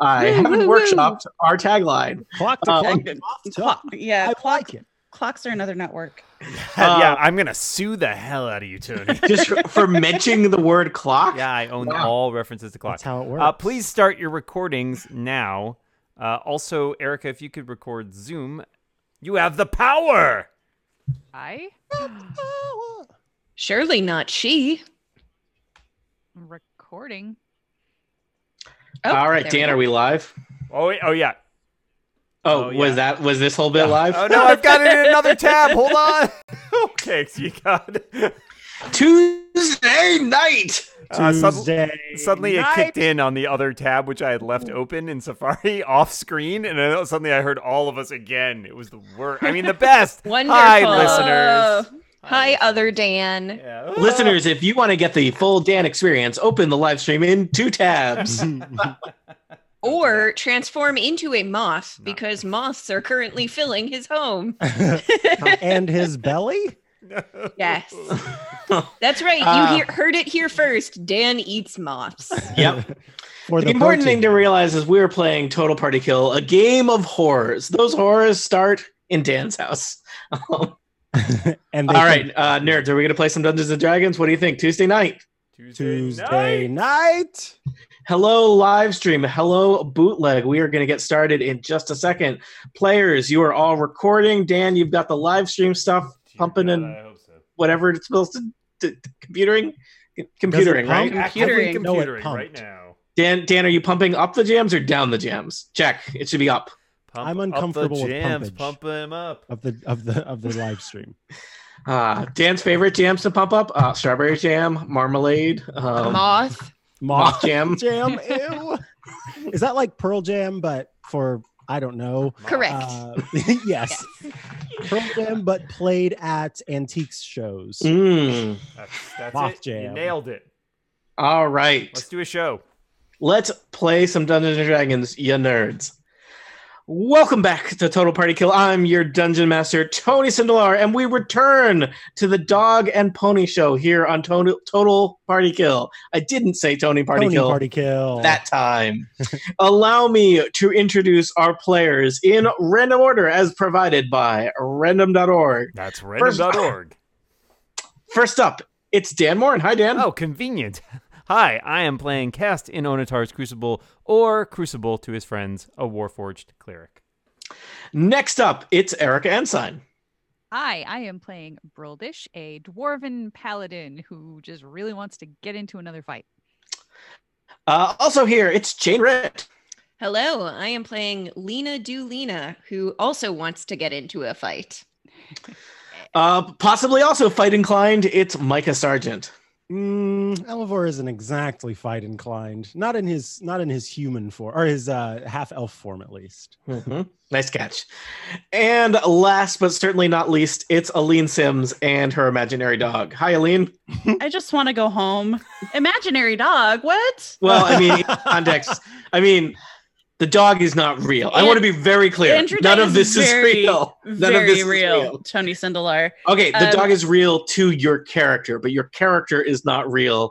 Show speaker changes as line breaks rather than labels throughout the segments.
I haven't workshopped our tagline.
Clock to
Uh,
Kangen.
Clock, yeah,
I
clock,
like it.
clocks are another network.
yeah,
Uh,
I'm gonna sue the hell out of you, Tony.
Just for- for mentioning the word clock.
yeah, I own
Wow.
all references to clock.
That's how it works.
Uh, please start your recordings now. Uh, also, Erica, if you could record Zoom, you have the power.
I
Surely not she.
am recording.
Oh,
All right,
there
Dan, are
go.
we live?
Oh, wait, oh yeah.
Oh,
Oh, yeah.
was that was this whole bit live?
Oh no, I've got it in another tab. Hold on. okay, you got.
Tuesday night.
Uh, sud-
Tuesday.
suddenly
night.
it kicked in on the other tab which I had left open in Safari off screen, and then suddenly I heard all of us again. It was the worst. I mean, the best.
Wonderful.
Hi, listeners.
Hi, other Dan.
Yeah.
uh, Listeners, if you want to get the full Dan experience, open the live stream in two tabs.
Or transform into a moth
Not-
because moths are currently filling his home.
and his belly.
Yes. That's right. You
Uh,
hear, heard it here first. Dan eats moths.
yep.
For
the,
the
important
protein.
thing to realize is we were playing Total Party Kill, a game of horrors. Those horrors start in Dan's house. All
and they
right,
think
uh, nerds, are we going to play some Dungeons and Dragons? What do you think? Tuesday night.
Tuesday night.
Hello, live stream. Hello, bootleg. We are going to get started in just a second. Players, you are all recording. Dan, you've got the live stream stuff, pumping and
I hope so.
whatever it's supposed to, to- to- computering, computering, right?
pump?
Actively
Computering.
No, it
computering
pumped.
right now.
Dan, Dan, are you pumping up the jams or down the jams? Check. It should be up.
Pump
I'm
up the
uncomfortable with
jams,
pumpage.
Pump him up.
Of the of the of the live stream.
Uh, Dan's favorite jams to pump up: uh, strawberry jam, marmalade, um, moth.
moth.
Moth
jam.
jam. Ew. Is that like Pearl Jam, but for I don't know?
Correct.
Uh, yes. Pearl Jam, but played at antiques shows.
Mm.
That's, that's
Moth
it. You
jam.
nailed it.
All right.
Let's do a show.
Let's play some Dungeons and Dragons, you nerds. Welcome back to Total Party Kill. I'm your dungeon master, Tony Sindelar, and we return to the Dog and Pony Show here on Total, Total Party Kill. I didn't say Tony Party
Pony
Kill
Party kill.
that time. Allow me to introduce our players in random order as provided by random.org.
That's
random.org. First up, it's Dan Morin. Hi, Dan.
Oh, convenient. Hi, I am playing Cast in Onatar's Crucible or Crucible to his friends, a Warforged cleric.
Next up, it's Erica Ensign.
Hi, I am playing Brildish, a dwarven paladin who just really wants to get into another fight.
Uh, also here, it's Jane Ritt.
Hello. I am playing Lena Dulina, who also wants to get into a fight.
Uh, possibly also fight inclined, it's Micah Sargent.
Mm, Elevor isn't exactly fight inclined. Not in his not in his human form or his uh, half elf form at least.
Nice catch. And last but certainly not least, it's Aline Sims and her imaginary dog. Hi, Aline.
I just want to go home. Imaginary dog. What?
Well, I mean, context. I mean, the dog is not real. I
An-
want to be very clear.
Andrew
None
Day
of this is
very,
real. None
very
of this is
real.
real.
Tony Sindelar.
Okay, the
Um,
dog is real to your character, but your character is not real.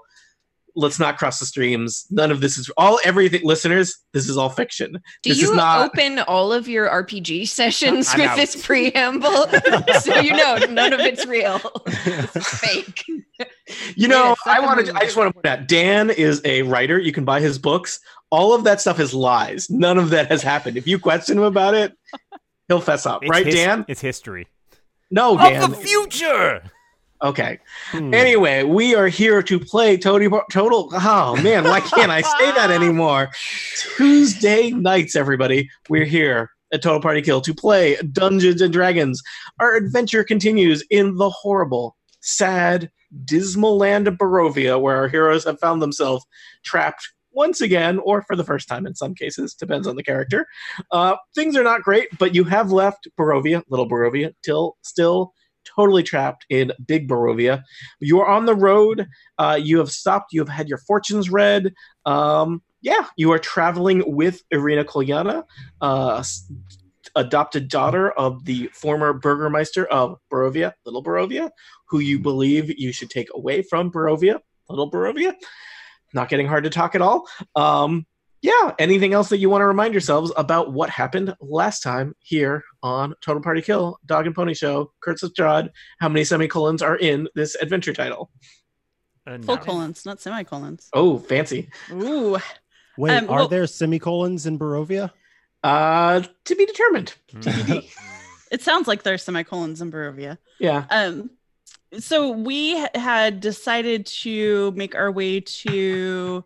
Let's not cross the streams. None of this is all everything listeners, this is all fiction.
Do
This is
you
not-
open all of your RPG sessions
I'm
with
out.
this preamble? so you know none of it's real. It's fake.
You know,
Wait a
I
second,
want
wait
to
a
I just want to point out Dan is a writer. You can buy his books. All of that stuff is lies. None of that has happened. If you question him about it, he'll fess up.
It's
right,
his-
Dan?
It's history.
No, Dan.
Of the future!
Okay.
Hmm.
Anyway, we are here to play Total. Total. Oh man, why can't I say that anymore? Tuesday nights, everybody. We're here at Total Party Kill to play Dungeons and Dragons. Our adventure continues in the horrible, sad, dismal land of Barovia, where our heroes have found themselves trapped once again, or for the first time in some cases, depends on the character. Uh, things are not great, but you have left Barovia, little Barovia, till still totally trapped in big Barovia you are on the road uh, you have stopped you have had your fortunes read um, yeah you are traveling with irina kolyana uh, s- adopted daughter of the former burgermeister of barovia little barovia who you believe you should take away from barovia little barovia not getting hard to talk at all um, yeah, anything else that you want to remind yourselves about what happened last time here on Total Party Kill, Dog and Pony Show, Kurt's Jod, how many semicolons are in this adventure title?
Full colons, not semicolons.
Oh, fancy.
Ooh.
Wait,
Um,
are
well-
there semicolons in Barovia?
Uh, to be determined.
Mm.
It sounds like there's semicolons in Barovia.
Yeah.
Um, so we h- had decided to make our way to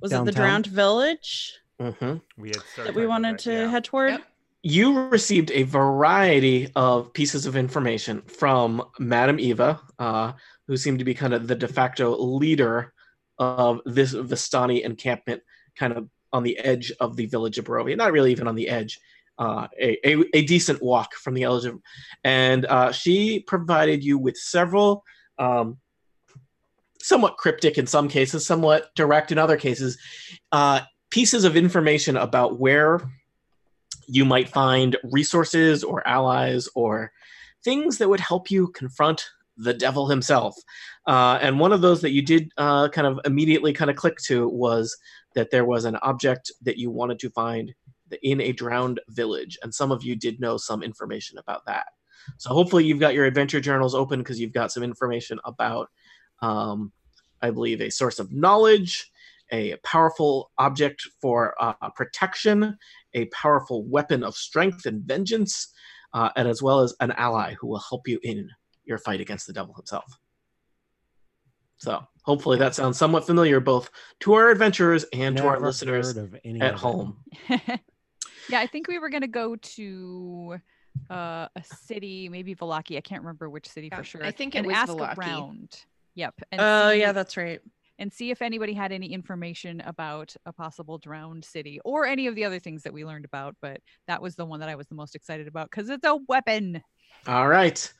was it the
Downtown?
drowned village
Mhm.
we had started
that we
talking
wanted
about
to
that, yeah.
head toward?
Yep.
you received a variety of pieces of information from Madam Eva, uh, who seemed to be kind of the de facto leader of this Vistani encampment, kind of on the edge of the village of Barovia. Not really even on the edge, uh, a, a, a decent walk from the village. Of, and uh, she provided you with several um, somewhat cryptic in some cases, somewhat direct in other cases, uh, pieces of information about where you might find resources or allies or things that would help you confront the devil himself. Uh, and one of those that you did uh, kind of immediately kind of click to was that there was an object that you wanted to find in a drowned village. And some of you did know some information about that. So hopefully you've got your adventure journals open because you've got some information about, um, I believe, a source of knowledge, a powerful object for uh, protection, a powerful weapon of strength and vengeance, uh, and as well as an ally who will help you in your fight against the devil himself. So hopefully that sounds somewhat familiar both to our adventurers and to our
Never
listeners
heard of any
at
of it.
home.
yeah, I think we were gonna go to uh, a city, maybe Valaki. I can't remember which city
Yeah,
for sure.
I think it
and
was
ask
Valaki.
around. Yep. and
Oh
see-
yeah, that's right.
and see if anybody had any information about a possible drowned city or any of the other things that we learned about. But that was the one that I was the most excited about because it's a weapon.
All right.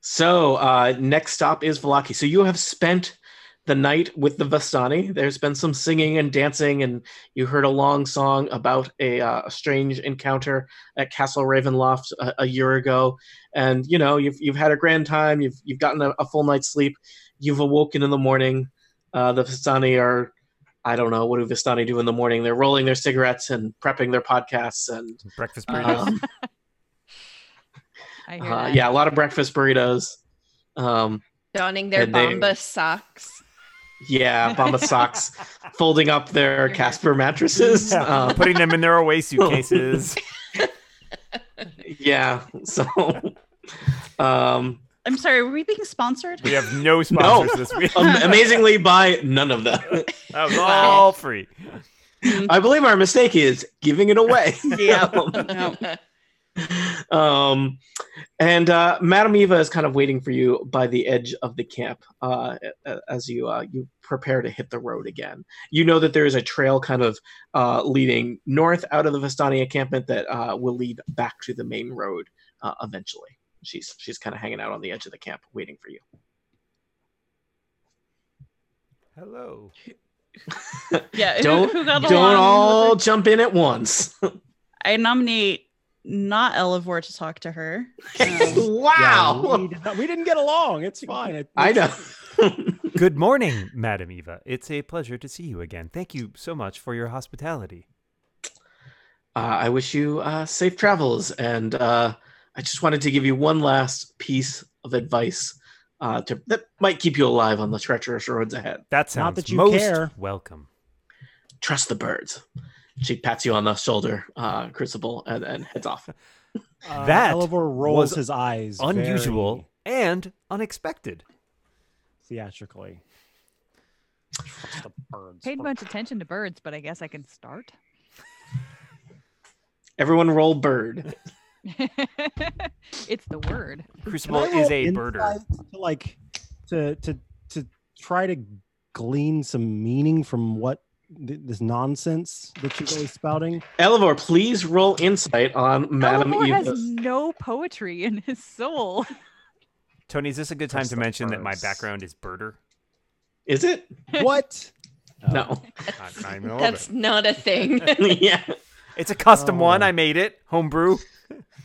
So uh, next stop is Valaki. So you have spent the night with the Vastani. There's been some singing and dancing, and you heard a long song about a, uh, a strange encounter at Castle Ravenloft uh, a, a year ago. And you know you've you've had a grand time. You've you've gotten a, a full night's sleep. You've awoken in the morning. Uh, the Vistani are, I don't know, what do Vistani do in the morning? They're rolling their cigarettes and prepping their podcasts and
Breakfast
Uh,
Uh,
burritos.
um,
I
Uh-huh,
hear
uh,
that.
yeah, a lot of breakfast burritos. Um,
Donning their
And they-
Bomba socks.
Yeah, Bamba socks, folding up their Casper mattresses.
Yeah,
Um,
Uh, putting them in their away suitcases.
yeah, so um,
I'm sorry, were we being sponsored?
we have no sponsors this week.
am- amazingly by none of them.
That was all free.
I believe our mistake is giving it away.
No.
um, and uh, Madam Eva is kind of waiting for you by the edge of the camp uh, a- as you uh, you prepare to hit the road again. You know that there is a trail kind of uh, leading north out of the Vistani encampment that uh, will lead back to the main road uh, eventually. She's she's kind of hanging out on the edge of the camp waiting for you.
Hello.
Yeah. who-
Don't-
who, got along
Don't
with
all
the-
jump in at once.
I nominate not Elivore to talk to her. Um,
wow.
Yeah, we, did not- we didn't get along. It's fine. It-
I know.
Good morning, Madam Eva. It's a pleasure to see you again. Thank you so much for your hospitality.
Uh, I wish you uh, safe travels. And uh, I just wanted to give you one last piece of advice uh, to, that might keep you alive on the treacherous roads ahead.
That sounds
Not that you
most
care.
welcome.
Trust the birds. She pats you on the shoulder, uh, Crucible, and, and heads off.
Uh,
That
Elevor rolls
was
his eyes very
Unusual and unexpected.
theatrically. Trust the birds.
Paid much attention to birds, but I guess I can start.
Everyone roll bird.
it's the word.
Can
Crucible
I
is
roll
a birder.
insight To like to to to try to glean some meaning from what th- this nonsense that she's always spouting.
Elevor, please roll insight on Madam
Elevore
Eva.
has no poetry in his soul.
Tony, is this a good time
Press
to
the
mention that my
birds.
background is birder?
Is it?
What?
No.
Not, not even a little
That's
bit.
not a thing.
yeah.
It's a custom one.
Oh.
I made it. Homebrew.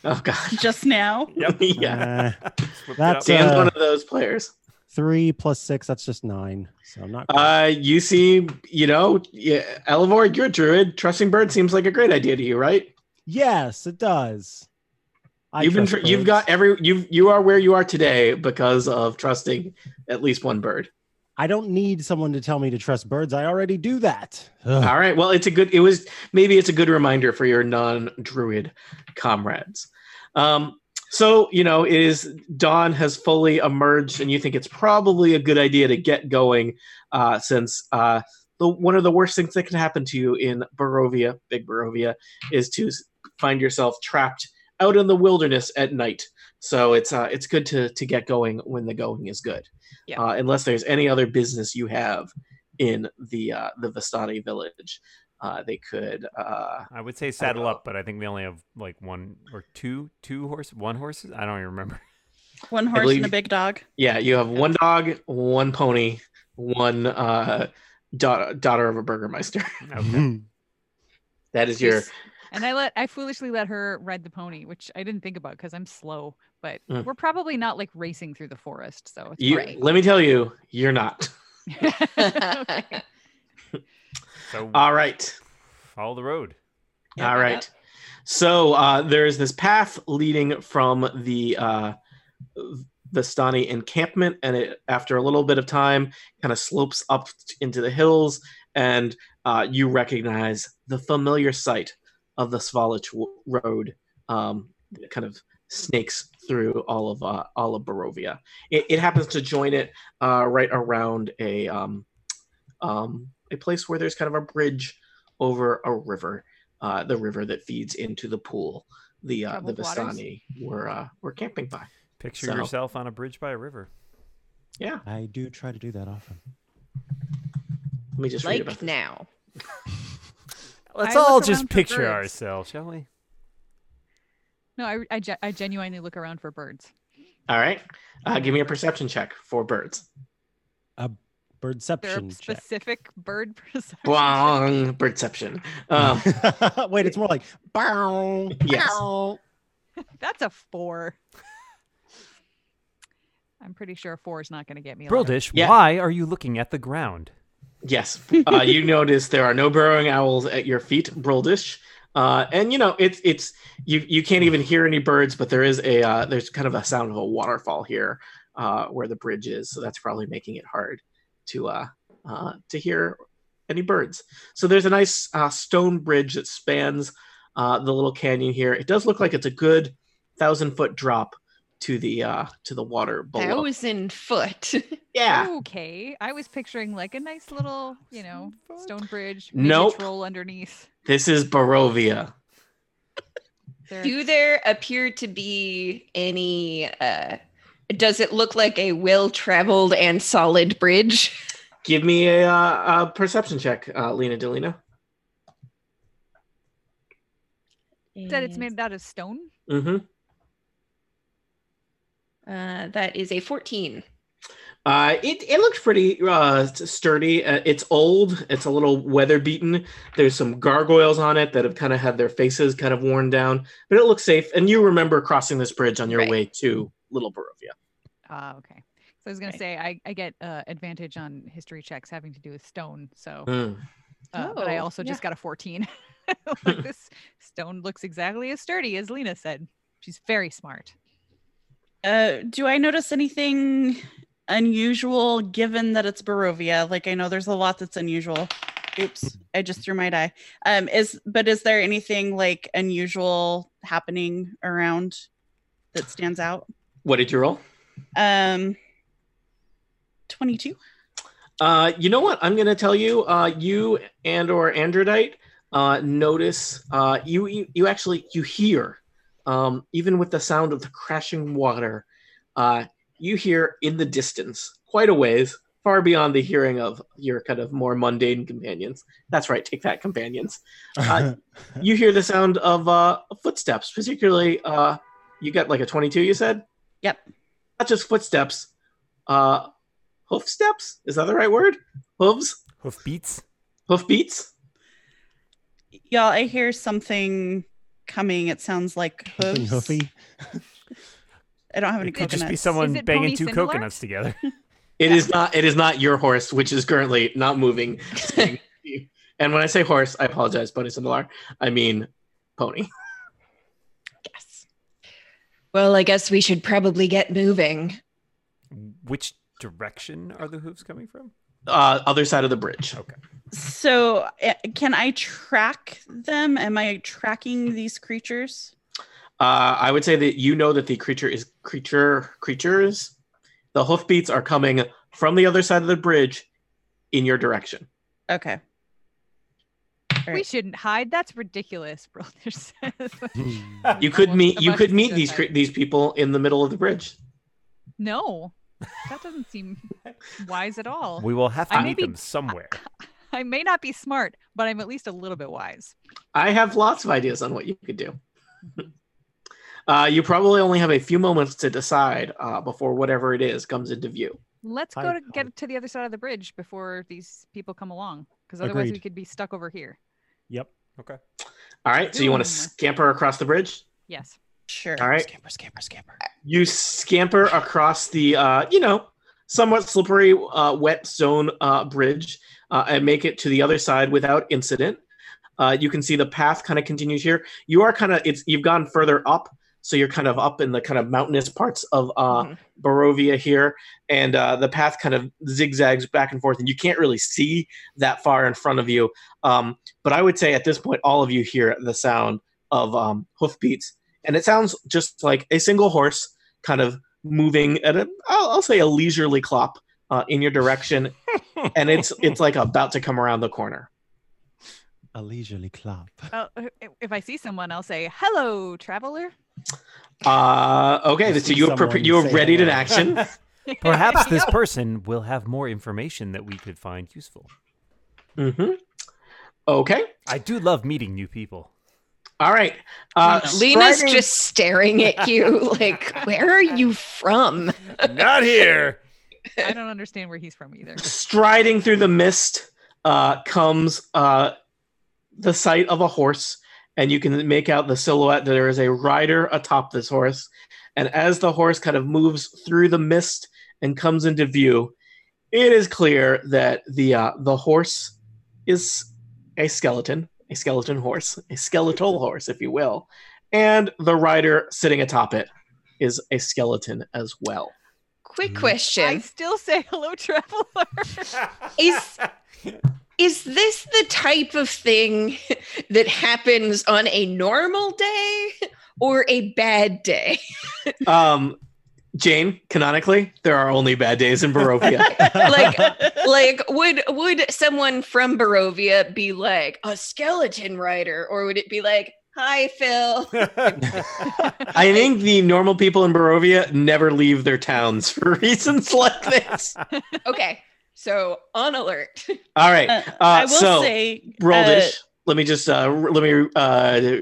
Oh, God.
just now.
Yep.
yeah.
Uh,
Swooped it
That's
up.
Dan's
uh,
one of those players.
three plus six, that's just nine. So I'm not.
Uh, you see, you know, yeah, Elevore, you're a druid. Trusting bird seems like a great idea to you, right?
yes, it does. I
you've been,
trust
tr- you've
birds.
got every, you you are where you are today because of trusting at least one bird.
I don't need someone to tell me to trust birds. I already do that. Ugh.
All right. Well, it's a good. It was maybe it's a good reminder for your non-druid comrades. Um, so you know, it is dawn has fully emerged, and you think it's probably a good idea to get going, uh, since uh, the one of the worst things that can happen to you in Barovia, Big Barovia, is to s- find yourself trapped out in the wilderness at night. So it's uh, it's good to to get going when the going is good,
Yeah.
uh, unless there's any other business you have in the uh, the Vistani village. Uh, they could. Uh,
I would say saddle up, but I think they only have like one or two, two horse, one horse. I don't even remember.
One horse
believe-
and a big dog.
yeah, you have one dog, one pony, one uh, da- daughter of a burgermeister.
Mm-hmm.
Okay.
that is your.
Yes. And I let I foolishly let her ride the pony, which I didn't think about because I'm slow. But
Mm.
we're probably not like racing through the forest, so it's
You,
Right.
Let me tell you, you're not.
fine.
So
All right.
follow the road.
Yeah,
All
why
right.
not?
So uh, there is this path leading from the uh, Vistani encampment, and it, after a little bit of time, kind of slopes up into the hills, and uh, you recognize the familiar sight of the Svalich w- Road. Um, that kind of snakes through all of uh, all of Barovia. It, it happens to join it uh, right around a um, um, a place where there's kind of a bridge over a river uh, the river that feeds into the pool the uh, the
Troubled waters?
Vistani were uh, were camping by.
Picture
So-
yourself on a bridge by a river.
I do try to do that often.
Let me just read about
Like
this.
now.
Let's
I
all
look
just
around for
picture
birds.
ourselves, shall we?
no, I, I ge- I genuinely look around for birds.
All right, uh, give me a perception check for birds.
There are
Birdception check.
specific bird perception.
Bwong, birdception. Um,
Wait, it's more like bow.
Yes.
bow.
That's a four. I'm pretty sure a four is not going to get me. a letter.
Brodish,
Yeah.
why are you looking at the ground?
yes, uh, you notice there are no burrowing owls at your feet, Broldish. Uh, and you know it's it's you you can't even hear any birds, but there is a uh, there's kind of a sound of a waterfall here uh, where the bridge is, so that's probably making it hard to uh, uh, to hear any birds. So there's a nice uh, stone bridge that spans uh, the little canyon here. It does look like it's a good thousand foot drop to the uh, to the water below.
Thousand foot.
yeah,
Oh, Okay, I was picturing like a nice little, you know, stone bridge.
Nope.
Roll underneath.
this is Barovia.
There-
Do there appear to be any? Uh, does it look like a well traveled and solid bridge?
Give me a, uh, a perception check, uh, Lena Delina.
that it's made out of stone.
hmm
Uh, that is a 14.
Uh, it it looks pretty uh, sturdy. Uh, it's old. It's a little weather beaten. There's some gargoyles on it that have kind of had their faces kind of worn down, but it looks safe. And you remember crossing this bridge on your
Right.
way to Little Barovia.
Ah, okay. So I was gonna
Right.
say I, I get uh, advantage on history checks having to do with stone. So,
Mm.
uh, but I
Oh,
also just
yeah.
got a fourteen. like this stone looks exactly as sturdy as Lena said. She's very smart.
Uh, do I notice anything unusual given that it's Barovia? Like I know there's a lot that's unusual. Oops, I just threw my die. Um, is but is there anything like unusual happening around that stands out?
What did you roll?
Um, twenty-two.
Uh, you know what? I'm gonna tell you. Uh, you and or Androdite uh, notice. Uh, you, you you actually you hear, um, even with the sound of the crashing water, uh, you hear in the distance, quite a ways, far beyond the hearing of your kind of more mundane companions. That's right. Take that, companions. Uh, You hear the sound of uh, footsteps, particularly. Uh, you got like a 22. You said.
Yep.
Not just footsteps. Uh, hoof steps. Is that the right word? Hooves.
Hoof beats?
Hoof beats?
Y'all, I hear something coming. It sounds like
Something
hooves.
hoofy.
I don't have any
It could
coconuts.
just be someone
it
banging
pony
two
similar?
coconuts together.
It is not. It is not your horse, which is currently not moving. staying with you. and when I say horse, I apologize, Pony Similar. I mean pony.
Yes. Well, I guess we should probably get moving.
Which direction are the hooves coming from?
Uh, other side of the bridge.
So, uh, can I track them? Am I tracking these creatures?
Uh, I would say that you know that the creature is creature creatures. The hoofbeats are coming from the other side of the bridge, in your direction.
Okay.
We
Right.
shouldn't hide. That's ridiculous, Brother says.
You could
Almost
meet. You
about
could
to
meet these
suicide.
cre- these people in the middle of the bridge.
No, that doesn't seem wise at all.
We will have
I
to
may
meet
be-
them somewhere.
I may not be smart, but I'm at least a little bit wise.
I have lots of ideas on what you could do. Uh, you probably only have a few moments to decide uh, before whatever it is comes into view.
Let's go
Hi,
to
Polly.
get to the other side of the bridge before these people come along, because otherwise we
Agreed.
could be stuck over here.
Yep.
All right, so you want to
Boom.
scamper across the bridge?
Yes.
Sure.
All right,
Scamper, scamper, scamper.
you scamper across the, uh, you know, somewhat slippery, uh, wet stone uh, bridge uh, and make it to the other side without incident. Uh, you can see the path kind of continues here. You are kind of it's you've gone further up, so you're kind of up in the kind of mountainous parts of uh,
Mhm.
Barovia here, and uh, the path kind of zigzags back and forth, and you can't really see that far in front of you. Um, but I would say at this point, all of you hear the sound of um, hoofbeats, and it sounds just like a single horse kind of moving at a, I'll, I'll say a leisurely clop uh, in your direction, and it's it's like about to come around the corner.
A leisurely clap.
Uh, i- if I see someone, I'll say, "Hello, traveler."
Uh, okay, so
You see
you are
someone,
prepa- you
you
are
say
ready to
hello.
action.
Perhaps this person will have more information that we could find useful.
hmm Okay,
I do love meeting new people.
all right. Uh,
Lena's
striding-
just staring at you like, where are you from?
Not here.
I don't understand where he's from either.
striding through the mist uh, comes uh, the sight of a horse, and you can make out the silhouette that there is a rider atop this horse. And as the horse kind of moves through the mist and comes into view, it is clear that the uh, the horse is a skeleton, a skeleton horse, a skeletal horse, if you will, and the rider sitting atop it is a skeleton as well.
Quick
Mhm.
I
question.
still say, "Hello, traveler."
Is- Is this the type of thing that happens on a normal day or a bad day?
Um, Jane, canonically, there are only bad days in Barovia.
Like like would would someone from Barovia be like a skeleton rider or would it be like, "Hi Phil."
I think the normal people in Barovia never leave their towns for reasons like this.
Okay. So, on alert.
All right,
Uh,
uh,
I will
so
say,
roll
uh,
dish. Let me just uh, r- let me uh,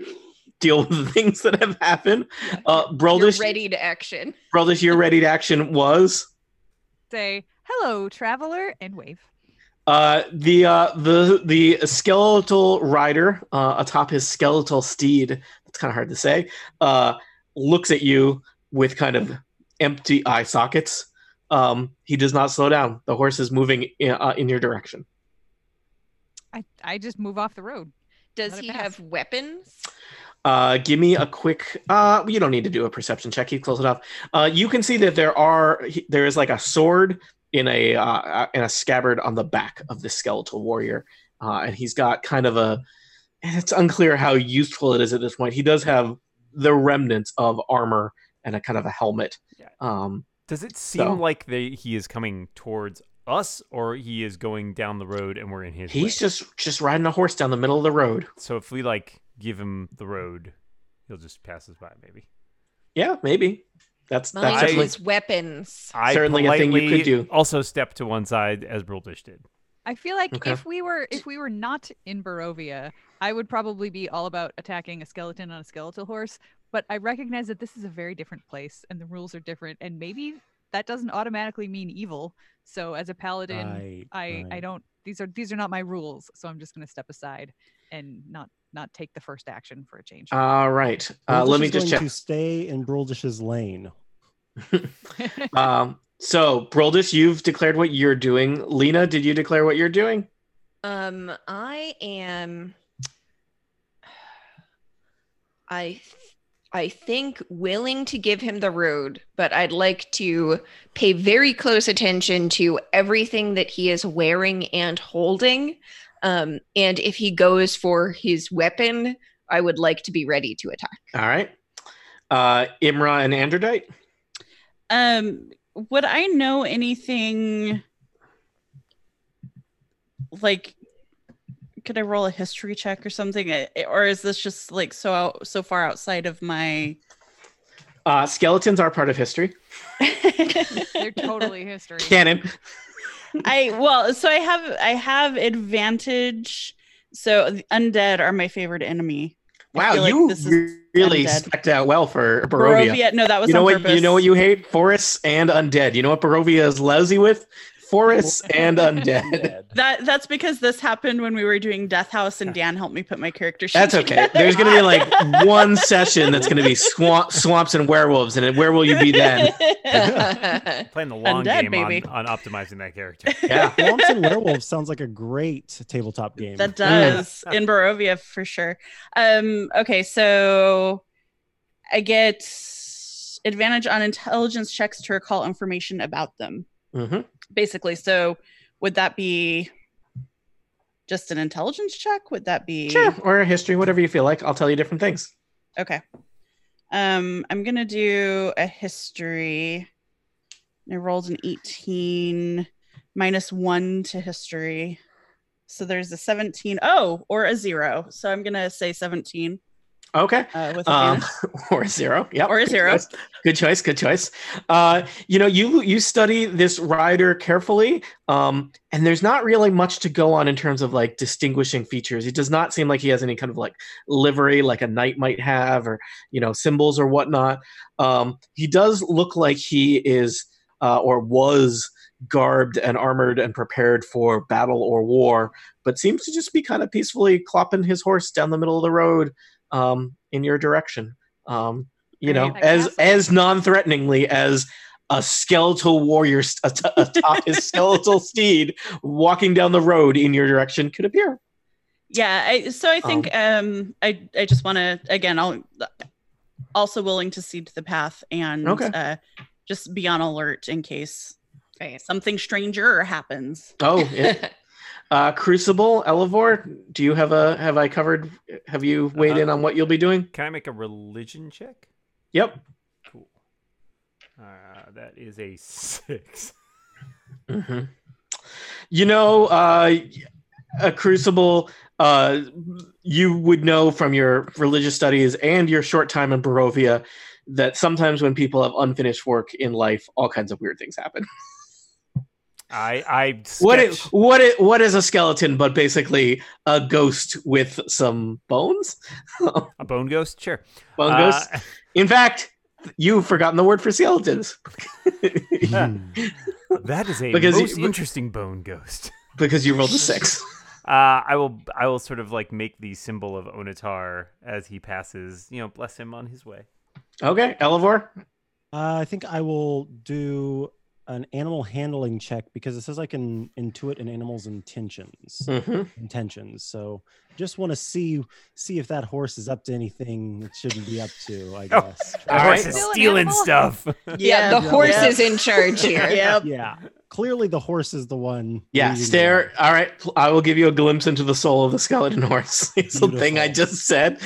deal with the things that have happened. Uh,
You're
Broldish,
ready to action.
Broldish, your ready to action was
say, "Hello, traveler," and wave.
Uh, the uh, the the skeletal rider uh, atop his skeletal steed. It's kind of hard to say. Uh, looks at you with kind of empty eye sockets. Um, he does not slow down. The horse is moving in, uh, in your direction.
I I just move off the road.
Does
Let it
he
pass.
have weapons?
Uh, give me a quick. Uh, you don't need to do a perception check. He's close enough. Uh, you can see that there are he- there is like a sword in a uh, uh, in a scabbard on the back of the skeletal warrior, uh, and he's got kind of a. and It's unclear how useful it is at this point. He does have the remnants of armor and a kind of a helmet.
Yeah.
Um,
Does it seem
So-
like they, he is coming towards us, or he is going down the road and we're in his? way?
he's just just riding a horse down the middle of the road.
So if we like give him the road, he'll just pass us by. Maybe.
Yeah, maybe. That's that's
Mine
I-
definitely
was weapons.
I
Certainly a thing you could
politely
do.
Also, step to one side as Bruldish did.
I feel like
Okay.
if we were if we were not in Barovia, I would probably be all about attacking a skeleton on a skeletal horse. But I recognize that this is a very different place and the rules are different, and maybe that doesn't automatically mean evil. So as a paladin,
Right,
I I
right.
don't these are these are not my rules, so I'm just going to step aside and not not take the first action for a change.
all right. Uh,
Broldish
let me
is
just
going
check.
To stay in Broldish's lane.
Um, So, Broldis, you've declared what you're doing. Lena, did you declare what you're doing?
Um, I am. I, th- I think willing to give him the road, but I'd like to pay very close attention to everything that he is wearing and holding. Um, and if he goes for his weapon, I would like to be ready to attack.
All right. Uh, Imra and Androdite.
Um, would I know anything like could I roll a history check or something I- or is this just like so out, so far outside of my
Uh, skeletons are part of history.
They're totally history.
Canon.
I well so I have I have advantage so the undead are my favorite enemy. I
Wow,
feel like
you
this is
re- really
undead.
specked out well for Barovia.
No, that was
you know
on
what?
purpose.
You know what you hate? Forests and undead. You know what Barovia is lousy with? Forests and undead.
That that's because this happened when we were doing Death House and Dan helped me put my character sheet.
That's okay.
together.
There's gonna be like one session that's gonna be swamp, swamps and werewolves, and where will you be then?
Playing the long
Undead,
game
baby.
on, on optimizing that character.
Yeah. Mm.
Swamps and Werewolves sounds like a great tabletop game.
Hmm.
that does in Barovia for sure. Um okay, so I get advantage on intelligence checks to recall information about them.
hmm
Basically, so would that be just an intelligence check? Would that be
Sure. Or history, whatever you feel like. I'll tell you different things.
Okay. Um, I'm gonna do a history. I rolled an 18 minus one to history. So there's a 17. Oh, or a zero. So I'm gonna say 17
Okay.
uh, with
um,
advantage.
or a zero. Yep.
Or a zero.
Good choice. Good choice. Uh, you know, you you study this rider carefully, um, and there's not really much to go on in terms of like distinguishing features. It does not seem like he has any kind of like livery, like a knight might have, or you know, symbols or whatnot. Um, he does look like he is uh, or was garbed and armored and prepared for battle or war, but seems to just be kind of peacefully clopping his horse down the middle of the road um, in your direction. Um, you know,
Great.
as
Like
as non-threateningly as a skeletal warrior st- at- atop his skeletal steed walking down the road in your direction could appear.
Yeah, I, so I think um I I just wanna again I'll also willing to cede the path and
Okay.
uh just be on alert in case something stranger happens.
Oh, yeah. uh, Crucible, Elevor, do you have a have I covered? Have you weighed in on what you'll be doing?
Can I make a religion check?
Yep.
Cool. Uh, that is a six.
Mhm. You know, uh, a crucible. Uh, you would know from your religious studies and your short time in Barovia that sometimes when people have unfinished work in life, all kinds of weird things happen.
I I sketch,
What is, what is, what is a skeleton but basically a ghost with some bones?
a bone ghost? Sure.
Bone ghosts.
Uh,
In fact, you've forgotten the word for skeletons
that is a
Because you-
most interesting bone ghost.
because you rolled a six.
Uh, I will I will sort of like make the symbol of Onatar as he passes, you know, bless him on his way.
Okay, Elevor.
Uh, I think I will do an animal handling check because it says I can intuit an animal's intentions.
hmm
Intentions. So just want to see see if that horse is up to anything it shouldn't be up to. I
Oh,
guess.
The
All
horse
right.
is
Still an
stealing
animal?
stuff.
yeah, the
yeah.
horse
Yeah.
is in charge here.
Yep.
Yeah. Clearly, the horse is the one.
Yeah,
leading the
stare.
way.
All right, pl- I will give you a glimpse into the soul of the skeleton horse. It's the thing I
Beautiful.
just said.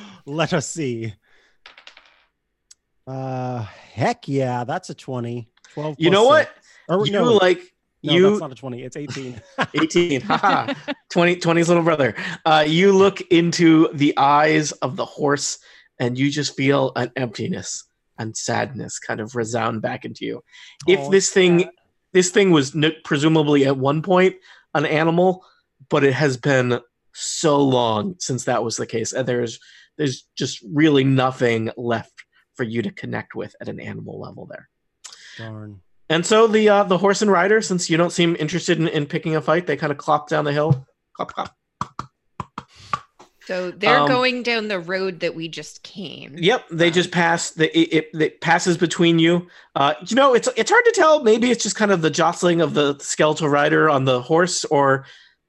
Let us see. Uh, heck yeah, that's a 20. 12.
You
plus
know what?
six. Or,
You
no,
like
no,
you
that's not a 20. It's 18.
18 haha 20 20's little brother. Uh, you look into the eyes of the horse and you just feel an emptiness and sadness kind of resound back into you. if
Oh,
this thing this thing was n- presumably at one point an animal but it has been so long since that was the case and there's there's just really nothing left for you to connect with at an animal level there
Darn.
and so the uh, the horse and rider since you don't seem interested in, in picking a fight they kind of clop down the hill clop clop
So they're
Um,
going down the road that we just came.
Yep, they just pass. The, it, it, it passes between you. Uh, you know, it's it's hard to tell. Maybe it's just kind of the jostling of the skeletal rider on the horse, or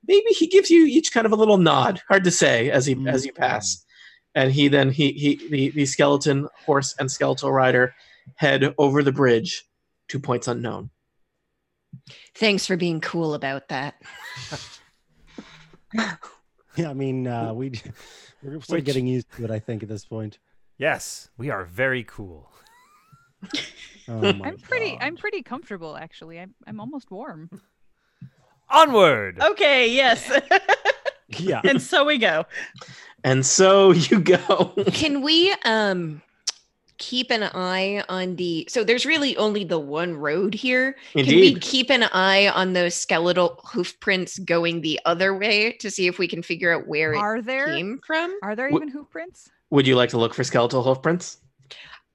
maybe he gives you each kind of a little nod. Hard to say as he as you pass, and he then he he the, the skeleton horse and skeletal rider head over the bridge to points unknown.
Thanks for being cool about that.
Yeah, I mean, uh, we we're still
Which-
getting used to it. I think at this point.
Yes, we are very cool.
Oh my
I'm pretty. I'm
God.
pretty comfortable actually. I'm. I'm almost warm.
Onward.
Okay, yes.
Yeah.
and so we go.
And so you go.
Can we um keep an eye on the so there's really only the one road here. Can we
Indeed.
keep an eye on those skeletal hoof prints going the other way to see if we can figure out where it
Are there?
came from?
Are there
Wh-
even hoof prints?
Would you like to look for skeletal hoofprints?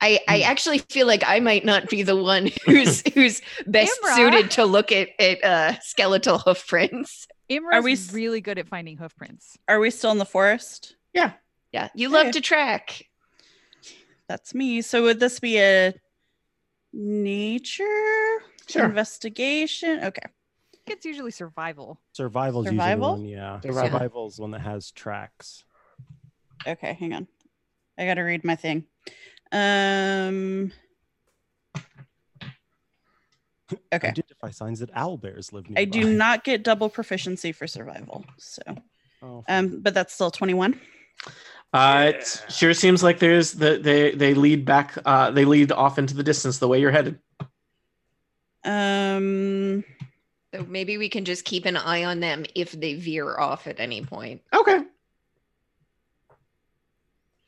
I,
Hmm.
I actually feel like I might not be the one who's who's best
Imra.
suited to look at, at uh, skeletal hoof prints.
Imra's
we s-
really good at finding hoof prints.
Are we still in the forest?
Yeah, you love
Yeah.
to track.
That's me. So would this be a nature
Sure.
investigation? Okay.
It's usually survival.
Survival's
Survival?
usually the one, yeah.
Survival.
Survival's one that has tracks.
Okay, hang on. I gotta read my thing. Um Okay.
Identify signs that owl bears live nearby.
I do not get double proficiency for survival. So
Oh, fine.
um but that's still 21.
Uh, it
Yeah.
sure seems like there's the, they they lead back uh, they lead off into the distance the way you're headed.
Um
So maybe we can just keep an eye on them if they veer off at any point.
Okay,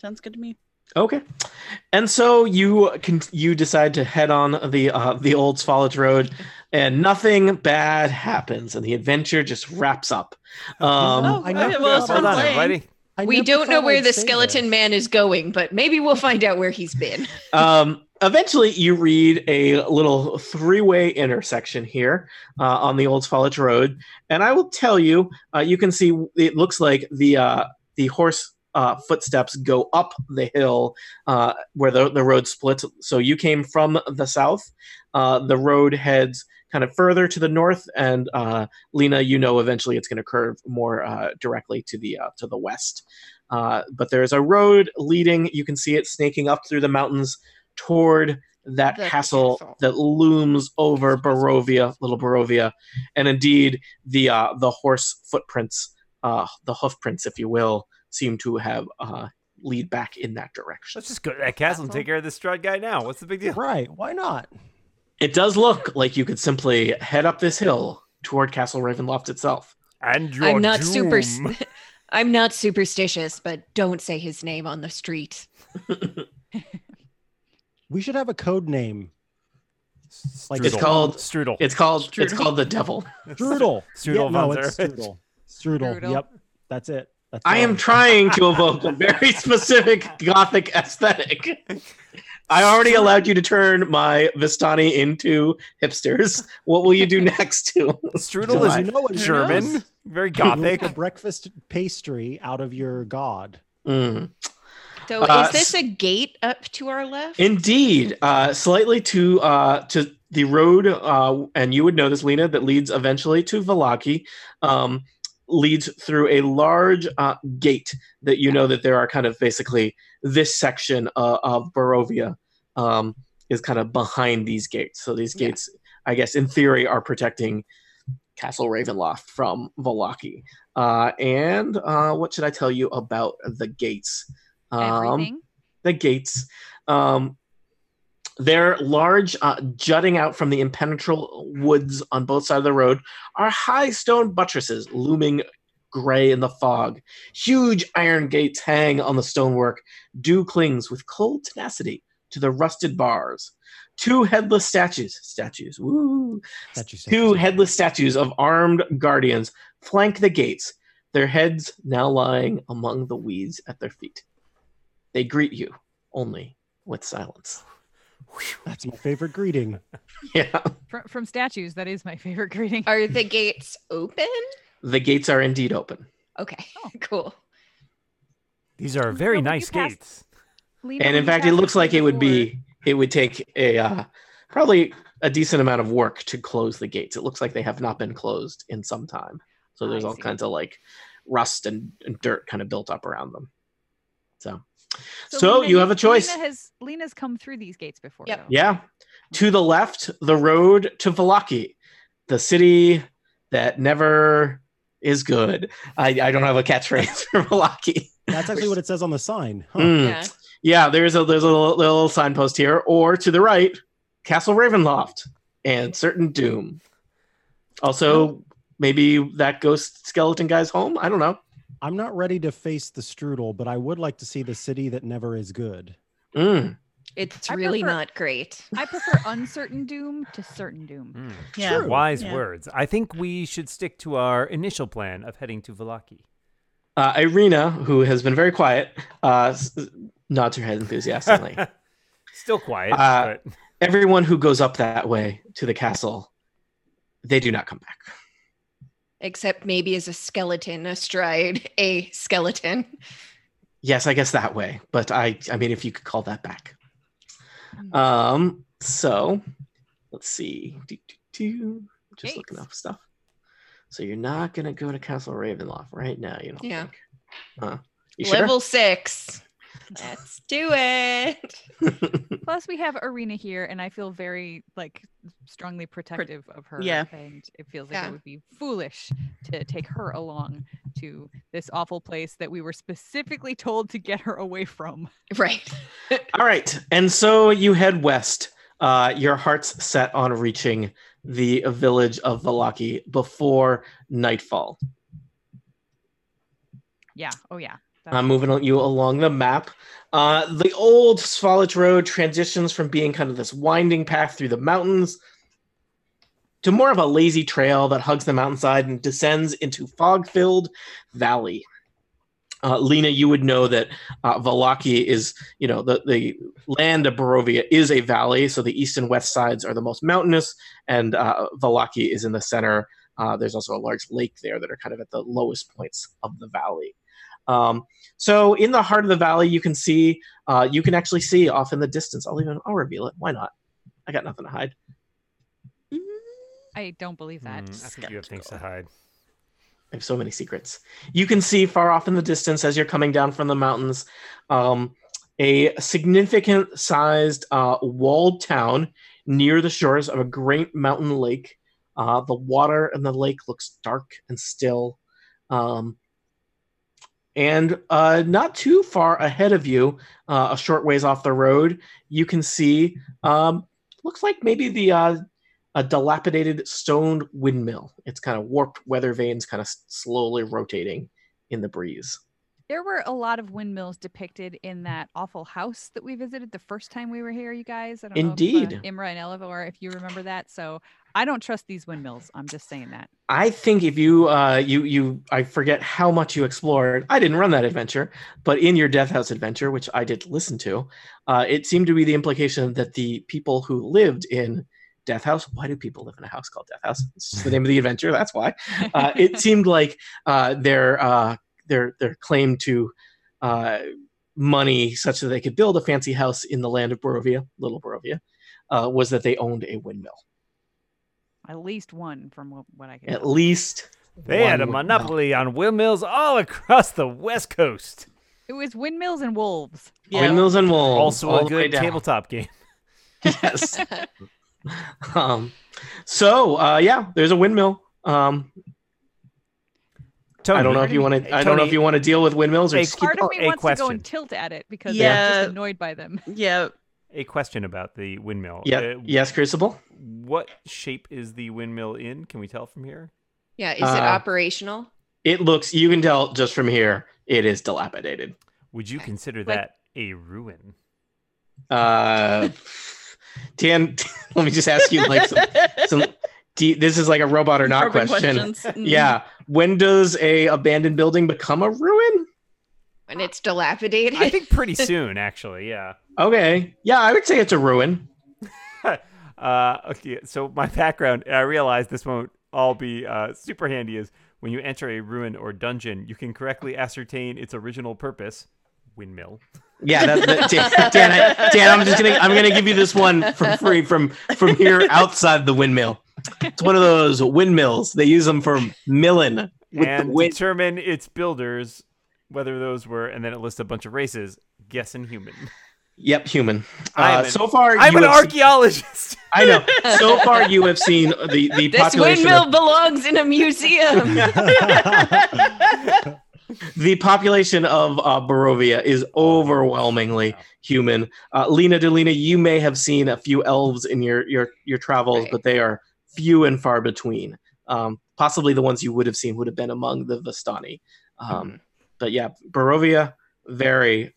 sounds good to me.
okay, and so you can you decide to head on the uh, the old Swallows Road, and nothing bad happens, and the adventure just wraps up. Um,
Oh,
I
okay,
never
well,
thought
it's
Hold
I'd
on,
playing.
everybody.
I
we
never
don't know
thought
where
I'd
the
say
skeleton
this.
man is going, but maybe we'll find out where he's been.
um, eventually, you read a little three way intersection here uh, on the Old Swallows Road, and I will tell you, uh, you can see it looks like the uh, the horse uh, footsteps go up the hill uh, where the, the road splits. So you came from the south. Uh, the road heads kind of further to the north, and uh, Lena, you know, eventually it's going to curve more uh, directly to the uh, to the west. Uh, but there is a road leading. You can see it snaking up through the mountains toward that
The
castle,
castle.
that looms over Barovia, little Barovia, and indeed the uh, the horse footprints, uh, the hoofprints, if you will, seem to have uh, lead back in that direction.
Let's just go to that castle and take care of this Strud guy now. What's the big deal?
Right? Why not?
It does look like you could simply head up this hill toward Castle Ravenloft itself.
And your
I'm not super.
doom.
I'm not superstitious, but don't say his name on the street.
We should have a code name. Like
it's
Strudel.
called-
Strudel.
It's called it's
Strudel.
called the Devil.
Strudel.
Strudel
Yeah, no,
Vanzer.
it's strudel. strudel.
Strudel.
Yep. That's it. That's
I am
all.
trying to evoke a very specific gothic aesthetic. I already allowed you to turn my Vistani into hipsters. What will you do next to?
Strudel is
Because
July.
you know what
German, very gothic.
A breakfast pastry out of your god.
Mm.
So
Uh,
is this a gate up to our left?
Indeed, uh, slightly to uh, to the road, uh, and you would know this, Lena, that leads eventually to Valaki, um, leads through a large uh, gate that you know that there are kind of basically this section uh, of Barovia um, is kind of behind these gates. So these
Yeah.
gates, I guess, in theory, are protecting Castle Ravenloft from Valaki. Uh, and uh, what should I tell you about the gates? Um,
Everything.
the gates. Um, they're large, uh, jutting out from the impenetrable woods on both sides of the road are high stone buttresses looming gray in the fog. Huge iron gates hang on the stonework. Dew clings with cold tenacity to the rusted bars. Two headless statues, statues, woo,
That you said.
Two headless statues of armed guardians flank the gates, their heads now lying among the weeds at their feet. They greet you only with silence.
That's my favorite greeting.
Yeah,
From, from statues, that is my favorite greeting.
Are the gates open?
Oh.
the gates are indeed open.
Okay, cool.
These are very
when you
nice
pass-
skates.
Lena,
And
when
in
you
fact, it
pass
looks like it would
door-
be it would take a uh, probably a decent amount of work to close the gates. It looks like they have not been closed in some time. So there's
I
all
see.
kinds of like rust and, and dirt kind of built up around them. So so,
Lena-
you have a choice.
Lena has Lena's come through these gates before.
Yep.
though.
Yeah. To the left, the road to Valaki, the city that never is good. I, I don't have a catchphrase for Valaki.
That's actually what it says on the sign. Huh.
Mm.
Yeah.
Yeah, there's a there's a little, little signpost here, or to the right, Castle Ravenloft and certain doom. Also, maybe that ghost skeleton guy's home. I don't know.
I'm not ready to face the strudel, but I would like to see the city that never is good.
Mm.
It's
I
really
prefer-
not great.
I prefer uncertain doom to certain doom.
Hmm.
Mm.
Yeah.
True.
Wise
Yeah.
words. I think we should stick to our initial plan of heading to Valaki.
Uh, Irina, who has been very quiet, uh, s- nods her head enthusiastically.
Still quiet,
Uh,
but
Everyone who goes up that way to the castle, they do not come back.
Except maybe as a skeleton astride a skeleton.
Yes, I guess that way. But I, I mean, if you could call that back. Um. So, let's see. Do, do, do. Just looking
Gates.
up stuff. So you're not gonna go to Castle Ravenloft right now. You don't.
Yeah.
Think. Huh. You sure?
Level six. Let's do it.
Mm.
Plus, we have Arena here, and I feel very like strongly protective of her.
yeah.
and it feels like
Yeah.
it would be foolish to take her along to this awful place that we were specifically told to get her away from.
Right.
All right. And so you head west. Uh, your heart's set on reaching the village of Valaki before nightfall.
Yeah. Oh yeah. That's
I'm moving on you along the map. Uh, the old Svalich Road transitions from being kind of this winding path through the mountains to more of a lazy trail that hugs the mountainside and descends into fog filled valley. Uh, Lena, you would know that uh, Valaki is, you know, the, the land of Barovia is a valley, so the east and west sides are the most mountainous, and uh, Valaki is in the center. Uh, there's also a large lake there that are kind of at the lowest points of the valley. Um, so in the heart of the valley, you can see uh, you can actually see off in the distance. I'll even I'll reveal it. Why not? I got nothing to hide.
Mm-hmm.
I don't believe that.
Mm, I think you have things to hide.
I have so many secrets. You can see far off in the distance as you're coming down from the mountains, um, a significant sized uh, walled town near the shores of a great mountain lake. Uh, the water in the lake looks dark and still. Um, and uh, not too far ahead of you, uh, a short ways off the road, you can see um, looks like maybe the uh, a dilapidated stone windmill. It's kind of warped weather vanes, kind of slowly rotating in the breeze.
There were a lot of windmills depicted in that awful house that we visited the first time we were here, you guys. I don't know
Indeed.
if, uh, Imra and Elevor, if you remember that. So I don't trust these windmills. I'm just saying that.
I think if you, uh, you, you, I forget how much you explored. I didn't run that adventure, but in your Death House adventure, which I did listen to, uh, it seemed to be the implication that the people who lived in Death House. Why do people live in a house called Death House? It's just the name of the adventure. That's why. uh, it seemed like uh, their uh, their their claim to uh, money, such that they could build a fancy house in the land of Borovia, Little Borovia, uh, was that they owned a windmill.
At least one from what, what I can.
At
tell.
least
They had a
one
monopoly on windmills all across the West Coast.
It was windmills and wolves.
windmill. Windmills and wolves.
Also
all
a
the way
good
down.
tabletop game.
Yes. um, so uh, yeah, there's a windmill. Um,
Tony,
I don't know if you want to. I don't know
Tony,
if you want to deal with windmills or
a
just keep. oh,
Part of me
a
wants to go
question.
and tilt at it because I'm
Yeah.
just annoyed by them.
Yeah.
a question about the windmill.
Yeah.
Uh,
Yes, Crucible.
What shape is the windmill in? Can we tell from here?
Yeah. Is it
Uh,
operational?
It looks. You can tell just from here. It is dilapidated.
Would you consider
Like-
that a ruin?
Uh, Tan, let me just ask you like some. some do you- this is like a robot or not
Probing
question.
questions. Mm.
Mm-hmm.
Yeah. When does a abandoned building become a ruin?
When it's dilapidated?
I think pretty soon, actually. Yeah.
Okay. Yeah, I would say it's a ruin.
uh, okay, so my background, and I realize this won't all be uh, super handy, is when you enter a ruin or dungeon, you can correctly ascertain its original purpose, windmill.
Yeah, that, that, Dan, Dan, I, Dan, I'm just gonna I'm gonna give you this one for free from from here outside the windmill. It's one of those windmills. They use them for milling. With the
and
wind.
determine its builders, whether those were, and then it lists a bunch of races. Guessing human.
Yep, human.
I'm
Uh,
an-
so far,
I'm
you
an
have seen-
archaeologist.
I know. So far, you have seen the the
This
population.
windmill
Of,
belongs in a museum.
the population of uh, Barovia is overwhelmingly human. Uh, Lena Delina, you may have seen a few elves in your your your travels,
Right.
but they are few and far between. Um, possibly the ones you would have seen would have been among the Vistani. Um, But yeah, Barovia, very,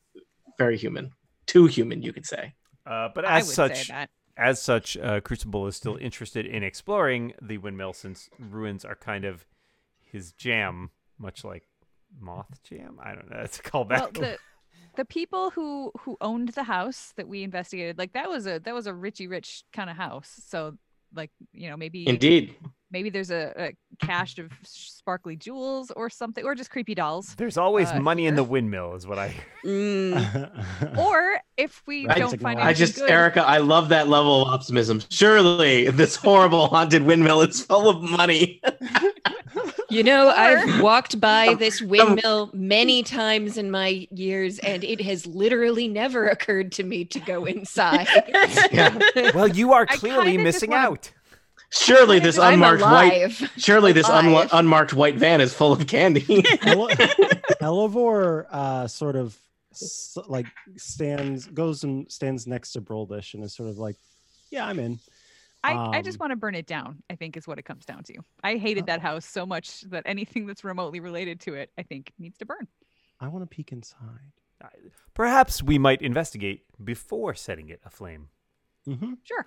very human. Too human, you could say.
Uh, but
I would
as such,
say that.
as such, uh, Crucible is still interested in exploring the windmill since ruins are kind of his jam, much like moth jam. I don't know. It's a
Well,
callback.
the, the people who who owned the house that we investigated, like that was a that was a richy rich kind of house. So like you know maybe
Indeed.
maybe there's a, a cache of sparkly jewels or something, or just creepy dolls.
There's always
uh,
money in
here.
the windmill, is what I.
Mm.
Or if we
Right.
don't find anything
I just,
good,
Erica, I love that level of optimism. Surely this horrible haunted windmill is full of money.
You know,
Or-
I've walked by this windmill many times in my years, and it has literally never occurred to me to go inside.
Yeah.
Well, you are
I
clearly
kinda just
missing
wanna-
out.
Surely this
I'm
unmarked white,
alive.
surely this unwa-
Alive.
unmarked white van is full of candy.
Ele- Elevor uh, sort of s- like stands, goes and stands next to Broldish and is sort of like, "Yeah, I'm in."
I, I just
um,
want to burn it down. I think is what it comes down to. I hated that house so much that anything that's remotely related to it, I think, needs to burn.
I want to peek inside.
Perhaps we might investigate before setting it aflame.
hmm
Sure.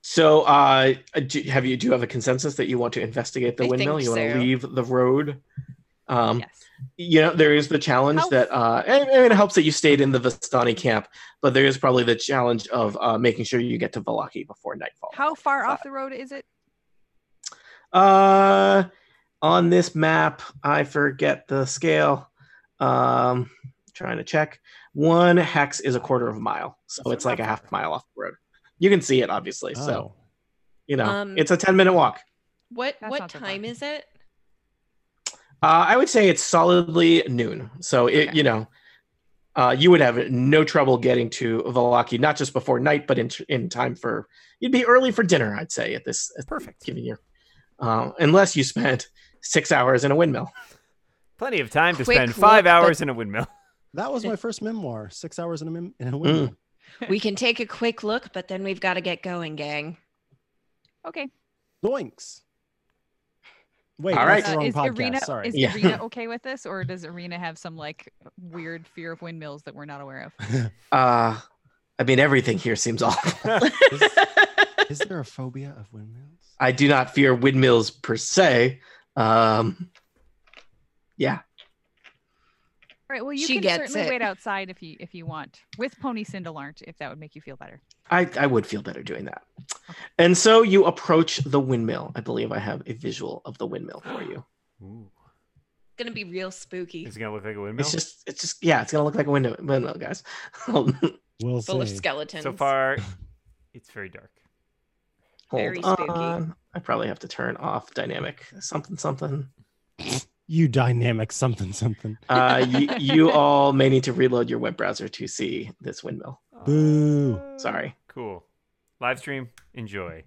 so, uh, do, have you, do you have a consensus that you want to investigate the
I think
windmill? You want
so.
to leave the road? Um,
yes.
you know there is the challenge
How-
that uh I mean, it helps that you stayed in the Vistani camp but there is probably the challenge of uh making sure you get to Valaki before nightfall
How far off the road is it?
uh on this map i forget the scale um trying to check one hex is a quarter of a mile so it's like a half mile off the road you can see it obviously
Oh.
so you know
Um,
it's a 10 minute walk
What
That's
what
not so
time
bad.
is it?
Uh, I would say it's solidly noon. So it,
Okay.
you know, uh, you would have no trouble getting to Valaki, not just before night, but in in time for you'd be early for dinner. I'd say at this at
Perfect.
given year, uh, unless you spent six hours in a windmill.
Plenty of time to
Quick
spend five
look, but-
hours in a windmill.
that was my first memoir. Six hours in a mem-
Mm.
in a window.
We can take a quick look, but then we've got to get going, gang.
Okay.
Doinks. Wait,
All
that's
right.
the
Uh,
wrong
is
podcast.
Arena
Sorry.
is
Yeah.
Arena okay with this, or does Arena have some like weird fear of windmills that we're not aware of?
Uh, I mean, everything here seems awful.
is, is there a phobia of windmills?
I do not fear windmills per se. Um, yeah,
All right. Well, you
She
can
gets
certainly
it.
wait outside if you if you want with Pony Cindelarnt, if that would make you feel better.
I, I would feel better doing that. And so you approach the windmill. I believe I have a visual of the windmill for you.
Ooh.
It's gonna be real spooky,
Is it gonna look like a windmill?
It's just, it's just, yeah, it's gonna look like a window, window guys. Hold
We'll
full of
see.
skeletons.
so far, it's very dark.
Very spooky.
on. I probably have to turn off dynamic something something.
You dynamic something something.
Uh, you, you all may need to reload your web browser to see this windmill.
Boo.
Uh,
Sorry.
Cool. Live stream. Enjoy.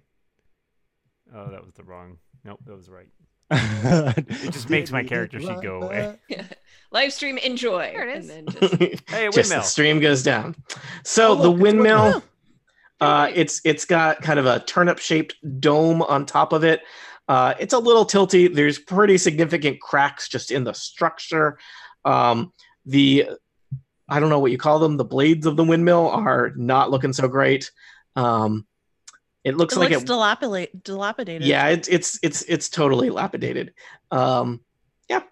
Oh, that was the wrong. Nope, that was right.
it
just makes my character sheet go away.
Live stream, enjoy.
There it is.
And then just,
hey,
Hey,
Just the
windmill.
stream goes down. So
Oh,
the
look, it's working.
windmill, uh,
Pretty great.
it's it's got kind of a turnip shaped dome on top of it. Uh, it's a little tilty. There's pretty significant cracks just in the structure. Um, the I don't know what you call them. The blades of the windmill are not looking so great. Um, it looks
it
like
looks
it
dilapidate, dilapidated.
yeah it's it's it's it's totally lapidated um yeah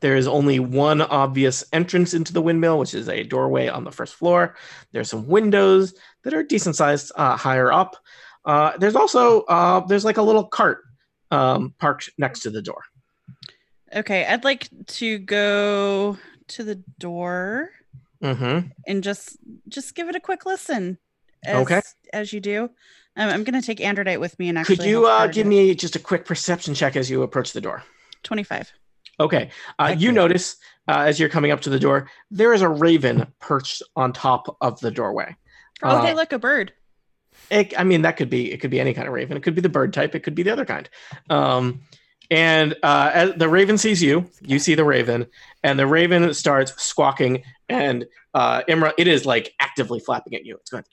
there is only one obvious entrance into the windmill which is a doorway on the first floor there's some windows that are decent sized uh, higher up uh, there's also uh, there's like a little cart um, parked next to the door
Okay, I'd like to go to the door
Mm-hmm.
and just just give it a quick listen. As,
Okay.
As you do, um, I'm gonna take androdite with me and actually.
Could you
help
uh,
Sarah
give
do it.
me just a quick perception check as you approach the door?
25?
Okay. Uh, you
Okay.
notice uh, as you're coming up to the door, there is a raven perched on top of the doorway.
Oh, they
Uh,
look a bird.
It, I mean, that could be it. Could be any kind of raven. It could be the bird type. It could be the other kind. Um, and uh, as the raven sees you. You see the raven, and the raven starts squawking. And uh, Imra, it is like actively flapping at you. It's going.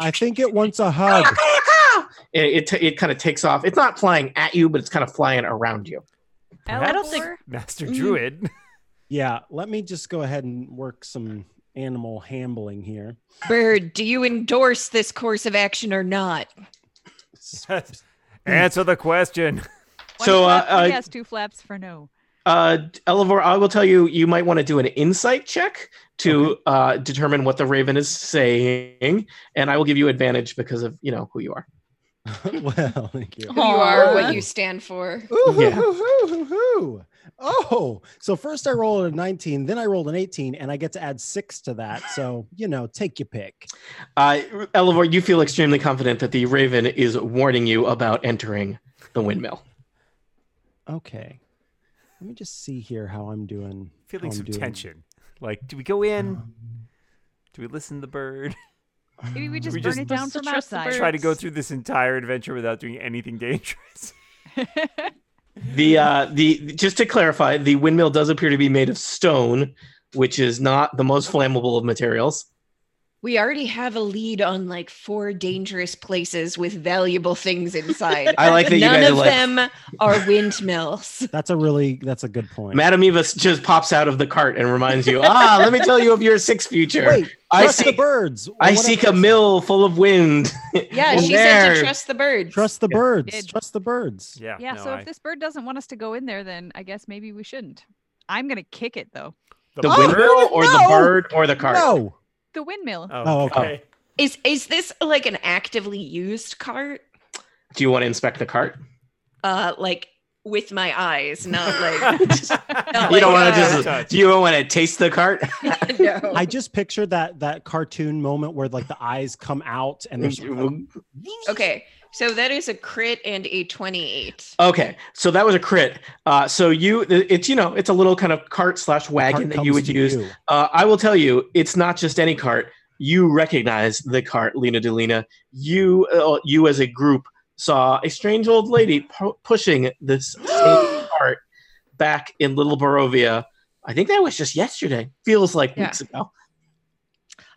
I think it wants a hug.
It it, t- it kind of takes off. It's not flying at you, but it's kind of flying around you.
I don't think-
Elabor?
Master
Mm.
Druid.
Yeah, let me just go ahead and work some animal handling here.
Bird, do you endorse this course of action or not?
Answer the question.
One
So,
flap
uh,
for
uh,
yes, two flaps for no.
Uh, Elevor, I will tell you, you might want to do an insight check to uh, determine what the raven is saying, and I will give you advantage because of you know who you are.
well, thank you.
Who you are,
Aw.
what you stand for.
Ooh,
Yeah.
hoo, hoo, hoo, hoo, hoo. Oh, so first I rolled a 19, then I rolled an 18, and I get to add six to that. So, you know, take your pick.
Uh, Elevor, you feel extremely confident that the raven is warning you about entering the windmill.
Okay. Let me just see here how I'm doing.
Feeling
how I'm
some
doing. Um,
tension. Like, do we go
Mm.
in? Do we listen to the bird?
Maybe
Mm,
we just
We
burn
just-
it down
Supposed to
from
trust the
outside.
bird.
Try to go
Birds.
through this entire adventure without doing anything dangerous.
The uh, the just to clarify, the windmill does appear to be made of stone, which is not the most flammable of materials.
We already have a lead on like four dangerous places with valuable things inside.
I like that you
None
guys are
of
like-
them are windmills.
That's a really, that's a good point.
Madame Eva s- just pops out of the cart and reminds you, ah, let me tell you of your sixth future.
Wait,
I
trust the
seek,
birds. or
I
whatever
seek
it
a
is.
mill full of wind.
Yeah,
Well,
she said
there.
to trust the birds.
Trust the
Yeah.
birds.
Did-
Trust the birds.
Yeah.
yeah,
no,
so
I-
if this bird doesn't want us to go in there, then I guess maybe we shouldn't. I'm going to kick it, though.
The
Oh,
windmill or the
no.
bird or the cart?
No.
The windmill.
Oh,
okay.
Is is this like an actively used cart?
Do you want to inspect the cart?
Uh like with my eyes, not like
you
like,
don't want to
uh,
just. Do you want to taste the cart?
no.
I just pictured that that cartoon moment where like the eyes come out and there's
Mm,
Okay. So that is a crit and a 28.
okay, so that was a crit. Uh, so you, it's you know, it's a little kind of cart slash wagon that you would use. Uh, I will tell you, it's not just any cart. You recognize the cart, Lena Delina. You, uh, you as a group, saw a strange old lady pu- pushing this same cart back in Little Barovia. I think that was just yesterday. Feels like
Yeah.
weeks ago.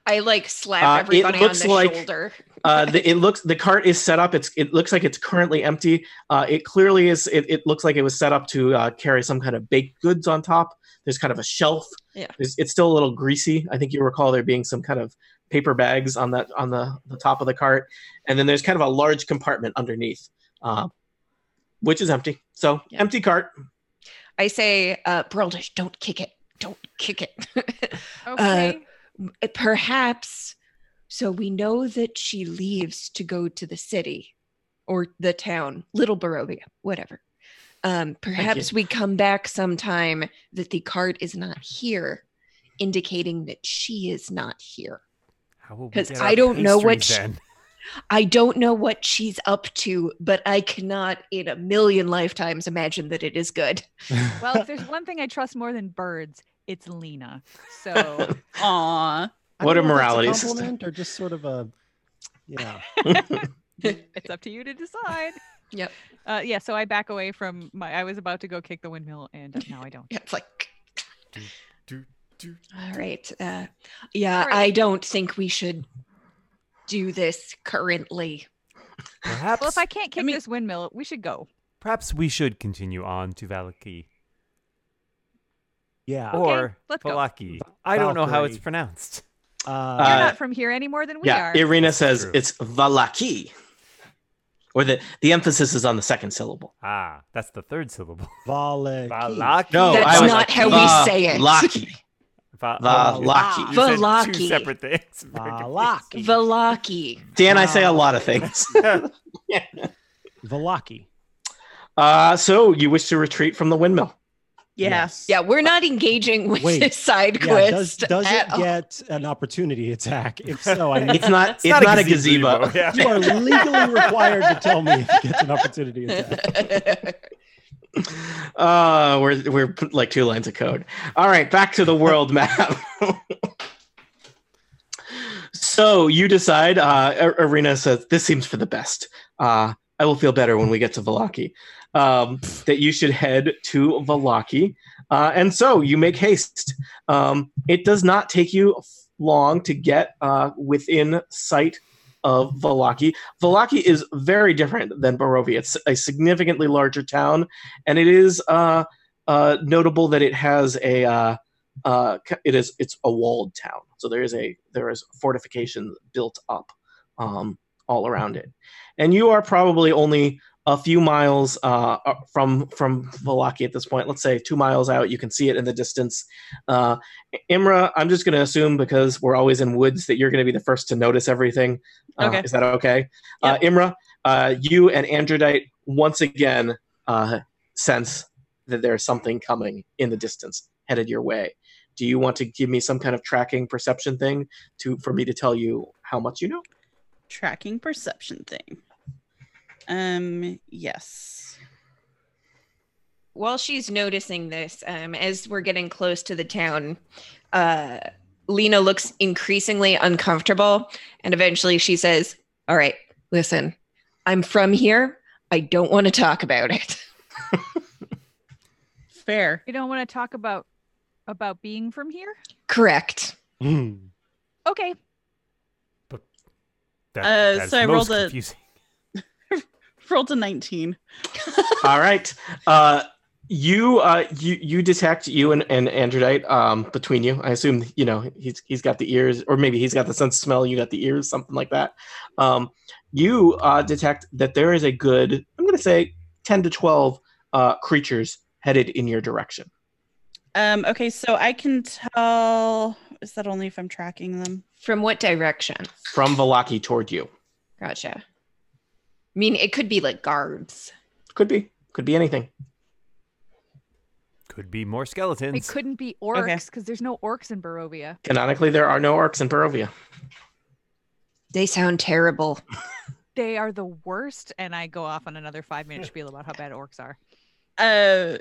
I like slap
Uh, it
everybody
looks
on the
like-
shoulder.
Uh, the, it looks the cart is set up. It's it looks like it's currently empty. Uh, it clearly is. It, it looks like it was set up to uh, carry some kind of baked goods on top. There's kind of a shelf.
Yeah.
There's, it's still a little greasy. I think you recall there being some kind of paper bags on that on the, the top of the cart, and then there's kind of a large compartment underneath, uh, which is empty. So
Yeah.
empty cart.
I say, uh, Broldish, don't kick it. Don't kick it.
Okay.
Perhaps so we know that she leaves to go to the city or the town, Little Barovia, whatever. Um, perhaps we come back sometime that the cart is not here, indicating that she is not here.
How will we
'Cause
get our
I don't know what
pastries
sh-
then?
I don't know what she's up to, but I cannot in a million lifetimes imagine that it is good.
well, if there's one thing I trust more than birds, it's Lena. So
Aw,
I
What
don't
a
know if that's
morality system.
compliment or just sort of a yeah.
it's up to you to decide.
Yep.
Uh, yeah, so I back away from my. I was about to go kick the windmill, and uh, now I don't.
It's like
do, do.
All right. Uh, yeah,
All right.
I don't think we should do this currently.
Perhaps,
Well, if I can't kick
mean-
this windmill, we should go.
perhaps we should continue on to Valaki.
Yeah.
Okay,
or
let's go.
Valaki. I don't know how it's
Valkyrie.
pronounced.
uh,
You're
Uh,
not from here any more than we
yeah,
are.
Irina
That's
says
true.
it's Valaki, or the the emphasis is on the second syllable.
Ah, that's the third syllable.
Valaki.
Valaki.
No,
That's
I was
not how we say it.
Valaki.
Va- oh,
Valaki.
You said Two
Valaki.
separate things. Very
Valaki.
Valaki.
Dan, I say a lot of things.
confusing.
Valaki.
Uh, so you wish to retreat from the windmill.
Yeah.
Yeah, we're not engaging with
Uh, Wait.
this side
Yeah,
quest.
does does
at
it
all.
get an opportunity attack? If so, I need
It's not. it's, not, a gazebo.
Uh,
Yeah.
you are legally required to tell me if it gets an opportunity attack.
Uh, we're we're put like two lines of code. All right, back to the world map. so you decide. Uh, A- Arena says this seems for the best. Uh, I will feel better when we get to Valaki. Um, that you should head to Valaki, uh, and so you make haste. Um, it does not take you long to get uh, within sight of Valaki. Valaki is very different than Barovia. It's a significantly larger town and it is uh, uh, notable that it has a uh, uh, c- it is it's a walled town, so there is a there is fortifications built up um, all around it, and you are probably only a few miles uh, uh, from from Valaki at this point. Let's say two miles out, you can see it in the distance. Uh, Imra, I'm just going to assume because we're always in woods that you're going to be the first to notice everything. Uh,
Okay.
Is that okay? Uh, Imra, uh, you and Androdite once again uh, sense that there's something coming in the distance headed your way. Do you want to give me some kind of tracking perception thing to for me to tell you how much you know?
Tracking perception thing. Um, yes.
While she's noticing this, um, as we're getting close to the town, uh, Lena looks increasingly uncomfortable. And eventually she says, All right, listen, I'm from here. I don't want to talk about it.
Fair.
You don't want to talk about about being from here?
Correct.
Hmm.
Okay.
That,
Uh,
that is
so I
most
rolled a-
confusing.
Rolled a 19.
All right. Uh, you uh, you you detect you and, and Androdite um, between you. I assume you know he's he's got the ears, or maybe he's got the sense of smell. You got the ears, something like that. Um, you uh, detect that there is a good, I'm going to say, ten to twelve uh, creatures headed in your direction.
Um, okay, so I can tell. Is that only if I'm tracking them?
From what direction?
from Valaki toward you.
Gotcha. I mean, it could be like guards.
Could be. Could be anything.
Could be more
It
skeletons.
couldn't be orcs because there's no orcs in Barovia.
Canonically, there are no orcs in Barovia.
They sound terrible.
They are the worst, and I go off on another five minute spiel about how bad orcs are.
Uh,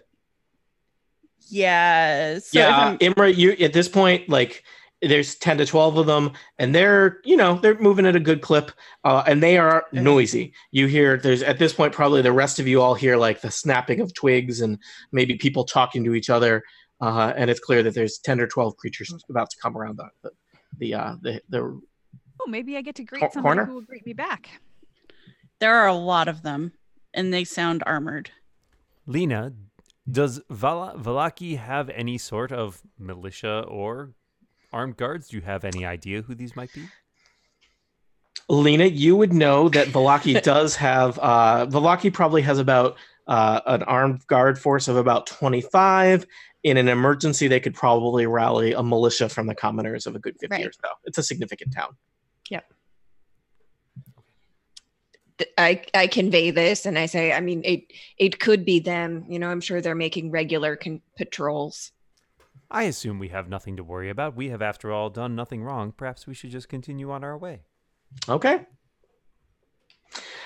yeah. So if
yeah,
I'm-
uh, Imra, you at this point, like there's ten to twelve of them, and they're you know they're moving at a good clip, uh, and they are
Okay.
noisy. You hear there's at this point probably the rest of you all hear like the snapping of twigs and maybe people talking to each other, uh, and it's clear that there's ten or twelve creatures
Hmm.
about to come around the the the uh, the, the
Oh, maybe I get to greet
Cor-
someone
corner?
who will greet me back.
there are a lot of them, and they sound armored.
Lena, does Vala- Valaki have any sort of militia or armed guards? Do you have any idea who these might be?
Lena, you would know that Valaki does have uh Valaki probably has about uh, an armed guard force of about 25. In an emergency, they could probably rally a militia from the commoners of a good 50
Right.
or so. It's a significant town.
th- I, I convey this and I say, I mean, it it could be them. You know, I'm sure they're making regular con- patrols.
I assume we have nothing to worry about. We have, after all, done nothing wrong. Perhaps we should just continue on our way.
Okay.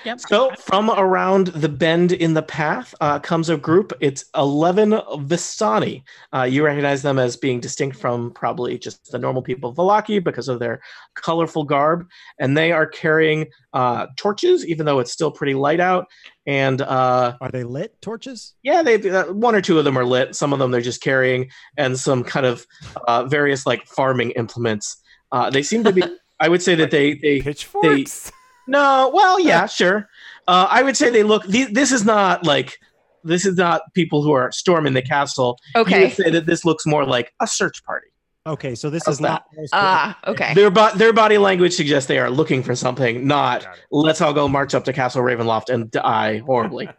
Yep.
So from around the bend in the path uh, comes a group. It's 11 Vistani. Uh, you recognize them as being distinct from probably just the normal people of Valaki because of their colorful garb. And they are carrying uh, torches, even though it's still pretty light out. And uh,
Are they lit torches?
yeah, they uh, one or two of them are lit. Some of them they're just carrying, and some kind of uh, various like farming implements. Uh, they seem to be. I would say that they they
Pitchforks?
no, well, yeah, sure. Uh, I would say they look. Th- this is not like this is not people who are storming the castle. You
Okay.
would say that this looks more like a search party.
Okay, so this
How's
is not.
Ah, okay.
Their bo- their body language suggests they are looking for something, not
Got it.
let's all go march up to Castle Ravenloft and die horribly.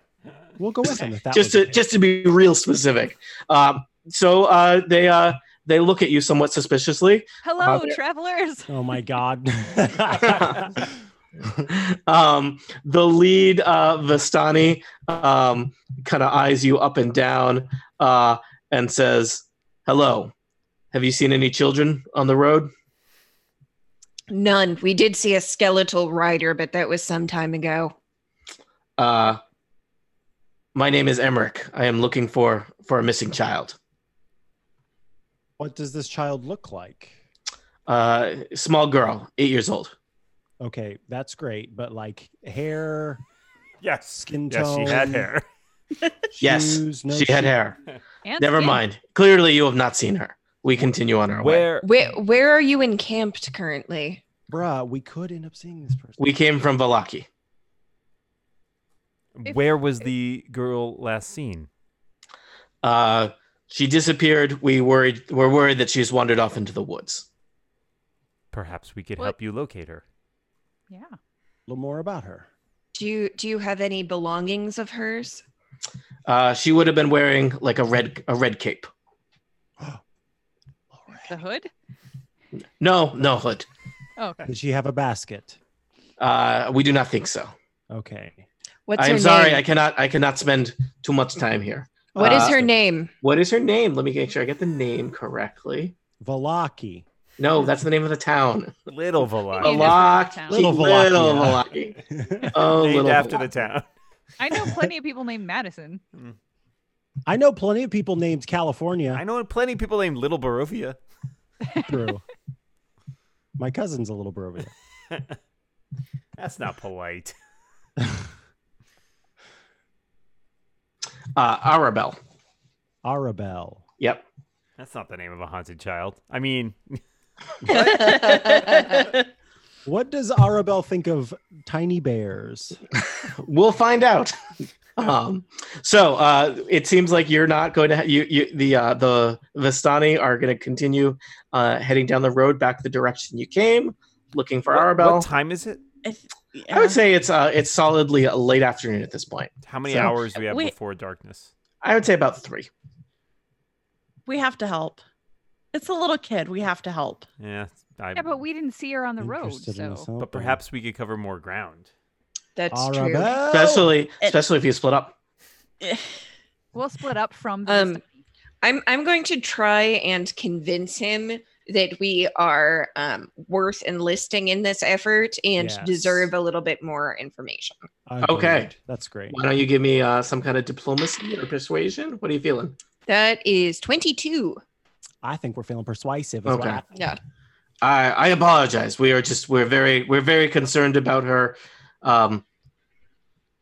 We'll go with them if that
just
was
to just to be real specific. Um, so uh, they uh, they look at you somewhat suspiciously.
Hello,
there-
travelers.
Oh my god.
um, the lead uh, Vistani um, kind of eyes you up and down uh, and says, "Hello, have you seen any children on the road?"
None. We did see a skeletal rider, but that was some time ago.
Uh, my name is Emmerich. I am looking for for a missing child.
What does this child look like?
Uh, small girl, eight years old.
Okay, that's great, but like hair,
Yes.
skin
Yes,
tone,
she had hair.
Yes,
shoes, no
she had
shoes.
hair.
And
Never
skin.
mind. Clearly, you have not seen her. We continue on our way.
Where?
Where where are you encamped currently?
Bruh, we could end up seeing this person.
We came from Valaki.
If-
Where was the girl last seen?
Uh, she disappeared. We worried. We're worried that she's wandered off into the woods.
Perhaps we could
What-
help you locate her.
Yeah.
a little more about her.
Do you do you have any belongings of hers?
Uh, she would have been wearing like a red a red cape.
The hood?
No, no hood.
Oh, okay.
Did she have a basket?
Uh, we do not think so.
Okay.
What's
I
her
am sorry. I
name?
cannot. I cannot spend too much time here.
What is
uh,
her name?
What is her name? Let me make sure I get the name correctly.
Valaki.
No, that's the name of the town.
Little Valaki.
Valaki.
Valaki.
Little
Little
Valaki,
Valaki. Oh,
Named
little
after
Valaki.
the town.
I know plenty of people named Madison.
I know plenty of people named California.
I know plenty of people named Little Barovia.
True. My cousin's a little Barovia.
That's not polite.
uh, Arabelle.
Arabelle.
Yep.
That's not the name of a haunted child. I mean,
What does Arabelle think of tiny bears?
We'll find out. um, so uh, it seems like you're not going to ha- you, you the uh, the Vistani are going to continue uh, heading down the road back the direction you came, looking for
what,
Arabelle.
what time is it?
I would say it's uh, it's solidly a late afternoon at this point.
How many
So-
hours do we have
Wait.
before darkness?
I would say about three.
we have to help. It's a little kid. We have to help.
Yeah, I,
Yeah, but we didn't see her on the road,
Interested in
so.
something.
but perhaps we could cover more ground.
That's true.
Oh,
Arabelle.
Especially
It-
especially if you split up.
We'll split up from the
Um, I'm I'm going to try and convince him that we are um, worth enlisting in this effort and
Yes.
deserve a little bit more information.
Agreed.
Okay.
That's great.
Why don't you give me uh, some kind of diplomacy or persuasion? What are you feeling?
That is 22.
I think we're feeling persuasive. is what
Okay.
I-
Yeah.
I, I apologize. We are just we're very we're very concerned about her. Um,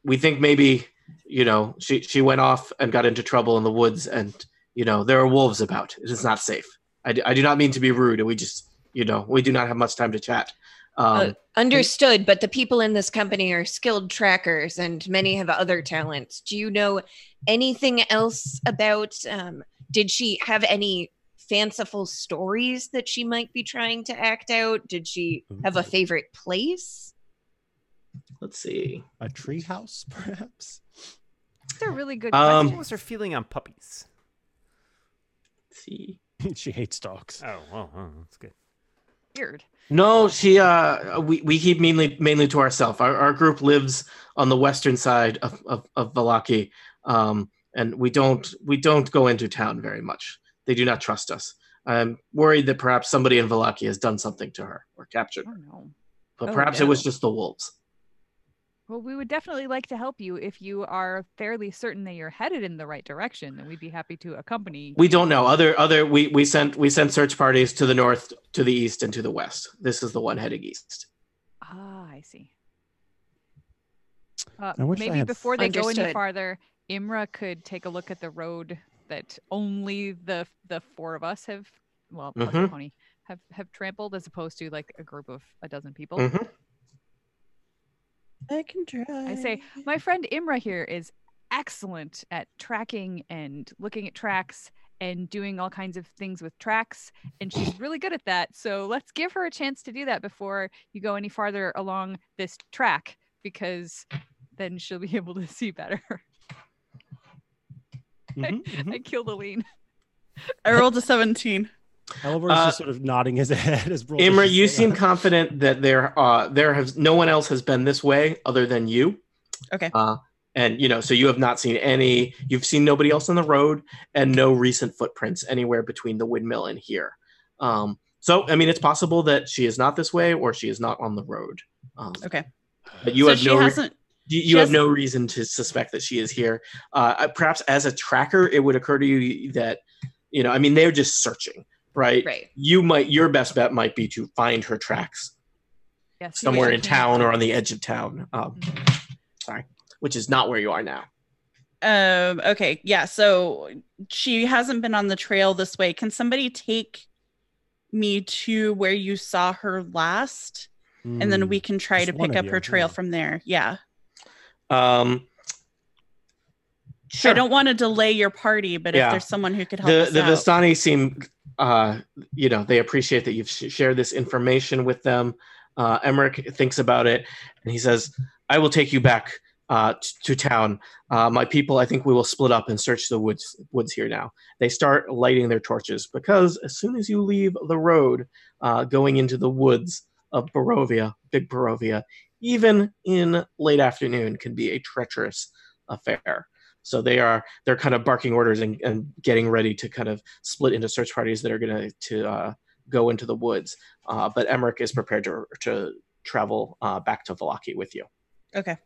we think maybe you know she she went off and got into trouble in the woods, and you know there are wolves about. It is not safe. I do, I do not mean to be rude, and we just you know we do not have much time to chat. Um,
Understood, but the people in this company are skilled trackers and many have other
Mm-hmm.
talents. Do you know anything else about? Um, did she have any fanciful stories that she might be trying to act out? Did she have a favorite place?
let's see.
A tree house, perhaps?
That's a really good
Um,
what
question.
was her feeling on puppies?
Let's see.
she hates dogs.
Oh, well, oh, that's good.
Weird.
No, she uh we, we keep mainly mainly to ourselves. Our, our group lives on the western side of of, of Valaki. Um and we don't we don't go into town very much. They do not trust us. I'm worried that perhaps somebody in Valaki has done something to her or captured
Oh
her.
no.
But
Oh,
perhaps it was
no.
just the wolves.
Well, we would definitely like to help you if you are fairly certain that you're headed in the right direction. Then we'd be happy to accompany.
We don't know. Other other we, we sent we sent search parties to the north, to the east, and to the west. This is the one heading east.
Ah, I see. Uh,
I wish I
maybe
had-
before they go any
Understood.
farther, Imra could take a look at the road that only the the four of us have, well, plus the
Mhm.
pony, have have trampled, as opposed to like a group of a dozen people.
Mhm.
I can try.
I say, my friend Imra here is excellent at tracking and looking at tracks and doing all kinds of things with tracks. And she's really good at that. So let's give her a chance to do that before you go any farther along this track, because then she'll be able to see better.
Mhm, mhm.
Mm-hmm.
I killed Aline.
I rolled a 17.
Elvor's
Uh,
just sort of nodding his head as Broly.
Imra, you seem confident that there uh there has no one else has been this way other than you.
Okay.
Uh, and you know, so you have not seen any. You've seen nobody else on the road, and no recent footprints anywhere between the windmill and here. Um, so, I mean, it's possible that she is not this way, or she is not on the road. Um,
Okay.
But you
so
have
she
no. re-
hasn't.
you,
She
you have
has-
no reason to suspect that she is here. Uh, I- perhaps as a tracker, it would occur to you that, you know, I mean, they're just searching, right?
Right.
You might, your best bet might be to find her tracks
Yes, you
somewhere
should
in
be-
town or on the edge of town. Um,
Mm-hmm.
sorry, which is not where you are now.
Um. Okay. Yeah. So she hasn't been on the trail this way. Can somebody take me to where you saw her last,
Hmm.
and
Hmm.
then we can try
Just
to
one
pick
of
up
you,
her trail
yeah.
from there? Yeah.
Um,
I don't want to delay your party, but
Yeah.
if there's someone who could help
the
us
the
out,
Vistani seem, uh, you know, they appreciate that you've sh- shared this information with them. Uh, Emmerich thinks about it, and he says, "I will take you back uh, t- to town. Uh, my people, I think we will split up and search the woods woods here now." They start lighting their torches because as soon as you leave the road, uh, going into the woods of Barovia, Big Barovia, even in late afternoon, can be a treacherous affair. So they are they're kind of barking orders and, and getting ready to kind of split into search parties that are going to uh, go into the woods. Uh, but Emmerich is prepared to to travel uh, back to Valaki with you.
okay.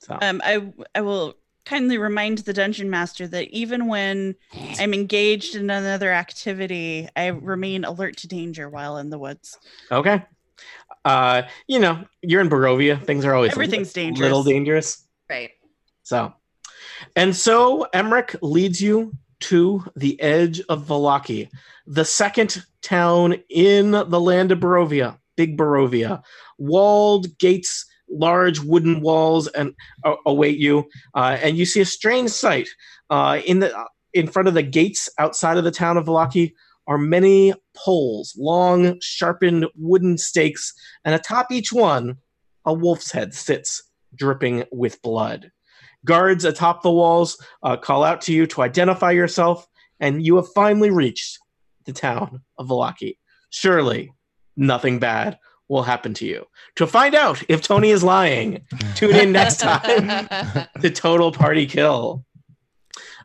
So
Um, I I will kindly remind the dungeon master that even when I'm engaged in another activity, I remain alert to danger while in the woods.
okay, uh, you know you're in Barovia. Things are always a
Everything's
li-
dangerous.
Little dangerous.
Right.
So, and so Emmerich leads you to the edge of Valaki, the second town in the land of Barovia, Big Barovia. Walled gates, large wooden walls, and a- await you. Uh, and you see a strange sight uh, in the in front of the gates outside of the town of Valaki. Are many poles, long, sharpened wooden stakes, and atop each one, a wolf's head sits, dripping with blood guards atop the walls uh, call out to you to identify yourself, and you have finally reached the town of Valaki. Surely, nothing bad will happen to you. To find out if Tony is lying, tune in next time to Total Party Kill.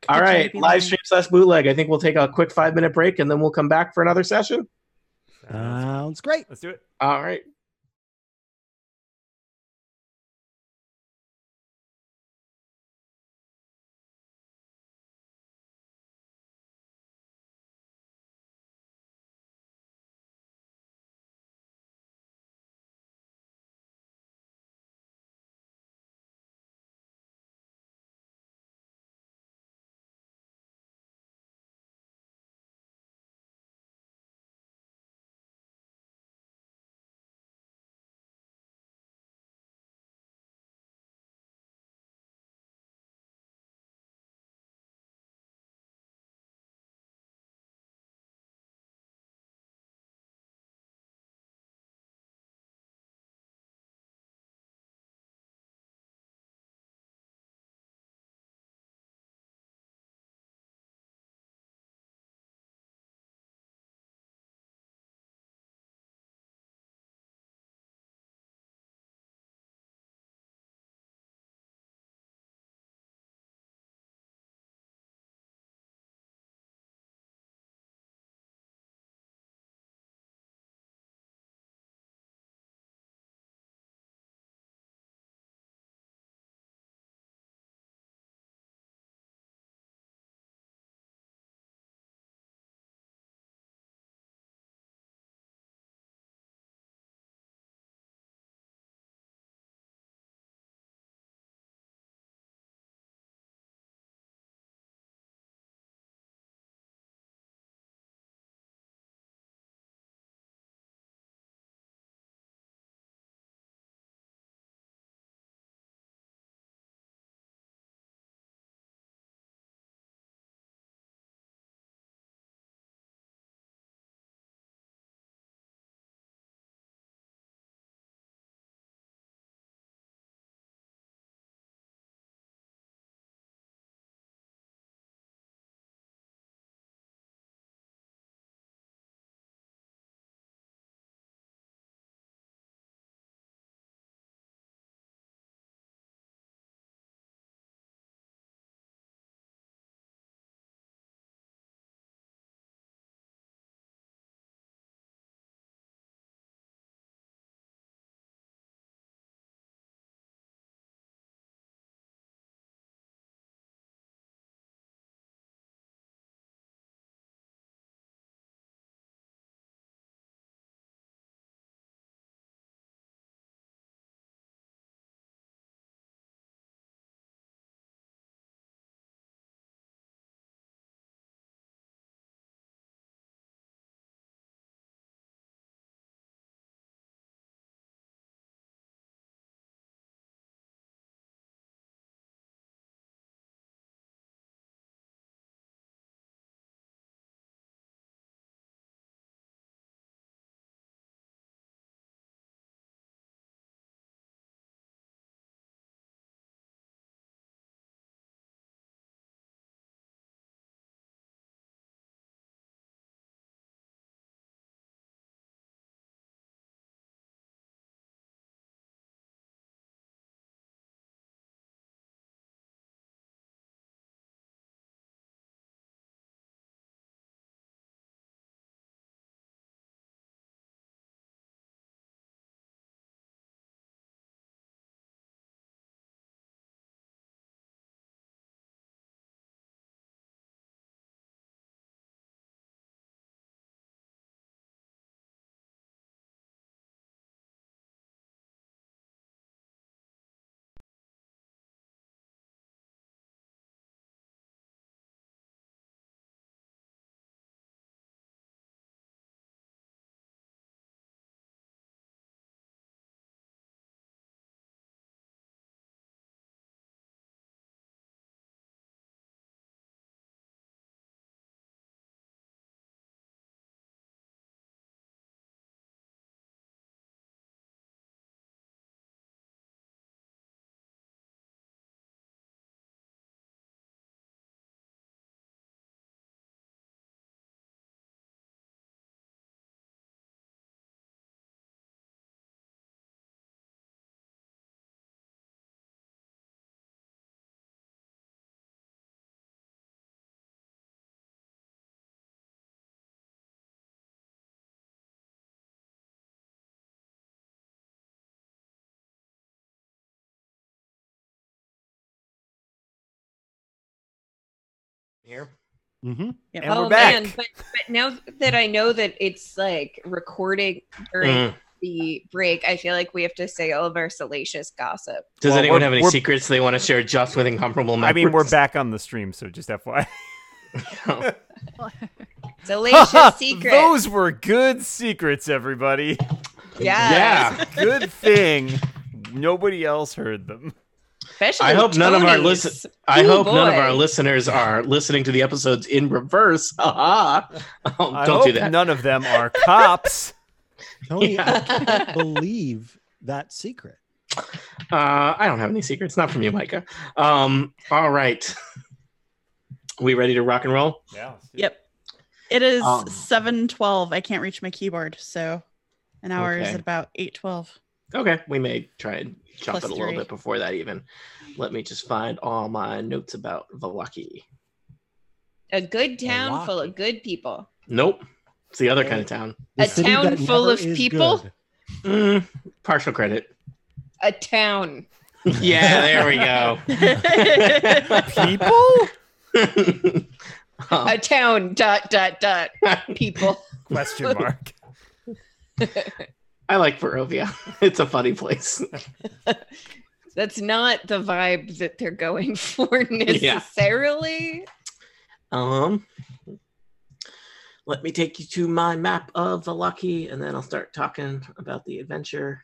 All
Could Tony
right,
be
live
lying?
stream slash bootleg. I think we'll take a quick five minute break and then we'll come back for another session.
Uh,
Uh,
Sounds-
Sounds great.
Let's do it.
All right. Here.
Mm-hmm.
Yep.
Oh,
And we're back.
but, but now that I know that it's like recording during
Mm.
the break, I feel like we have to say all of our salacious gossip.
Does
Well,
anyone
we're-
have any
we're-
secrets they want to share just with incomparable members?
I mean, we're back on the stream, so just FYI.
Salacious secret.
Those were good secrets, everybody.
Yes.
Yeah.
Good thing nobody else heard them.
Especially
I hope none of our
Tony's.
listen- I
Ooh,
hope none of
boy.
our listeners are listening to the episodes in reverse. Ah, ah. Oh,
I
don't
hope
do that.
none of them are cops.
Tony,
Yeah.
I can't believe that secret.
Uh, I don't have any secrets. Not from you, Micah. Um, all right. We ready to rock and roll?
Yeah.
Yep. It is
Um,
seven twelve. I can't reach my keyboard, so an hour is
Okay.
at about eight twelve.
Okay. We may try and chop
Plus
it a little
three.
bit before that, even. Let me just find all my notes about Valaki.
A good town full
Milwaukee.
of good people.
Nope. It's the other kind of town.
The
A
city
town
that
full
never
of
is
people?
good.
Mm, partial credit.
A town.
Yeah, there we go.
People?
Um,
A town. Dot dot dot. People.
Question mark.
I like Barovia. It's a funny place.
That's not the vibe that they're going for necessarily.
Um, let me take you to my map of Valaki, and then I'll start talking about the adventure.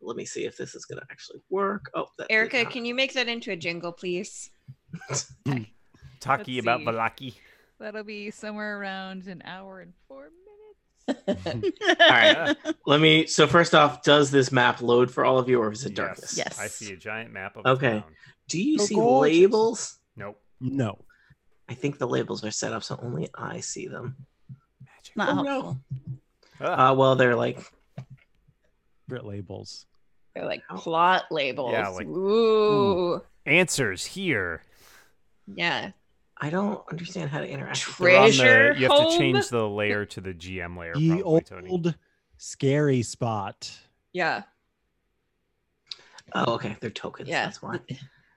Let me see if this is going to actually work. Oh, that did
Erica,
not-
can you make that into a jingle, please?
Talking
Let's
about
see.
Balaki.
That'll be somewhere around an hour and four minutes.
All
right. let me? So first off, does this map load for all of you, or is it darkness?
Yes.
I see a giant map of
Okay.
town.
Do you
So
see
gorgeous.
labels?
Nope.
No.
I think the labels are set up so only I see them.
Magic.
Not
Oh, no.
helpful.
Ah.
Uh, well, they're like
Secret labels.
They're like plot labels.
Yeah, like-
Ooh.
Answers here.
Yeah.
I don't understand how to interact. with
Tra-
They're
them.
on the-
Treasure
you have to
home?
change the layer to the GM layer,
The
probably,
old
Tony.
scary spot.
Yeah.
Oh, okay. They're tokens.
Yeah.
That's why.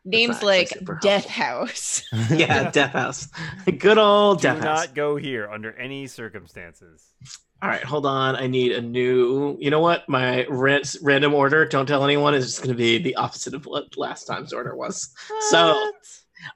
Names
actually
like
super
Death
helpful.
House.
Yeah, Death House. Good old
Do
Death House. Oh,
not go here under any circumstances.
All right, hold on. I need a new. You know what? My rent, random order, don't tell anyone, is just going to be the opposite of what last time's order was. So-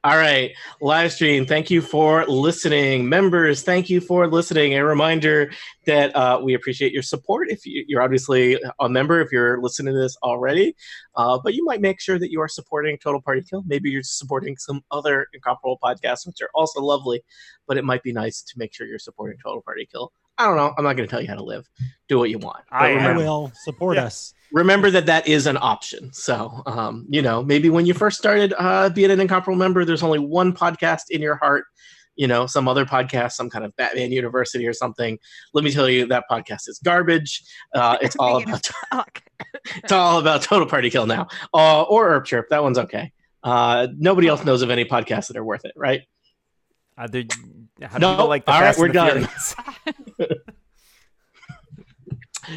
All right, live stream. Thank you for listening, members. Thank you for listening. A reminder that uh, we appreciate your support. If you, you're obviously a member, if you're listening to this already, uh, but you might make sure that you are supporting Total Party Kill. Maybe you're supporting some other incomparable podcasts, which are also lovely. But it might be nice to make sure you're supporting Total Party Kill. I don't know. I'm not going to tell you how to live. Do what you want. But
I
I
am.
remember,
will support
Yeah.
us.
remember that that is an option. So, um, you know, maybe when you first started uh, being an incomparable member, there's only one podcast in your heart, you know, some other podcast, some kind of Batman University or something. Let me tell you, that podcast is garbage. Uh, it's all
Beginner's
about
Fuck.
it's all about Total Party Kill now, uh, or Herb Chirp. That one's okay. Uh, nobody else knows of any podcasts that are worth it, right?
Uh, they're- how do
No,
you like the
all right,
Fast
we're
and the
done.
Furious?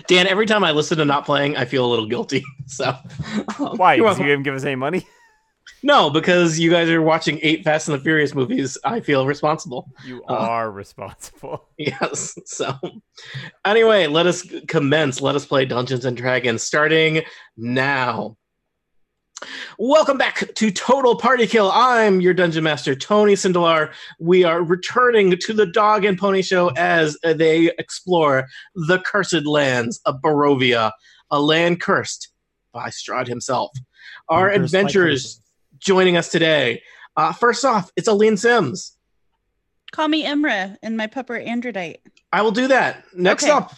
Dan, every time I listen to Not Playing, I feel a little guilty. So um,
Why? Because
you're welcome.
you didn't give us any money?
No, because you guys are watching eight Fast and the Furious movies. I feel responsible.
You
Uh.
are responsible.
Yes. So, anyway, let us commence. Let us play Dungeons and Dragons starting now. Welcome back to Total Party Kill. I'm your Dungeon Master, Tony Sindelar. We are returning to the Dog and Pony Show as they explore the cursed lands of Barovia, a land cursed by Strahd himself. Our
There's like
adventurers joining us today. Uh, first off, it's Aline Sims.
Call me Imra and my pupper Androdite.
I will do that. Next
Okay.
up,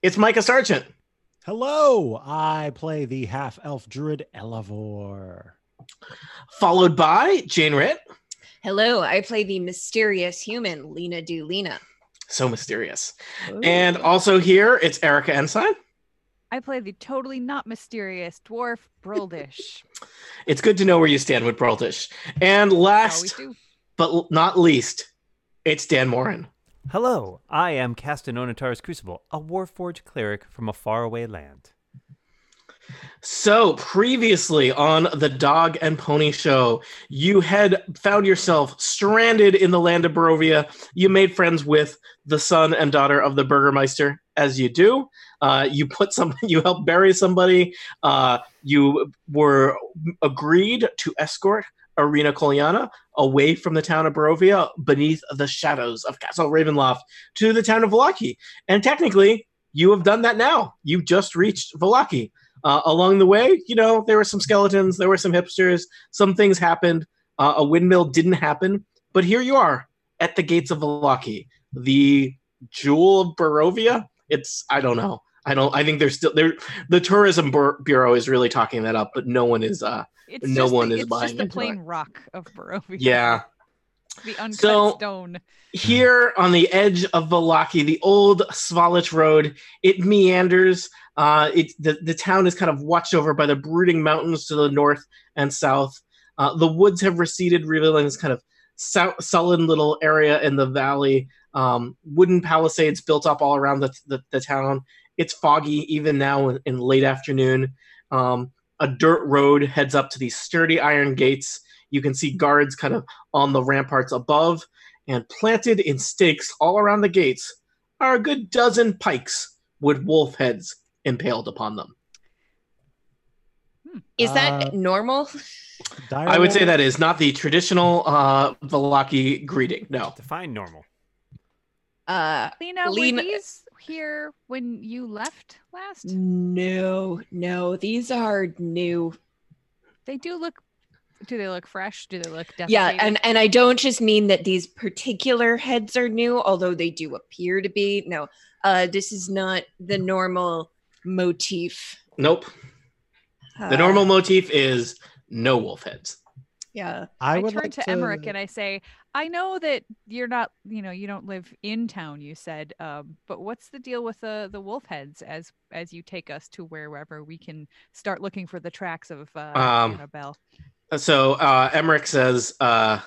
it's Micah Sargent.
Hello, I play the half elf druid Elevor.
followed by Jane Ritt.
Hello, I play the mysterious human Lena Dulina.
So mysterious. And also here, it's Erica Ensign.
I play the totally not mysterious dwarf Broldish.
It's good to know where you stand with Broldish. And
Always
last
do.
but l- not least, it's Dan Morin.
Hello, I am Castan Onatar's Crucible, a Warforged cleric from a faraway land.
So previously on the Dog and Pony Show, you had found yourself stranded in the land of Barovia. You made friends with the son and daughter of the Burgermeister, as you do. Uh, you put some, you helped bury somebody. Uh, you were agreed to escort Arena Koliana away from the town of Barovia, beneath the shadows of Castle Ravenloft, to the town of Valaki. And technically, you have done that now. You just reached Valaki. Uh, along the way, you know, there were some skeletons, there were some hipsters, some things happened. Uh, a windmill didn't happen, but here you are at the gates of Valaki, the jewel of Barovia. It's I don't know. I don't. I think there's still there. The tourism bur- bureau is really talking that up, but no one is. uh
It's
No
just
one
the,
is
it's
buying
just the
into
plain rock of Barovia.
Yeah,
The uncut
So-
stone.
Here on the edge of Valaki, the old Svalich Road, it meanders. Uh, it, the, the town is kind of watched over by the brooding mountains to the north and south. Uh, the woods have receded, revealing this kind of sou- sullen little area in the valley. Um, wooden palisades built up all around the, the, the town. It's foggy even now in, in late afternoon. Um, a dirt road heads up to these sturdy iron gates. You can see guards kind of on the ramparts above and planted in stakes all around the gates are a good dozen pikes with wolf heads impaled upon them.
Is that
Uh,
normal?
I would say that is not the traditional uh, Valaki greeting. No.
Define normal.
Uh,
Lena,
Lena-
were these here when you left last?
no, no, these are new.
They do look. Do they look fresh? Do they look desiccated?
Yeah, and and I don't just mean that these particular heads are new, although they do appear to be. No, uh, this is not the normal motif.
Nope. The
Uh,
normal motif is no wolf heads.
yeah.
I,
I would
turn
like
to Emmerich and I say, "I know that you're not. You know, you don't live in town. You said, um, but what's the deal with the the wolf heads as as you take us to wherever we can start looking for the tracks of uh,
Um,
Annabelle?
So uh, Emmerich says, uh,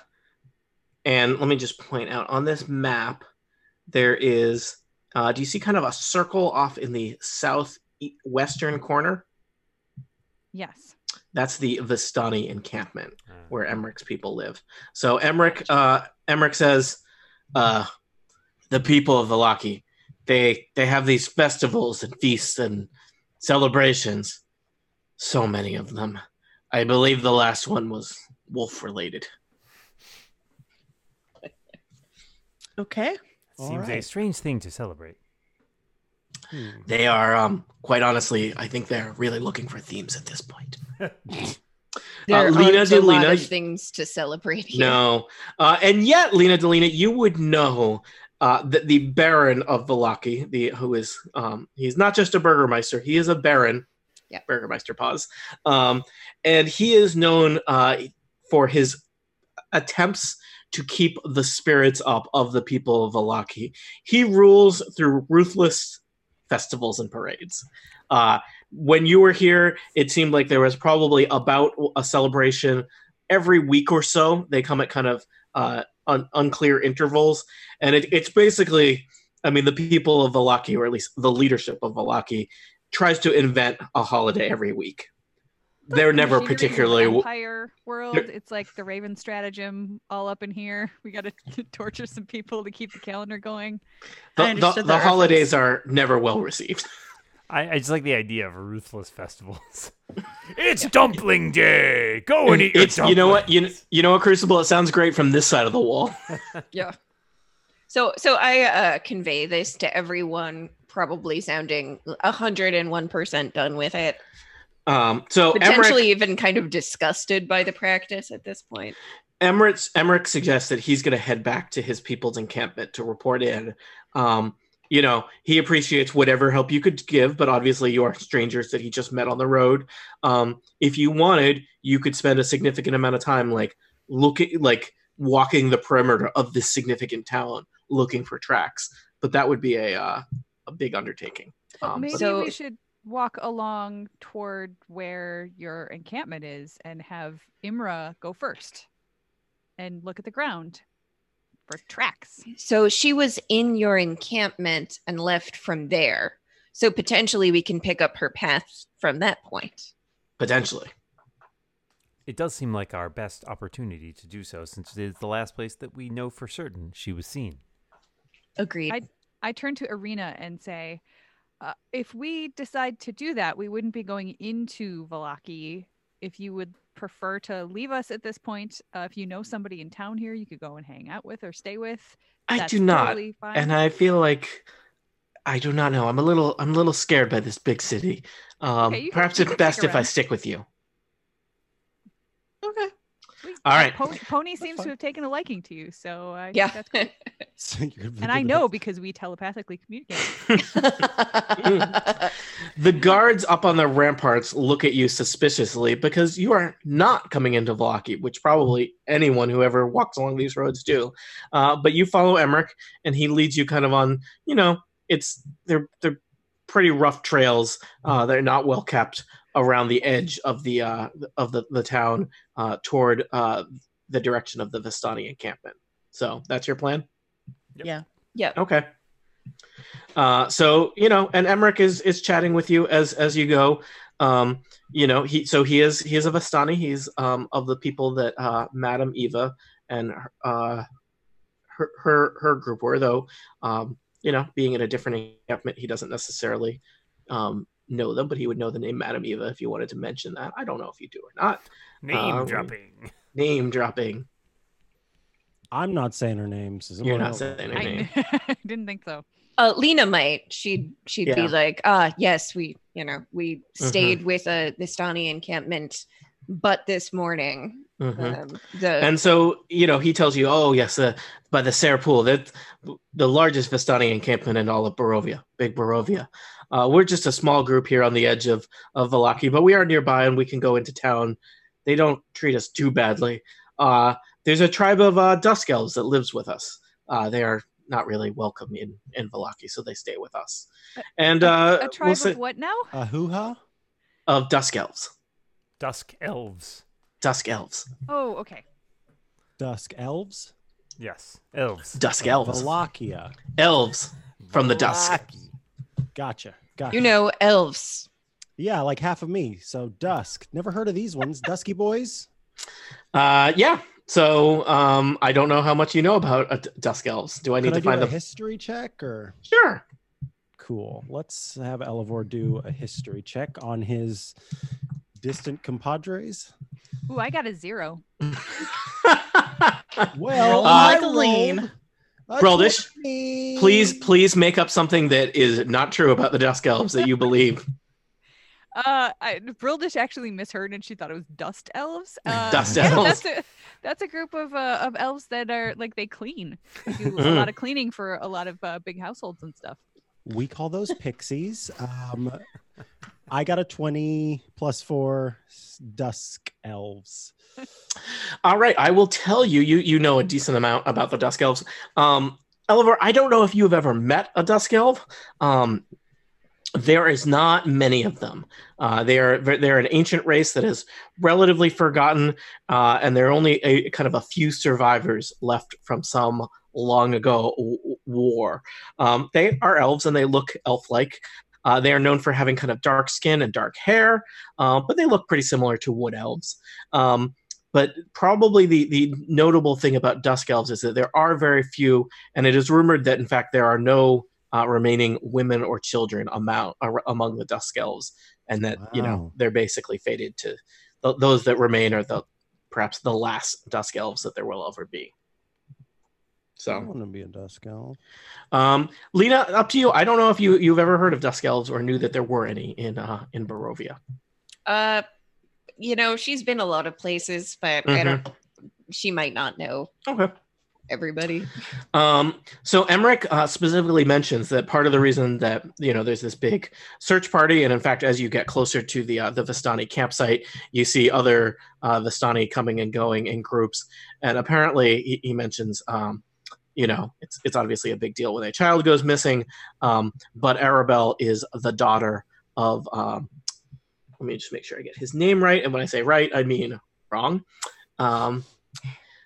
and let me just point out on this map, there is. Uh, do you see kind of a circle off in the southwestern corner?
Yes.
That's the Vistani encampment.
Uh,
where Emmerich's people live. So Emmerich, uh, Emmerich says, uh, the people of Valaki, they they have these festivals and feasts and celebrations. So many of them. I believe the last one was wolf related.
Okay.
All
seems a
right.
strange thing to celebrate.
They are, um, quite honestly, I think they're really looking for themes at this point.
There
Uh, Lena
aren't
did
a lot
Lena.
of things to celebrate here.
No. Uh, and yet, Lena Delina, you would know uh, that the Baron of Valaki, the who is um, he's not just a Burgermeister, he is a Baron.
Yeah.
Burgermeister pause. Um, and he is known uh, for his attempts to keep the spirits up of the people of Valaki. He rules through ruthless festivals and parades. Uh, when you were here, it seemed like there was probably about a celebration every week or so. They come at kind of uh, un- unclear intervals, and it, it's basically, I mean, the people of Valaki, or at least the leadership of Valaki, tries to invent a holiday every week. They're never
Machinery of the
particularly.
empire world. It's like the Raven stratagem all up in here. We got to torture some people to keep the calendar going.
I
the, the,
understood
the
that
holidays are never well received.
I, I just like the idea of ruthless festivals. it's dumpling day. Go Oh, and eat your
It's-
dumplings.
you know what you, you know what crucible it sounds great from this side of the wall.
Yeah. So so I uh, convey this to everyone, probably sounding hundred and one percent done with it,
Um, so
potentially
Emmerich,
even kind of disgusted by the practice at this point.
Emmerich Emmerich suggests that he's going to head back to his people's encampment to report in. Um, you know he appreciates whatever help you could give, but obviously you are strangers that he just met on the road. Um, if you wanted, you could spend a significant amount of time like looking like walking the perimeter of this significant town looking for tracks, but that would be a uh, a big undertaking. Um,
Maybe
but-
so-
we should walk along toward where your encampment is and have Imra go first and look at the ground for tracks.
So she was in your encampment and left from there. So potentially we can pick up her path from that point.
potentially.
It does seem like our best opportunity to do so, since it is the last place that we know for certain she was seen.
Agreed.
I turn to Arena and say, uh, if we decide to do that, we wouldn't be going into Valaki. If you would prefer to leave us at this point, uh, if you know somebody in town here, you could go and hang out with or stay with.
I
That's
do not,
totally fine.
and I feel like I do not know. I'm a little, I'm a little scared by this big city. Um,
Okay, you can-
perhaps
you
it's
can stick
best if I
around.
stick with you. Okay.
We-
All
uh,
right.
Pony, Pony seems
fine.
to have taken a liking to you, so I think
yeah.
that's great.
So you're
And I know because we telepathically communicate.
The guards up on the ramparts look at you suspiciously because you are not coming into Vlaki, which probably anyone who ever walks along these roads do. Uh, but you follow Emmerich, and he leads you kind of on, you know, it's they're they're pretty rough trails. Uh, they're not well kept around the edge of the uh, of the the town uh, toward uh, the direction of the Vistani encampment. So that's your plan. Okay. Uh, so you know, and Emmerich is is chatting with you as as you go. Um, you know, he so he is he is a Vistani. He's um, of the people that uh, Madam Eva and her- uh, her her her group were. Though, um, you know, being in a different encampment, he doesn't necessarily um, know them, but he would know the name Madam Eva if you wanted to mention that. I don't know if you do or not.
Name
Um,
dropping.
Name dropping.
I'm not saying her name. So
You're
someone
not
else-
saying her
I
name.
kn- didn't think so.
uh, Lena might. She'd she'd
Yeah. Mm-hmm.
be like, ah, yes, we you know we stayed with a Vistani encampment, but this morning
Mhm.
um, the
and so you know he tells you oh yes uh, by the Serpool, that the largest vistani encampment in all of barovia big barovia uh, we're just a small group here on the edge of of valaki but we are nearby and we can go into town they don't treat us too badly uh, there's a tribe of uh, dusk elves that lives with us uh, they are not really welcome in in valaki so they stay with us and uh,
a
we'll
tribe
say-
of what now?
A hoo-ha?
of dusk elves
Dusk elves.
dusk elves
Oh, okay.
Dusk elves?
Yes, elves.
dusk elves
Valakia.
elves from the dusk
Gotcha. Gotcha.
you know elves.
Yeah, like half of me. So dusk. Never heard of these ones. Dusky boys.
Uh, yeah. So um, I don't know how much you know about uh, d- dusk elves. Do I need
Could I
to
do
find
a
them?
history check or?
sure.
Cool. Let's have Elevor do a history check on his distant compadres.
Ooh, I got a zero.
Well,
Roll like
a lean.
a
Broldish,
20.
please, please make up something that is not true about the dusk elves that you believe.
Uh, I, Brildish actually misheard and she thought it was dust elves. Uh,
Dust
yeah,
elves.
That's a, that's a group of uh, of elves that are like they clean. They do a lot of cleaning for a lot of uh, big households and stuff.
We call those pixies. Um, I got a 20 plus four s- dusk elves.
All right, I will tell you. You you know a decent amount about the dusk elves. Um, Elivor, I don't know if you have ever met a dusk elf. Um, there is not many of them. Uh, they are they're an ancient race that is relatively forgotten, uh, and there are only a kind of a few survivors left from some long ago w- w- war. Um, they are elves and they look elf like. Uh, they are known for having kind of dark skin and dark hair, uh, but they look pretty similar to wood elves. Um, but probably the, the notable thing about dusk elves is that there are very few and it is rumored that in fact there are no uh, remaining women or children amount, ar- among the dusk elves and that you know
Wow.
they're basically fated to th- those that remain are the perhaps the last dusk elves that there will ever be
I
so
want to be a dusk elf.
um, lena up to you i don't know if you, you've ever heard of dusk elves or knew that there were any in uh, in barovia
Uh, you know she's been a lot of places, but I don't.
Mm-hmm.
She might not know
okay
everybody.
Um, so Emmerich uh, specifically mentions that part of the reason that you know there's this big search party, and in fact, as you get closer to the uh, the Vistani campsite, you see other uh, Vistani coming and going in groups, and apparently he, he mentions. Um, you know, it's it's obviously a big deal when a child goes missing, um, but Arabelle is the daughter of. Um, let me just make sure I get his name right, and when I say right, I mean wrong. Um,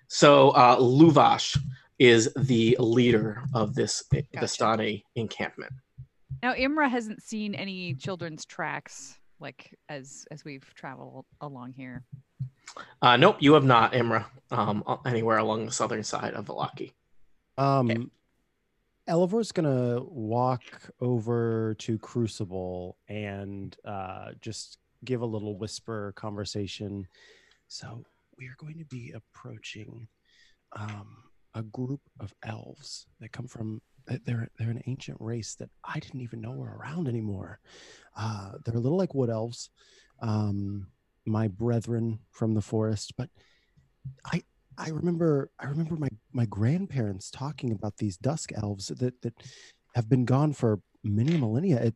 so uh, Luvash, is the leader of this
Gotcha.
Vistani encampment.
Now Imra hasn't seen any children's tracks like as as we've traveled along here.
Uh, nope, you have not, Imra, um, anywhere along the southern side of Valaki.
Um, Elivor's gonna walk over to Crucible and uh, just give a little whisper conversation. So we are going to be approaching um, a group of elves that come from. that- They're they're an ancient race that I didn't even know were around anymore. Uh, they're a little like wood elves, um, my brethren from the forest, but I I remember I remember my my grandparents talking about these dusk elves that that have been gone for many millennia. It,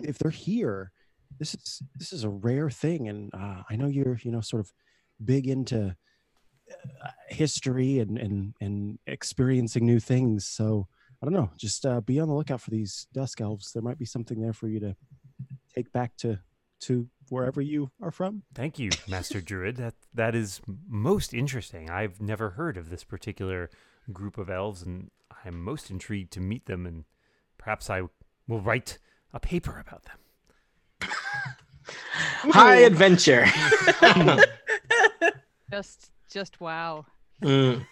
if they're here, this is this is a rare thing, and uh, I know you're you know sort of big into uh, history and and and experiencing new things. So I don't know, just uh, be on the lookout for these dusk elves. There might be something there for you to take back to to wherever you are from.
Thank you, Master Druid. That that is most interesting. I've never heard of this particular group of elves, and I'm most intrigued to meet them. And perhaps I will write a paper about them.
High adventure.
Just just wow.
Mm.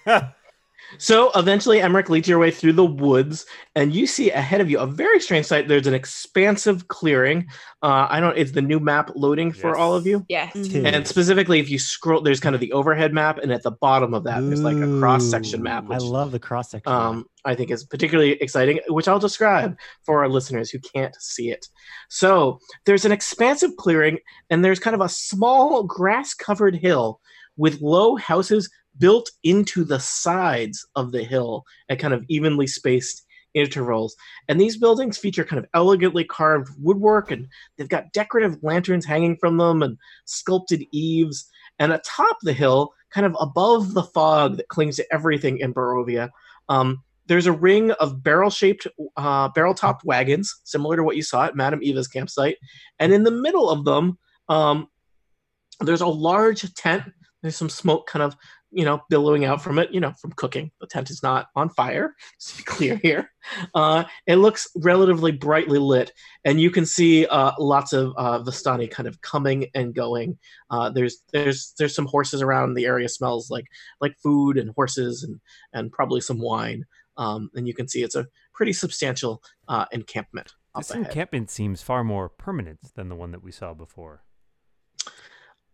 so eventually, Emmerich leads your way through the woods, and you see ahead of you a very strange sight. There's an expansive clearing. Uh, I don't. Is the new map loading for all of
Yes.
you?
Yes.
Mhm.
And specifically, if you scroll, there's kind of the overhead map, and at the bottom of that, there's like a cross section map,
I
which
love the cross section.
um, I think is particularly exciting, which I'll describe for our listeners who can't see it. So there's an expansive clearing, and there's kind of a small grass covered hill with low houses built into the sides of the hill at kind of evenly spaced intervals. And these buildings feature kind of elegantly carved woodwork, and they've got decorative lanterns hanging from them and sculpted eaves. And atop the hill, kind of above the fog that clings to everything in Barovia, um, there's a ring of barrel-shaped, uh, barrel-topped wagons, similar to what you saw at Madame Eva's campsite, and in the middle of them, um, there's a large tent. There's some smoke, kind of, you know, billowing out from it, you know, from cooking. The tent is not on fire, just to be clear here. Uh, it looks relatively brightly lit, and you can see uh, lots of uh, Vistani kind of coming and going. Uh, there's there's there's some horses around. The area smells like like food and horses and and probably some wine. Um, and you can see it's a pretty substantial uh, encampment up
This
ahead.
encampment seems far more permanent than the one that we saw before.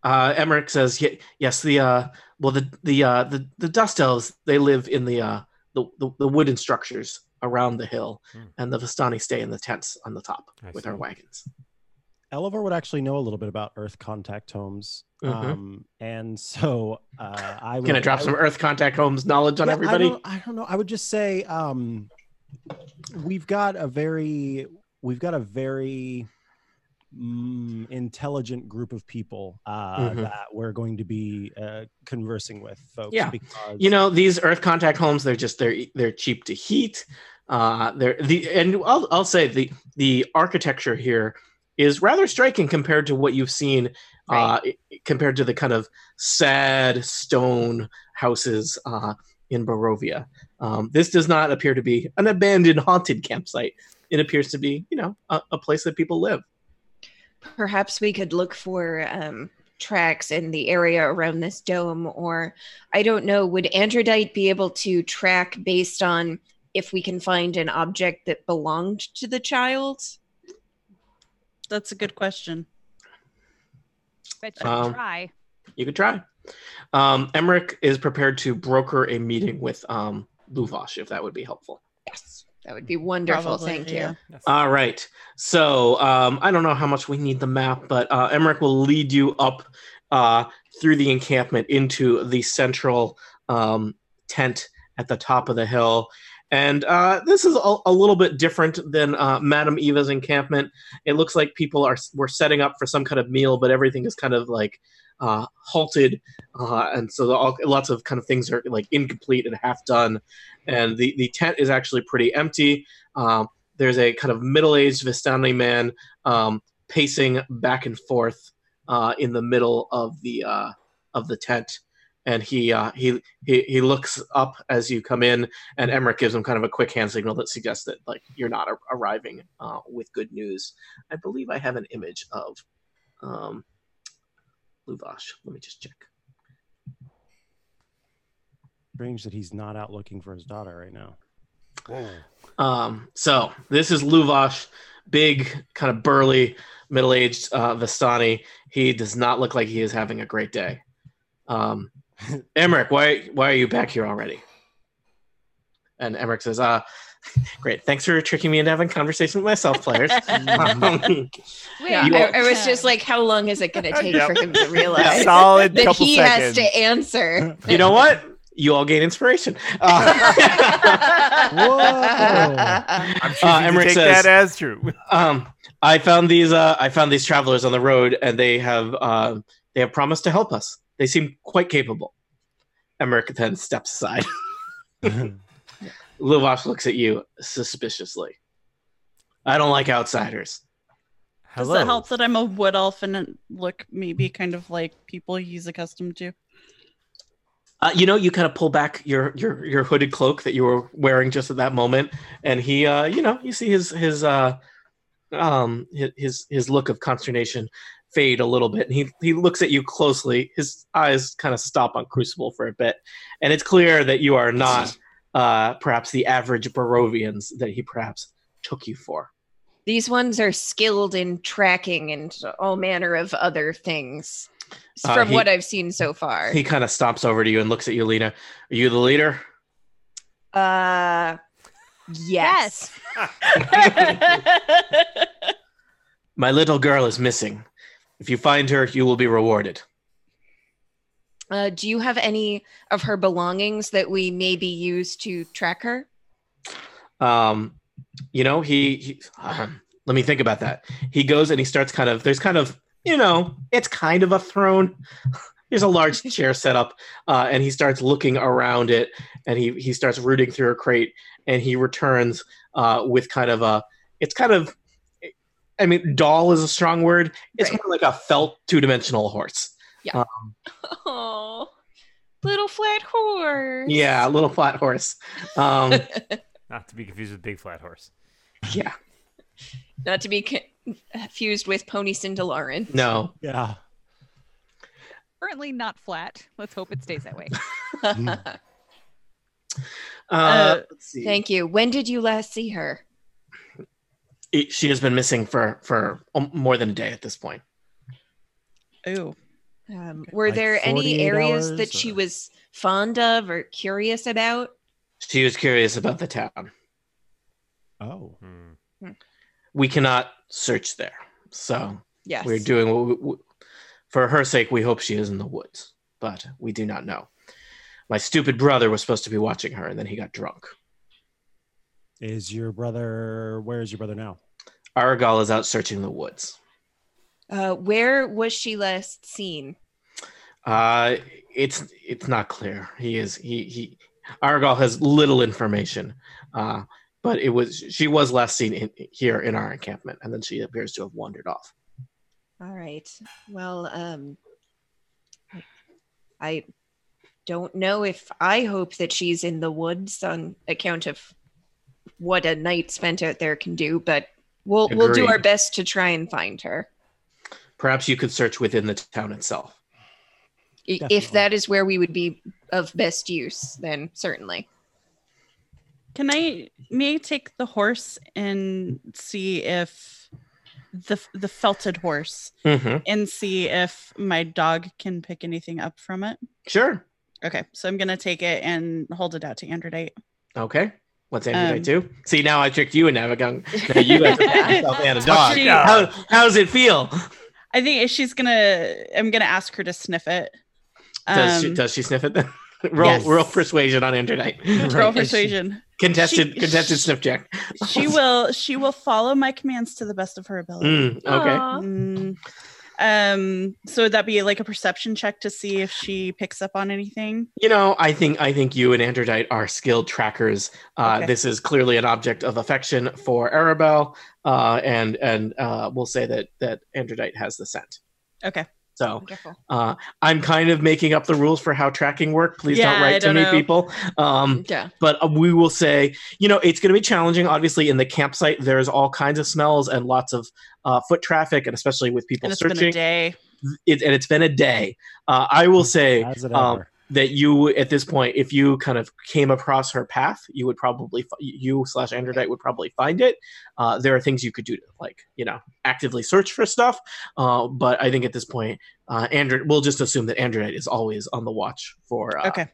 Uh, Emmerich says, "Ye- "Yes, the uh, well, the the uh, the the dust elves they live in the uh, the, the the wooden structures around the hill,
Hmm.
and the Vistani stay in the tents on the top
I
with our
see.
wagons."
Elivor would actually know a little bit about Earth contact homes,
Mhm.
um, and so uh, I would,
Can I drop
I
some
would-
Earth Contact Homes knowledge on
Yeah, I
everybody?
don't, I don't know. I would just say um, we've got a very we've got a very mm, intelligent group of people uh,
Mhm.
that we're going to be uh, conversing with, folks.
Yeah.
because
You know, these Earth Contact Homes they're just they're they're cheap to heat. Uh, they're the and I'll I'll say the the architecture here is rather striking compared to what you've seen uh, i- i- compared to the kind of sad stone houses uh, in Barovia. Um, this does not appear to be an abandoned haunted campsite. It appears to be, you know, a, a place that people live.
Perhaps we could look for um, tracks in the area around this dome, or I don't know, would Androdite be able to track based on if we can find an object that belonged to the child?
That's a good question.
Bet you can
Um,
try.
You could try. Um, Emmerich is prepared to broker a meeting with um, Luvosh if that would be helpful.
Yes, that would be wonderful.
Probably,
Thank you.
yeah.
Uh,
All right. So um, I don't know how much we need the map, but uh, Emmerich will lead you up uh, through the encampment into the central um, tent at the top of the hill. And uh, this is a, a little bit different than uh, Madame Eva's encampment. It looks like people are were setting up for some kind of meal, but everything is kind of like uh, halted, uh, and so the, all, lots of kind of things are like incomplete and half done. And the, the tent is actually pretty empty. Um, there's a kind of middle-aged Vistani man um, pacing back and forth uh, in the middle of the uh, of the tent, and he uh, he he he looks up as you come in, and Emmerich gives him kind of a quick hand signal that suggests that like you're not ar- arriving uh, with good news. I believe I have an image of um, Luvash. Let me just check.
Strange that he's not out looking for his daughter right now.
Um, so this is Luvash, big, kind of burly, middle-aged uh, Vistani. He does not look like he is having a great day. Um, Emmerich, why why are you back here already? And Emmerich says, "Uh, great. Thanks for tricking me into having a conversation with myself, players." Um,
Wait,
Yeah.
You
I,
all-
I was just like, how long is it going to take
Yep.
for him to realize
Solid
that
couple
he
seconds.
has to answer?
you know what? You all gain inspiration. Uh,
Whoa.
I'm choosing
Uh,
to
Emmerich
take
says-
that as true.
um, I found these. Uh, I found these travelers on the road, and they have uh, they have promised to help us. They seem quite capable. Emmerich then steps aside. Luvash looks at you suspiciously. I don't like outsiders.
Does
Hello.
it help that I'm a wood elf and it look maybe kind of like people he's accustomed to?
Uh, you know, you kind of pull back your, your your hooded cloak that you were wearing just at that moment, and he, uh, you know, you see his his uh, um hi- his his look of consternation fade a little bit, and he he looks at you closely. His eyes kind of stop on Crucible for a bit, and it's clear that you are not uh, perhaps the average Barovians that he perhaps took you for.
These ones are skilled in tracking and all manner of other things
Uh,
from
he-
what I've seen so far.
He kind of stomps over to you and looks at you, Lena. Are you the leader?
uh, yes.
My little girl is missing. If you find her, you will be rewarded.
Uh, do you have any of her belongings that we maybe use to track her?
um you know he, he uh, let me think about that he goes and he starts kind of there's kind of you know it's kind of a throne there's a large chair set up uh, and he starts looking around it and he he starts rooting through a crate and he returns uh with kind of a it's kind of i mean doll is a strong word it's
Right.
more like a felt two-dimensional horse
Oh, little flat horse.
yeah a little flat horse um
Not to be confused with Big Flat Horse.
yeah
Not to be co- confused with Pony Cindellarin.
no
yeah.
Currently not flat. Let's hope it stays that way.
Mm-hmm. uh,
Uh,
let's see.
Thank you. When did you last see her?
It- she has been missing for for um, more than a day at this point
Ooh.
Um, were
Like
there any
48
areas that
hours,
she
or-
was fond of or curious about?
she was curious about the town
Oh.
Hmm.
we cannot search there so
Yes.
we're doing what we, we, for her sake we hope she is in the woods but we do not know my stupid brother was supposed to be watching her and then he got drunk
Is your brother? Where is your brother now?
aragal is out searching the woods
uh, where was she last seen?
uh it's it's not clear he is he he aragal has little information uh but it was she was last seen in, here in our encampment and then she appears to have wandered off
All right. Well, um, I don't know if I hope that she's in the woods on account of what a night spent out there can do, but we'll we'll do our
Agreed.
best to try and find her.
Perhaps you could search within the town itself.
I- If
Definitely.
that is where we would be of best use, then certainly.
Can I may I take the horse and see if the the felted horse
Mm-hmm.
and see if my dog can pick anything up from it?
Sure.
Okay, so I'm gonna take it and hold it out to Androdite.
Okay. What's Andrew
Um,
do? See, now I tricked you and now, I got- now you have to put yourself and a dog.
She-
How, how does it feel?
I think if she's gonna. I'm gonna ask her to sniff it.
Does, she,
Um,
does she sniff it then? roll,
yes.
roll persuasion on Andrew Knight.
roll
Right.
persuasion.
Contested,
She-
contested
she-
sniff check.
She will. She will follow my commands to the best of her ability.
Mm, okay.
Mm. Um. So would that be like a perception check to see if she picks up on anything?
You know, I think I think you and Androdite are skilled trackers. Uh,
Okay.
This is clearly an object of affection for Arabelle, uh, and and uh, we'll say that that Androdite has the scent.
Okay.
So
Wonderful.
uh, I'm kind of making up the rules for how tracking work. Please
Yeah,
don't
I
write to
don't
me,
know.
people. Um,
Yeah.
but uh, we will say, you know, it's going to be challenging. Obviously, in the campsite, there's all kinds of smells and lots of uh, foot traffic, and especially with people
and it's been a
searching.
day.
It, and it's been a day. Uh, I will say
How's it
um,
ever?
that you, at this point, if you kind of came across her path, you would probably fi- you slash Androdite would probably find it. Uh, there are things you could do to, like, you know, actively search for stuff. Uh, but I think at this point, uh, Andro- we'll just assume that Androdite is always on the watch for uh,
okay.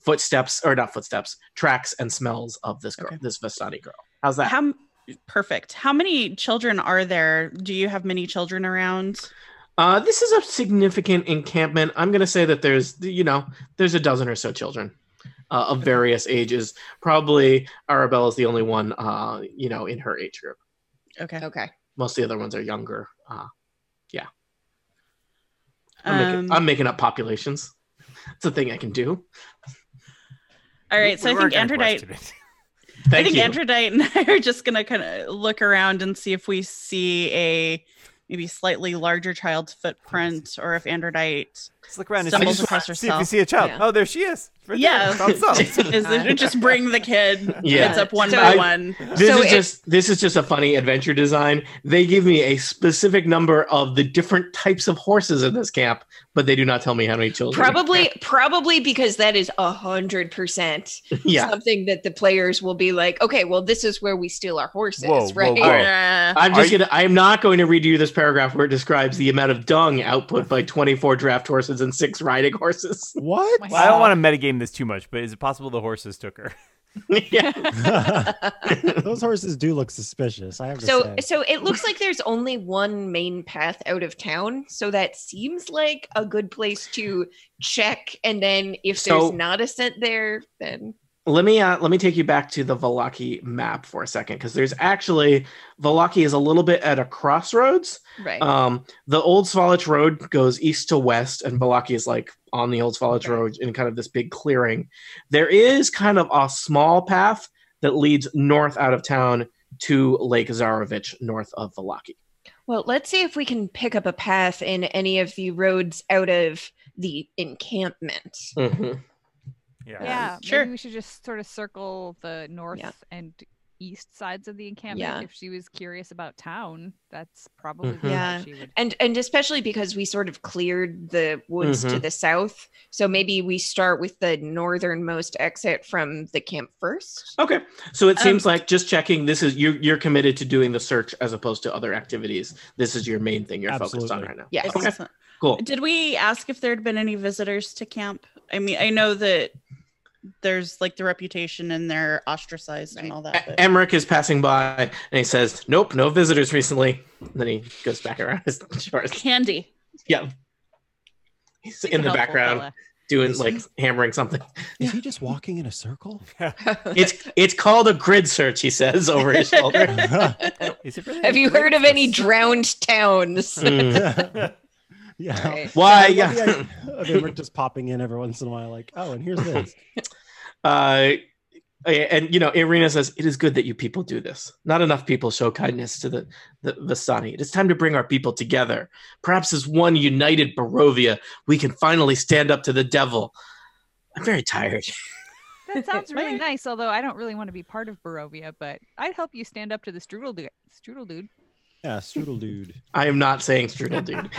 footsteps or not footsteps, tracks and smells of this girl,
Okay.
this Vestani girl. How's that?
How m- perfect. How many children are there? Do you have many children around?
uh, this is a significant encampment. I'm going to say that there's, you know, there's a dozen or so children uh, of various ages. Probably Arabella's the only one, uh, you know, in her age group.
Okay.
Okay.
Most of the other ones are younger. Uh, I'm,
Um,
making, I'm making up populations. It's a thing I can do.
all right. So I think Androdite I
Thank
think
you.
Androdite and I are just gonna kind of look around and see if we see a maybe slightly larger child's footprint, or if Androdite
Let's look around and
stumbles
see,
across
see if we
herself.
see a child.
Yeah.
Oh, there she is. Right
Yeah.
there. Thumbs up.
Is it just bring the kid?
Yeah.
It's up one
So-
by one.
this
So
is
it-
just this is just a funny adventure design. They give me a specific number of the different types of horses in this camp, but they do not tell me how many children.
Probably, probably because that is a hundred percent
yeah.
something that the players will be like, okay, well, this is where we steal our horses,
Whoa, whoa,
right?
whoa.
Yeah.
I'm
Are
just
you-
gonna. I am not going to read you this paragraph where it describes the amount of dung output by 24 draft horses and six riding horses.
What?
My
Well, I don't want to metagame this too much, but is it possible the horses took her?
yeah.
Those horses do look suspicious. I have to
So,
say.
so it looks like there's only one main path out of town, so that seems like a good place to check. And then if
So-
there's not a scent there, then
Let me uh, let me take you back to the Valaki map for a second because there's actually Valaki is a little bit at a crossroads.
right,
Um, the old Svalich Road goes east to west, and Valaki is like on the old Svalich Road in kind of this big clearing. There is kind of a small path that leads north out of town to Lake Zarovich, north of Valaki.
Well, let's see if we can pick up a path in any of the roads out of the encampment.
Mm-hmm.
Yeah,
Sure.
Maybe we should just sort of circle the north and east sides of the encampment.
Yeah.
If she was curious about town, that's probably
Mhm.
where
Yeah.
she would.
And and especially because we sort of cleared the woods
Mm-hmm.
to the south. So maybe we start with the northernmost exit from the camp first.
Okay, so it
Um,
seems like just checking. This is you're you're committed to doing the search as opposed to other activities. This is your main thing you're focused on
Absolutely.
right now.
Yeah.
Okay. Cool.
Did we ask if there had been any visitors to camp? I mean, I know that there's like the reputation and they're ostracized and all that.
E-
But...
Emmerich is passing by and he says, "Nope, no visitors recently." And then he goes back around his shorts.
Candy.
Yeah, he's
He's a
in the
helpful
background
fella.
doing like hammering something.
Is he just walking in a circle?
It's it's called a grid search. He says over his shoulder.
Is it really?
Have you heard of any drowned towns?
Mm.
yeah.
Right.
Why?
Yeah, I love
Yeah.
the idea of Emmerich just popping in every once in a while, like, oh, and here's this.
uh, and you know, Irina says it is good that you people do this. Not enough people show kindness to the the Vistani. It is time to bring our people together. Perhaps as one united Barovia, we can finally stand up to the devil. I'm very tired.
That sounds really
Right.
nice. Although I don't really want to be part of Barovia, but I'd help you stand up to the strudel dude. Strudel dude.
Mm-hmm.
Yeah, strudel dude.
I am not saying strudel, dude.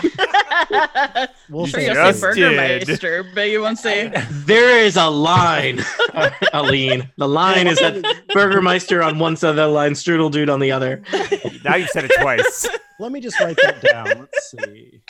We'll
You
Sure,
say
you'll
it.
just
say Burgermeister, but you won't say
there is a line, Aline. The line is that Burgermeister on one side of the line, strudel dude on the other.
Now you've said it twice.
Let me just write that down. Let's see.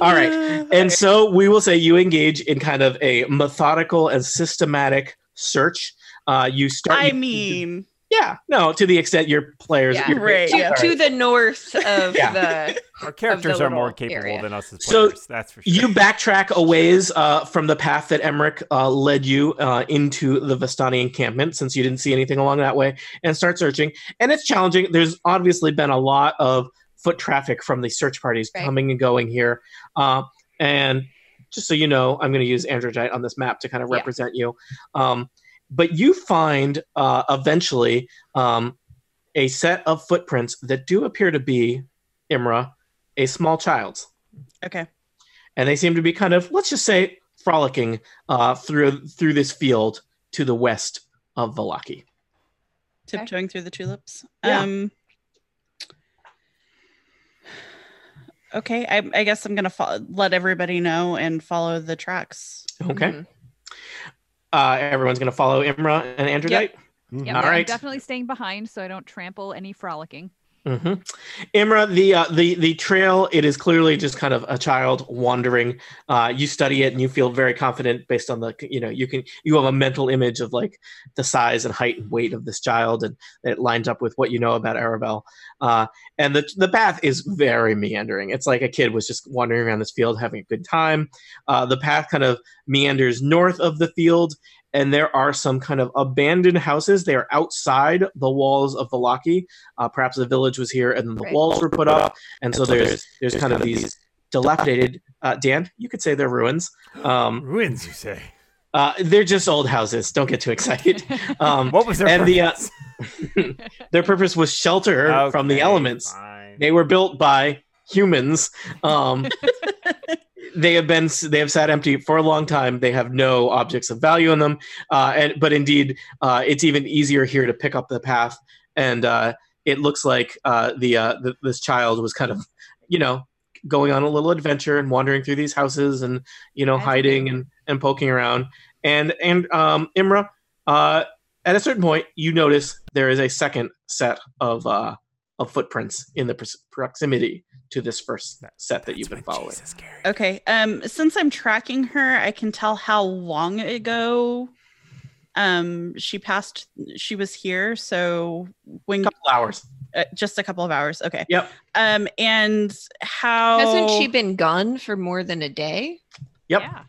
All right. And so we will say you engage in kind of a methodical and systematic search. Uh, you start.
I mean,
yeah, no, to the extent your players.
Yeah.
your-
Right,
to,
yeah.
to the north of
Yeah.
the
Our characters are more
little
capable
area.
than us as
So,
players. that's for sure.
You backtrack a ways uh, from the path that Emmerich uh, led you uh, into the Vistani encampment, since you didn't see anything along that way, and start searching. And it's challenging. There's obviously been a lot of foot traffic from the search parties
Right.
coming and going here. Uh, and just so you know, I'm going to use Androgyte on this map to kind of
Yeah.
represent you. Um, but you find uh, eventually um, a set of footprints that do appear to be Imra, a small child's.
okay.
and they seem to be kind of let's just say frolicking uh, through through this field to the west of Valaki.
tiptoeing through the tulips.
Yeah.
Um Okay, I, I guess I'm gonna fo- let everybody know and follow the tracks.
Okay,
Mhm.
uh, everyone's going to follow Imra and Androdite.
Mm-hmm.
Yeah,
All
I'm
right.
definitely staying behind so I don't trample any frolicking.
hmm Imra, the uh, the the trail it is clearly just kind of a child wandering. Uh, you study it and you feel very confident based on the you know you can you have a mental image of like the size and height and weight of this child and it lines up with what you know about Arabelle. Uh, and the the path is very meandering. It's like a kid was just wandering around this field having a good time. Uh, the path kind of meanders north of the field. And there are some kind of abandoned houses. They are outside the walls of the Laki uh, perhaps the village was here and the
Right.
walls were put up and so there's there's, kind of these dilapidated uh, dan you could say they're ruins um,
Ruins, you say?
uh, they're just old houses don't get too excited um,
What was their
and the uh,
purpose?
their purpose was shelter from the
Okay,
elements
fine.
they were built by humans um, they have been they have sat empty for a long time they have no objects of value in them uh, and but indeed uh, it's even easier here to pick up the path and uh, it looks like uh, the, uh, th this child was kind of you know going on a little adventure and wandering through these houses and you know
As you
hiding
do.
and, and poking around and and um, imra uh, at a certain point you notice there is a second set of uh, of footprints in the pros- proximity to this first set that
That's
you've been
when
following.
Jesus carried.
Okay. Um, since I'm tracking her, I can tell how long ago um she passed. She was here, so when
couple hours.
uh, just a couple of hours. Okay.
Yep.
Um, and how
Hasn't she been gone for more than a day?
Yep.
Yeah.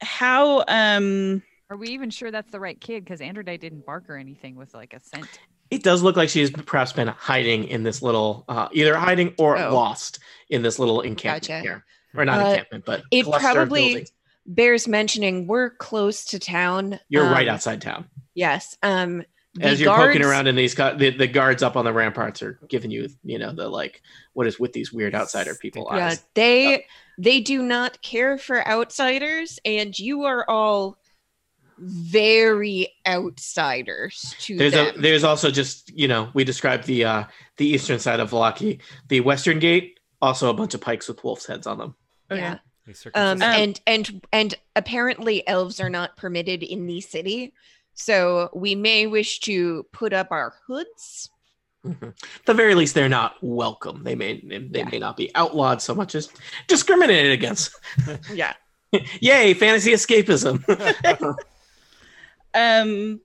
How um.
Are we even sure that's the right kid? Because Androdite didn't bark or anything with like a scent.
It does look like she's perhaps been hiding in this little, uh, either hiding or
Oh.
lost in this little encampment
Gotcha.
here, or not
Uh,
encampment, but
it
cluster of
probably-
buildings.
Bears mentioning we're close to town.
You're right
Um,
outside town.
Yes. Um, the
As you're poking
guards-
around in these, co- the, the guards up on the ramparts are giving you, you know, the like, what is with these weird outsider people?
Stink
Yeah,
Eyes.
they they do not care for outsiders, and you are all very outsiders to
There's a,
them.
there's also just, you know, we described the uh, the eastern side of Valaki, the western gate, also a bunch of pikes with wolf's heads on them.
Okay.
Yeah.
They
Um,
circumcised-
and and and apparently elves are not permitted in the city, so we may wish to put up our hoods.
Mhm. At the very least, they're not welcome. They may they they
Yeah.
may not be outlawed so much as discriminated against.
Yeah.
Yay, fantasy escapism.
Um.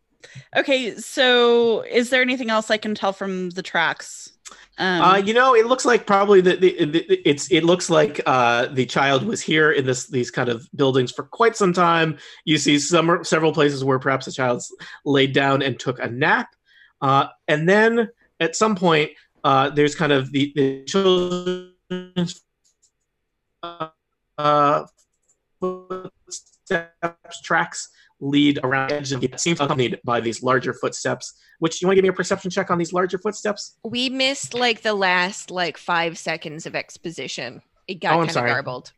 Okay. So, is there anything else I can tell from the tracks? Um,
uh, you know, it looks like probably that the, the, it's it looks like uh, the child was here in this these kind of buildings for quite some time. You see some several places where perhaps the child's laid down and took a nap, uh, and then at some point uh, there's kind of the, the children's uh, uh, footsteps tracks lead around the edge of the seems accompanied by these larger footsteps. Which you want to give me a perception check on these larger footsteps?
We missed like the last like five seconds of exposition. It got
Oh, I'm
kind of
sorry.
garbled.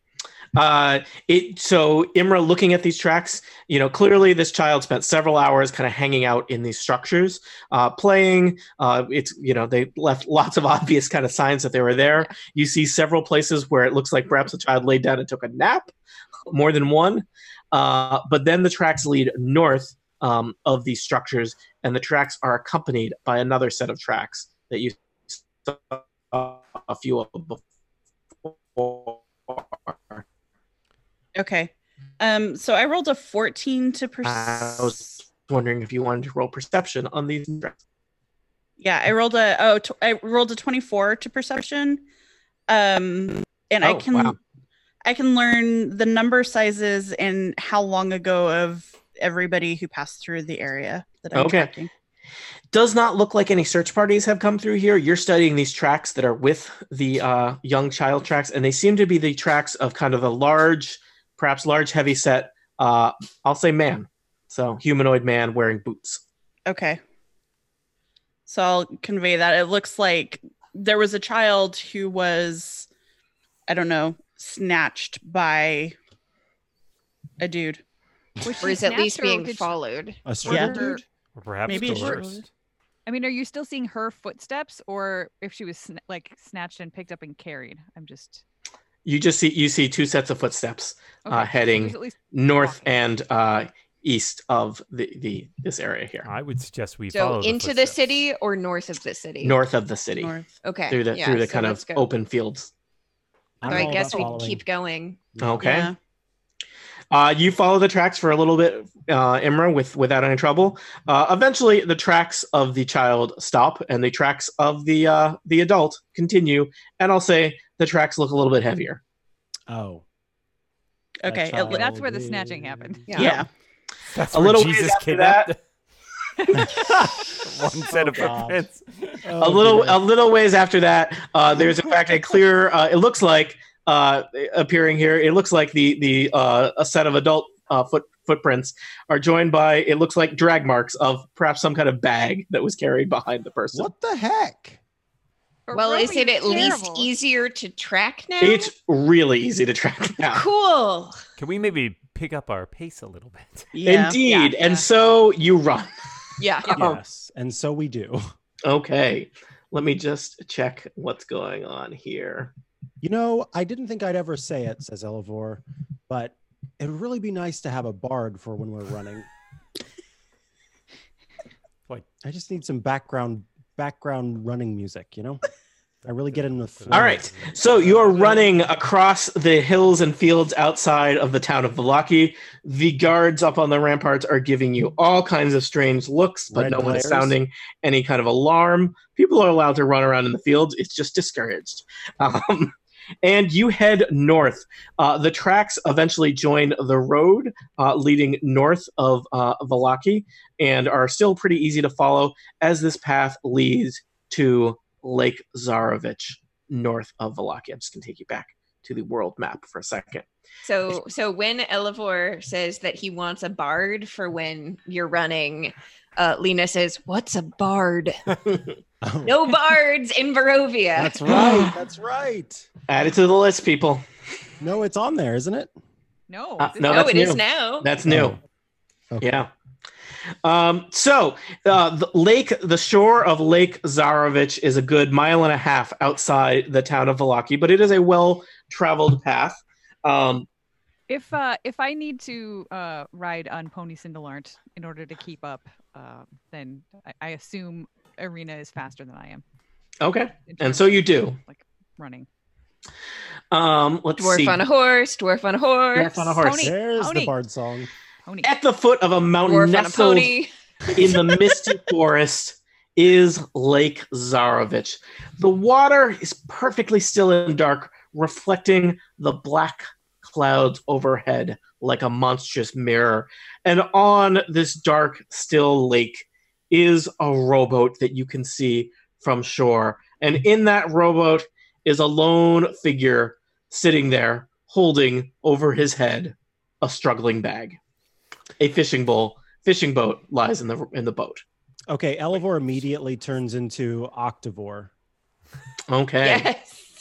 Uh, it so Imra looking at these tracks, you know, clearly this child spent several hours kind of hanging out in these structures, uh, playing. Uh, it's you know they left lots of obvious kind of signs that they were there. You see several places where it looks like perhaps the child laid down and took a nap, more than one. Uh, but then the tracks lead north um, of these structures, and the tracks are accompanied by another set of tracks that you saw a few of before.
okay. Um. So I rolled a fourteen to perceive.
I was wondering if you wanted to roll perception on these. tracks.
Yeah, I rolled a oh tw- I rolled a 24 to perception. Um and I
Oh,
can
wow.
I can learn the number sizes and how long ago of everybody who passed through the area that I'm
Okay.
tracking.
Does not look like any search parties have come through here. You're studying these tracks that are with the uh, young child tracks, and they seem to be the tracks of kind of a large, perhaps large, heavy set. Uh, I'll say man, so humanoid man wearing boots.
Okay. So I'll convey that. It looks like there was a child who was I don't know, snatched by a dude.
Was
or
she
is at least
snapped, or
being
did she-
followed.
A stripper
Yeah.
dude?
Or perhaps
Maybe
the
it's-
worst.
I mean, are you still seeing her footsteps, or if she was sn- like snatched and picked up and carried? I'm just
You just see you see two sets of footsteps
okay.
Uh, heading-
There's at least-
north and uh, east of the, the this area here,
I would suggest we
So
follow
into the
footsteps.
city or north of the city?
north of the city,
North.
Okay.
through the
yeah,
through the
so
kind
let's
of
go.
open fields.
I'm
So I
all
guess
about
we
following.
keep going.
Okay.
Yeah.
Uh, you follow the tracks for a little bit, uh, Imra, with without any trouble. Uh, eventually, the tracks of the child stop, and the tracks of the uh, the adult continue. And I'll say the tracks look a little bit heavier.
Oh. that
Okay. It, li-
looks- That's where the
child
snatching happened.
is-
Yeah.
yeah.
That's
A
where
little ways
Jesus
after
kidnapped one set
Oh,
of
God.
footprints.
Oh,
a little
dear.
a little ways after that uh, there's in fact a clear uh, it looks like uh, appearing here it looks like the the uh, a set of adult uh, foot footprints are joined by it looks like drag marks of perhaps some kind of bag that was carried behind the person
What the heck?
But
Well,
Romy
is it at least
terrible.
easier to track now?
it's really easy to track now
cool.
Can we maybe pick up our pace a little bit?
Yeah.
indeed
yeah.
and so you run
Yeah.
Oh.
Yes. And so we do.
okay let me just check what's going on here
You know, I didn't think I'd ever say it, says Elevor, but it would really be nice to have a bard for when we're running.
Like-
I just need some background background running music, you know? I really get in
uh,
the flow.
All right. So you're running across the hills and fields outside of the town of Valaki. The guards up on the ramparts are giving you all kinds of strange looks, but
Red
no one's
flares.
sounding any kind of alarm. People are allowed to run around in the fields, it's just discouraged. Um, and you head north. Uh, the tracks eventually join the road uh, leading north of uh, Valaki and are still pretty easy to follow as this path leads to Lake Zarovich north of Valaki. I'm just going to take you back to the world map for a second.
So so when Elevor says that he wants a bard for when you're running, uh, Lena says, "What's a bard?
Oh,
No bards in Barovia."
That's right. That's right.
Add it to the list, people.
No, it's on there, isn't it?
No.
Uh,
this
no,
no,
is-
that's
it is
new.
now.
That's new.
Okay.
Yeah. Um, so uh, the lake, the shore of Lake Zarovich is a good mile and a half outside the town of Valaki, but it is a well-traveled path. Um,
If uh, if I need to uh, ride on Pony Cindelarnt in order to keep up, uh, then I, I assume Arena is faster than I am.
okay.
in
And
terms
so
of,
you do.
like running.
Um, let's
Dwarf
see.
on a horse. Dwarf on a horse.
Dwarf on a horse.
Pony.
There's the
Oni.
bard song.
Pony.
At the foot of a mountain
Dwarf on a
nestled
pony.
in the misty forest is Lake Zarovich. The water is perfectly still and dark, reflecting the black clouds overhead like a monstrous mirror. And on this dark, still lake is a rowboat that you can see from shore. And in that rowboat is a lone figure sitting there holding over his head a struggling bag. A fishing bowl fishing boat lies in the in the boat.
Okay, Elevor immediately turns into Octavore.
Okay,
Yes.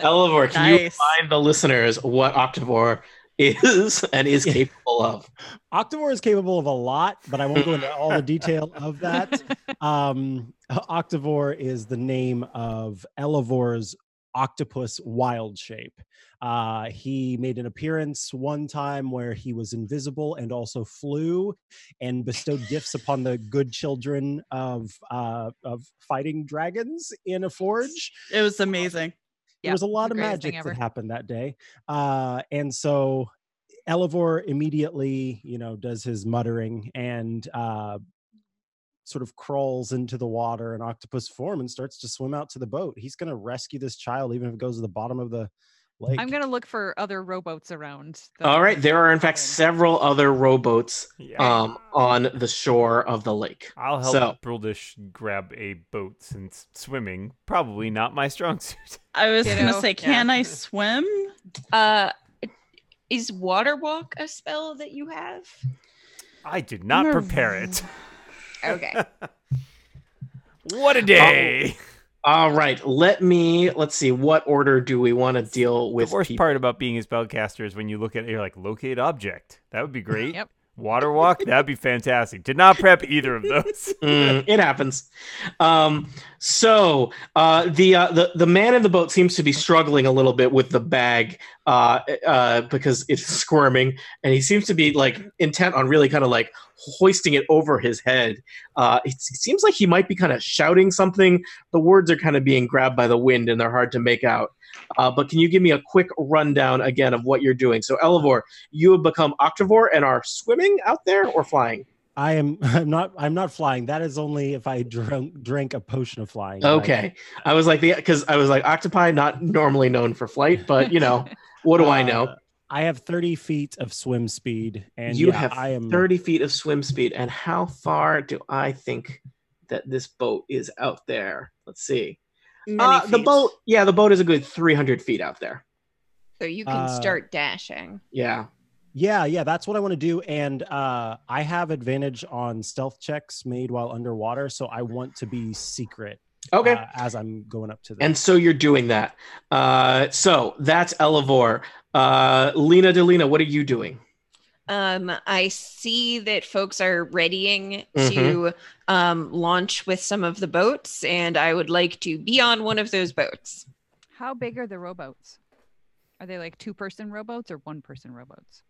Elevor, can you
Nice.
remind the listeners what Octavore is and is capable of?
Octavore is capable of a lot, but I won't go into all the detail of that. Um, Octavore is the name of Elevor's octopus wild shape. Uh, he made an appearance one time where he was invisible and also flew and bestowed gifts upon the good children of uh, of fighting dragons in a forge.
It was amazing.
There
Yeah,
was a lot
the
of
greatest thing
magic
ever.
that happened that day. Uh, and so Elevor immediately, you know, does his muttering and uh, sort of crawls into the water in octopus form and starts to swim out to the boat. He's going to rescue this child, even if it goes to the bottom of the lake.
I'm gonna look for other rowboats around. the-
All right, there are in fact
Okay.
several other rowboats
Yeah.
um, on the shore of the lake.
I'll help
so-
Bruldish grab a boat since swimming probably not my strong suit.
I was going to
Ditto.
say, can
Yeah.
I swim?
Uh, is water walk a spell that you have?
I did not
Merv-
prepare it.
Okay.
Uh,
What a day!
All right. Let me. Let's see. What order do we want to deal with?
the worst
people?
part about being a spellcaster is when you look at it, you're like, locate object. That would be great.
Yep.
Water walk, that'd be fantastic. Did not prep either of those.
Mm, it happens. Um, so uh, the, uh, the the man in the boat seems to be struggling a little bit with the bag uh, uh, because it's squirming, and he seems to be like intent on really kind of like hoisting it over his head. Uh, it, s- seems like he might be kind of shouting something. The words are kind of being grabbed by the wind, and they're hard to make out. Uh, but can you give me a quick rundown again of what you're doing? So, Elevor, you have become Octavore and are swimming out there or flying?
I am. I'm not. I'm not flying. That is only if I drunk drank a potion of flying. and I-
Okay. I was like the because I was like octopi, not normally known for flight, but you know, what do I know?
Uh, I have 30 feet of swim speed, and
you
yeah,
have
I am
30 feet of swim speed. And how far do I think that this boat is out there? Let's see. Uh, the boat, yeah, the boat is a good 300 feet out there.
So you can
Uh,
start dashing.
Yeah.
Yeah, yeah, that's what I want to do, and uh, I have advantage on stealth checks made while underwater, so I want to be secret.
Okay.
uh, as I'm going up to the.
and so you're doing that. Uh, so that's Elevor. Uh, Lena Delina, what are you doing?
Um, I see that folks are readying
Mm-hmm.
Mhm.
to um, launch with some of the boats, and I would like to be on one of those boats.
How big are the rowboats? Are they like two person rowboats or one person rowboats?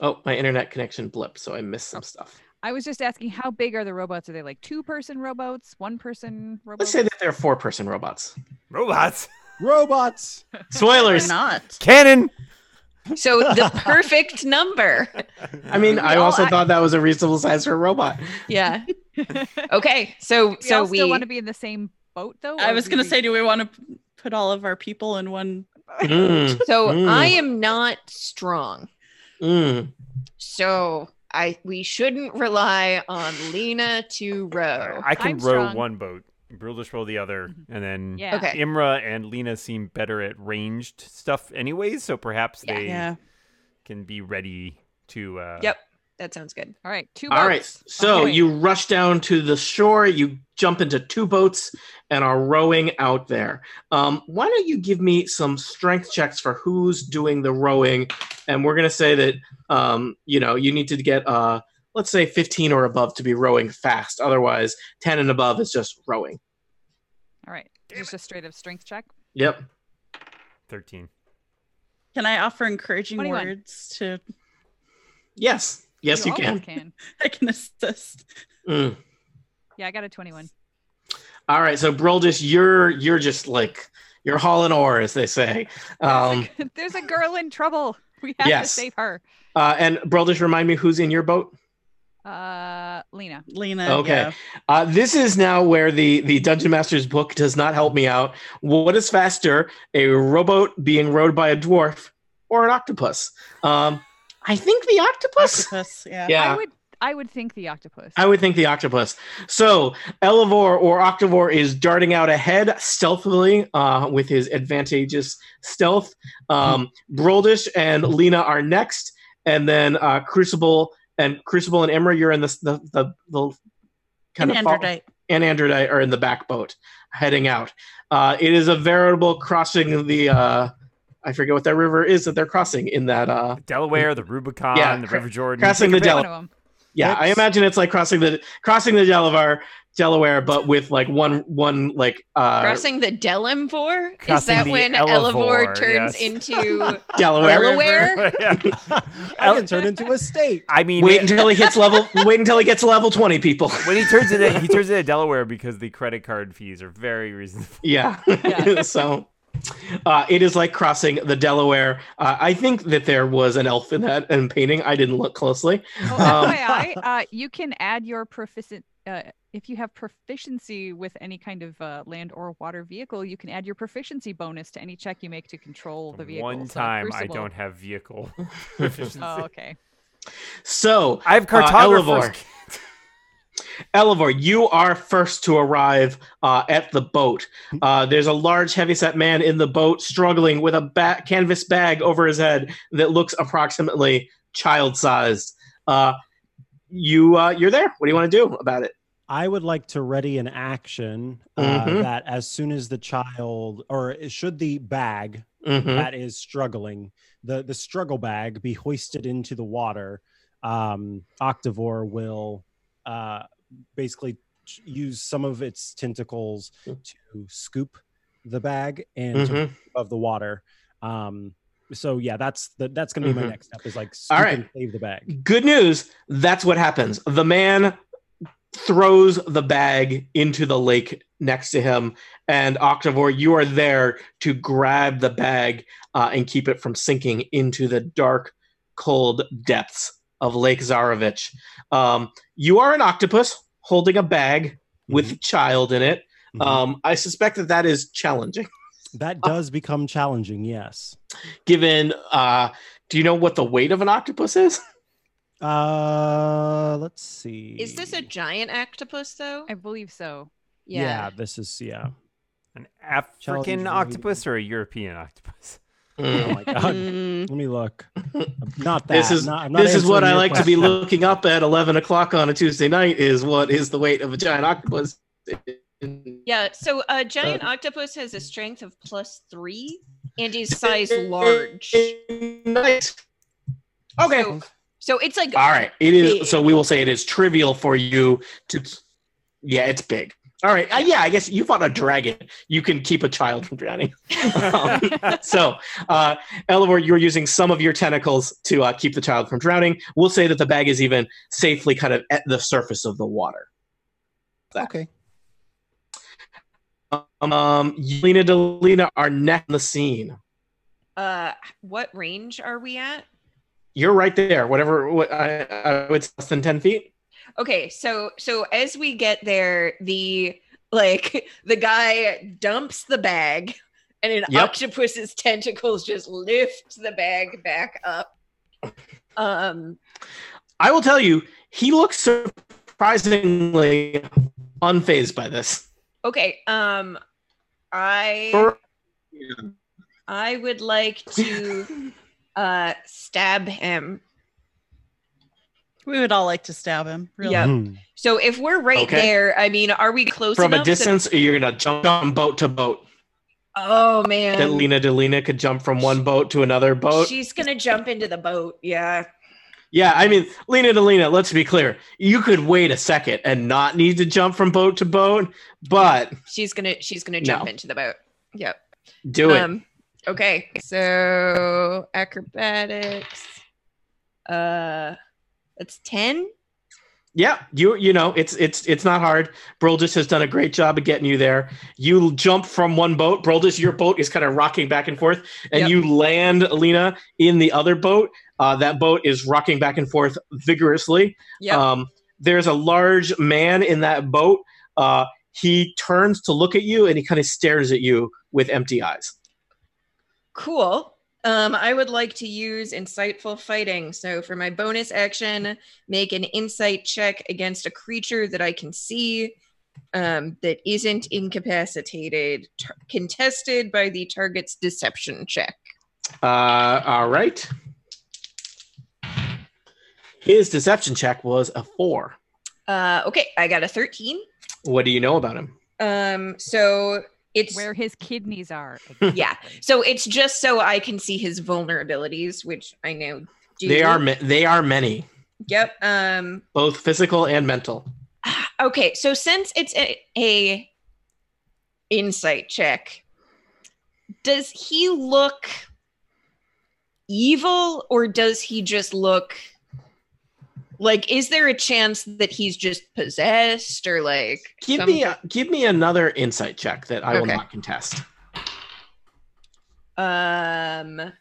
Oh, my internet connection blipped, so I missed some stuff.
I was just asking, how big are the rowboats? Are they like two person rowboats, one person
Let's
rowboats?
say that they're four person robots.
Robots.
Robots.
Or
Spoilers.
not.
Cannon.
So the perfect number.
I mean, I
all
also
act-
thought that was a reasonable size for a robot.
Yeah. Okay. So
we
so
all
we
still want to be in the same boat though?
I
or
was
do
gonna
we-
say, do we want to put all of our people in one?
Mm,
so
Hmm.
Mm.
I am not strong.
mm.
So I we shouldn't rely on Lena to
Oh,
row.
I can
I'm
row
strong.
one boat. Brule just row the other,
Mm-hmm.
and then
Yeah.
Okay.
Imra and Lena seem better at ranged stuff, anyways. So perhaps
Yeah.
they
Yeah.
can be ready to. Uh,
Yep. That sounds good.
All right, two boats.
All right. So
Okay.
you rush down to the shore, you jump into two boats, and are rowing out there. Um, why don't you give me some strength checks for who's doing the rowing? And we're going to say that, um, you know, you need to get, uh, let's say, 15 or above to be rowing fast. Otherwise, 10 and above is just rowing.
All right. Just a straight up strength check.
Yep.
Thirteen.
Can I offer encouraging
21.
words to?
Yes. Yes, you,
always
can.
I can assist.
Mm.
Yeah, I got a 21.
All right, so Broldis, you're you're just like you're hauling ore, as they say. Um,
There's a girl in trouble. We have
Yes.
to save her.
uh, and Broldis, remind me who's in your boat.
Uh, Lena.
Lena.
Okay.
yeah.
Uh, this is now where the the Dungeon Master's book does not help me out. What is faster, a rowboat being rowed by a dwarf or an octopus? Um, I think the octopus.
Octopus, yeah.
I would I would think the octopus.
I would think the octopus. So Elevor or Octavor is darting out ahead stealthily uh, with his advantageous stealth. Um, Broldish and Lena are next, and then uh, Crucible and Crucible and Emra, you're in the the, the, the kind
And
of fall-
Androdite.
and Androdite are in the back boat heading out. Uh, it is a veritable crossing the. Uh, I forget what that river is that they're crossing in that. Uh,
Delaware, the Rubicon,
Yeah,
the
cra-
River Jordan.
crossing the
Pick
Delaware.
one of them.
Yeah, I
That's-
imagine it's like crossing the crossing the Delaware, Delaware, but with like one one like uh,
Crossing the Delimvor? Is
Crossing
that
the
when
Elevor,
Elevor,
yes.
turns into
Delaware.
Delaware?
Yeah.
I can turn into a state.
I mean,
Wait until he hits level. wait until he gets to level twenty, people.
when he turns into he turns into Delaware because the credit card fees are very reasonable.
Yeah.
Yeah.
so uh, it is like crossing the Delaware. Uh, I think that there was an elf in that and painting. I didn't look closely.
Oh,
Um,
FYI, uh, you can add your proficient. Uh, if you have proficiency with any kind of uh, land or water vehicle, you can add your proficiency bonus to any check you make to control the vehicle.
One
so
time, I
Crucible-
don't have vehicle efficiency.
Oh, okay.
So
I have
Elevor.
cartographer.
Elevor, you are first to arrive uh, at the boat. Uh, there's a large, heavyset man in the boat struggling with a ba- canvas bag over his head that looks approximately child-sized. Uh, you, uh, you're there. What do you want to do about it?
I would like to ready an action uh,
Mhm.
that as soon as the child or eh, should the bag
Mhm.
that is struggling, the the struggle bag be hoisted into the water, um, Octavore will uh, basically t- use some of its tentacles
Mm.
to scoop the bag and to
Mhm.
above the water. Um, so yeah, that's the that's gonna be my
Mhm.
next step is like
All
scoop
right.
and save the bag.
Good news. That's what happens. The man throws the bag into the lake next to him, and Octavore, you are there to grab the bag uh, and keep it from sinking into the dark, cold depths of Lake Zarevich. Um, you are an octopus holding a bag with a child in it.
Mhm.
Um, I suspect that that is challenging.
Mm-hmm. that
uh,
does become challenging, yes.
Given, uh, do you know what the weight of an octopus is?
Uh, let's see.
Is this a giant octopus though?
I believe so.
yeah. This is yeah.
An
Challenging
African octopus or a European octopus?
Hmm.
Oh my god.
Hmm. Mm-hmm.
Mm.
Let me look. Not that.
This is-
not, I'm not
this is what I
answering your
like to be
question.
looking up at 11 o'clock on a Tuesday night is what is the weight of a giant octopus?
Yeah, so a giant
Uh-huh.
octopus has a strength of plus three and is size large.
Nice. Okay.
So, so it's like
All right. It is. So we will say it is trivial for you to. Yeah, it's big. All right. Uh, yeah, I guess you fought a dragon. You can keep a child from drowning. Um, so, uh, Elevor, you're using some of your tentacles to uh, keep the child from drowning. We'll say that the bag is even safely kind of at the surface of the water. that.
Okay.
Um, Lena Delina are neck on the scene.
uh what range are we at?
You're right there. Whatever. What, I, I would say less than ten feet.
Okay, so so as we get there, the like the guy dumps the bag and an
Yep.
octopus's tentacles just lift the bag back up. Um
I will tell you, he looks surprisingly unfazed by this.
okay, um I
For-
I would like to uh stab him.
We would all like to stab him. Really.
Yeah.
Hmm.
Mhm.
So if we're right
Okay.
there, I mean, are we close
From a
enough that-
distance, you're gonna jump on boat to boat.
oh man,
That Lena Delina could jump from one boat to another boat.
she's gonna jump into the boat. Yeah.
yeah, I mean, Lena Delina. Let's be clear. You could wait a second and not need to jump from boat to boat, but
she's gonna she's gonna
No.
jump into the boat. Yep.
do it.
Um, okay. So acrobatics. Uh, that's ten.
Yeah, you you know it's it's it's not hard. Broldis has done a great job of getting you there. You jump from one boat, Broldis, your boat is kind of rocking back and forth, and
Yep.
you land Alina in the other boat. Uh, that boat is rocking back and forth vigorously.
Yep.
Um, there's a large man in that boat. Uh, he turns to look at you, and he kind of stares at you with empty eyes.
cool. Um, I would like to use insightful fighting. So for my bonus action, make an insight check against a creature that I can see um, that isn't incapacitated, tar- contested by the target's deception check.
Uh, all right. His deception check was a four.
Uh, okay, I got a thirteen.
What do you know about him?
Um, so it's
Where his kidneys are.
Yeah.
exactly.
So it's just so I can see his vulnerabilities, which I know do.
They are ma- they are many,
Yep. Um.
both physical and mental.
Okay. So since it's a, a insight check, does he look evil or does he just look like? Is there a chance that he's just possessed or like?
Give
some-
me a, give me another insight check that I will
Okay.
not contest.
um.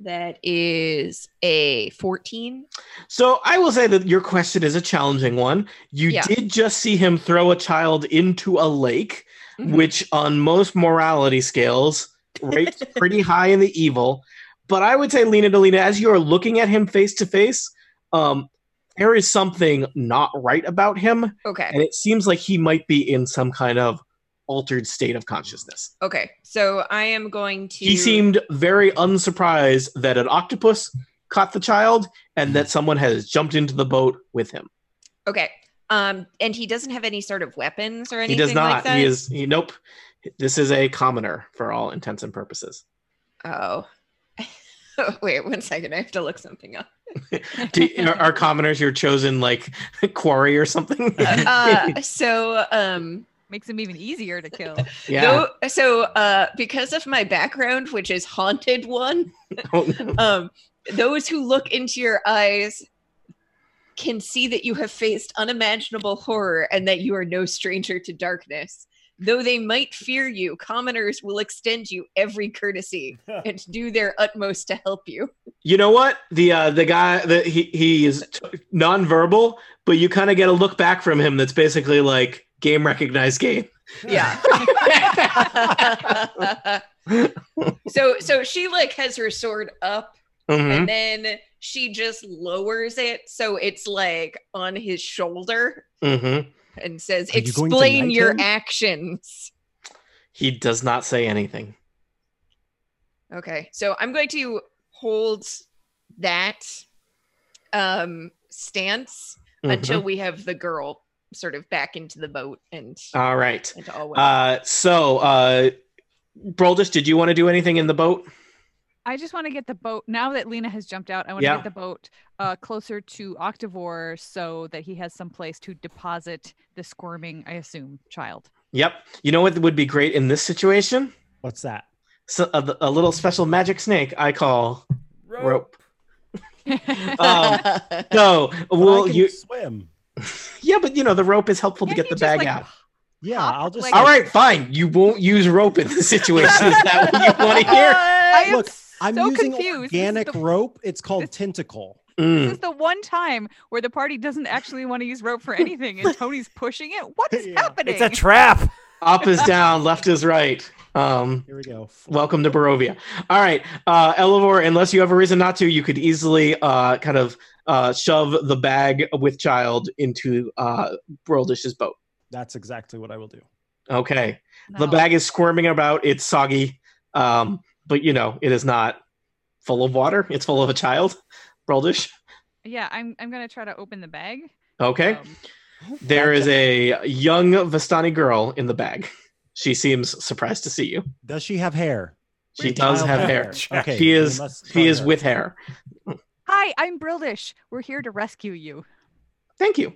That is a fourteen.
So I will say that your question is a challenging one. You
Yeah.
did just see him throw a child into a lake,
Mhm.
which on most morality scales rates pretty high in the evil. But I would say, Lena Delina, as you are looking at him face to face, um, there is something not right about him,
Okay.
and it seems like he might be in some kind of altered state of consciousness.
Okay, so I am going to.
He seemed very unsurprised that an octopus caught the child and that someone has jumped into the boat with him.
okay. Um, and he doesn't have any sort of weapons or
He
anything.
does
Like
not.
that.
he is. He, nope. This is a commoner for all intents and purposes.
Oh. Wait one second. I have to look something up.
Do, are, are commoners your chosen like quarry or something?
Uh, so um,
Makes him even easier to kill.
yeah.
Though- so uh, because of my background, which is haunted one, um, those who look into your eyes can see that you have faced unimaginable horror and that you are no stranger to darkness. Though they might fear you, commoners will extend you every courtesy and do their utmost to help you.
You know what? The uh, the guy that he he is t- nonverbal, but you kind of get a look back from him that's basically like game recognized game.
Yeah. so so she like has her sword up
Mhm.
Hmm?
and then she just lowers it so it's like on his shoulder
Mhm.
and says,
Are you going to
"Explain
knight
your
him?"
actions."
He does not say anything.
Okay, so I'm going to hold that um, stance
Mm-hmm.
Mhm.
until we have the girl sort of back into the boat and
All right.
into all.
Uh, so, uh, Broldus, did you want to do anything in the boat?
I just want to get the boat now that Lena has jumped out. I want
Yeah.
to get the boat uh, closer to Octavore so that he has some place to deposit the squirming, I assume, child.
Yep. You know what would be great in this situation?
What's that?
So, a, a little special magic snake I call rope. Um, so,
But I
well,
can
you
swim?
yeah, but you know the rope is helpful to
Can't
get
you
the bag
just, like,
out.
Yeah,
Hop,
I'll just.
like-
All right, fine. You won't use rope in this situation. Is that what you want to hear?
I am
Look, I'm
so
using
confused. This is
organic
the-
rope. It's called tentacle.
This
Mm.
is the one time where the party doesn't actually want to use rope for anything, and Tony's pushing it. What is
Yeah.
happening?
It's a trap.
Up is down, left is right. Um,
Here we go.
Welcome to Barovia. All right, uh, Elevor, unless you have a reason not to, you could easily uh, kind of uh, shove the bag with child into uh, Broldish's boat.
That's exactly what I will do.
Okay. The
No.
bag is squirming about. It's soggy, um, but you know, it is not full of water. It's full of a child, Broldish.
Yeah, I'm. I'm gonna try to open the bag.
Okay.
Um,
There is a young Vistani girl in the bag. She seems surprised to see you.
Does she have hair?
She does
Child
have
has
hair.
Okay.
She
we
is
must
she
start
is
her.
with hair.
Hi, I'm Brildish. We're here to rescue you.
Thank you.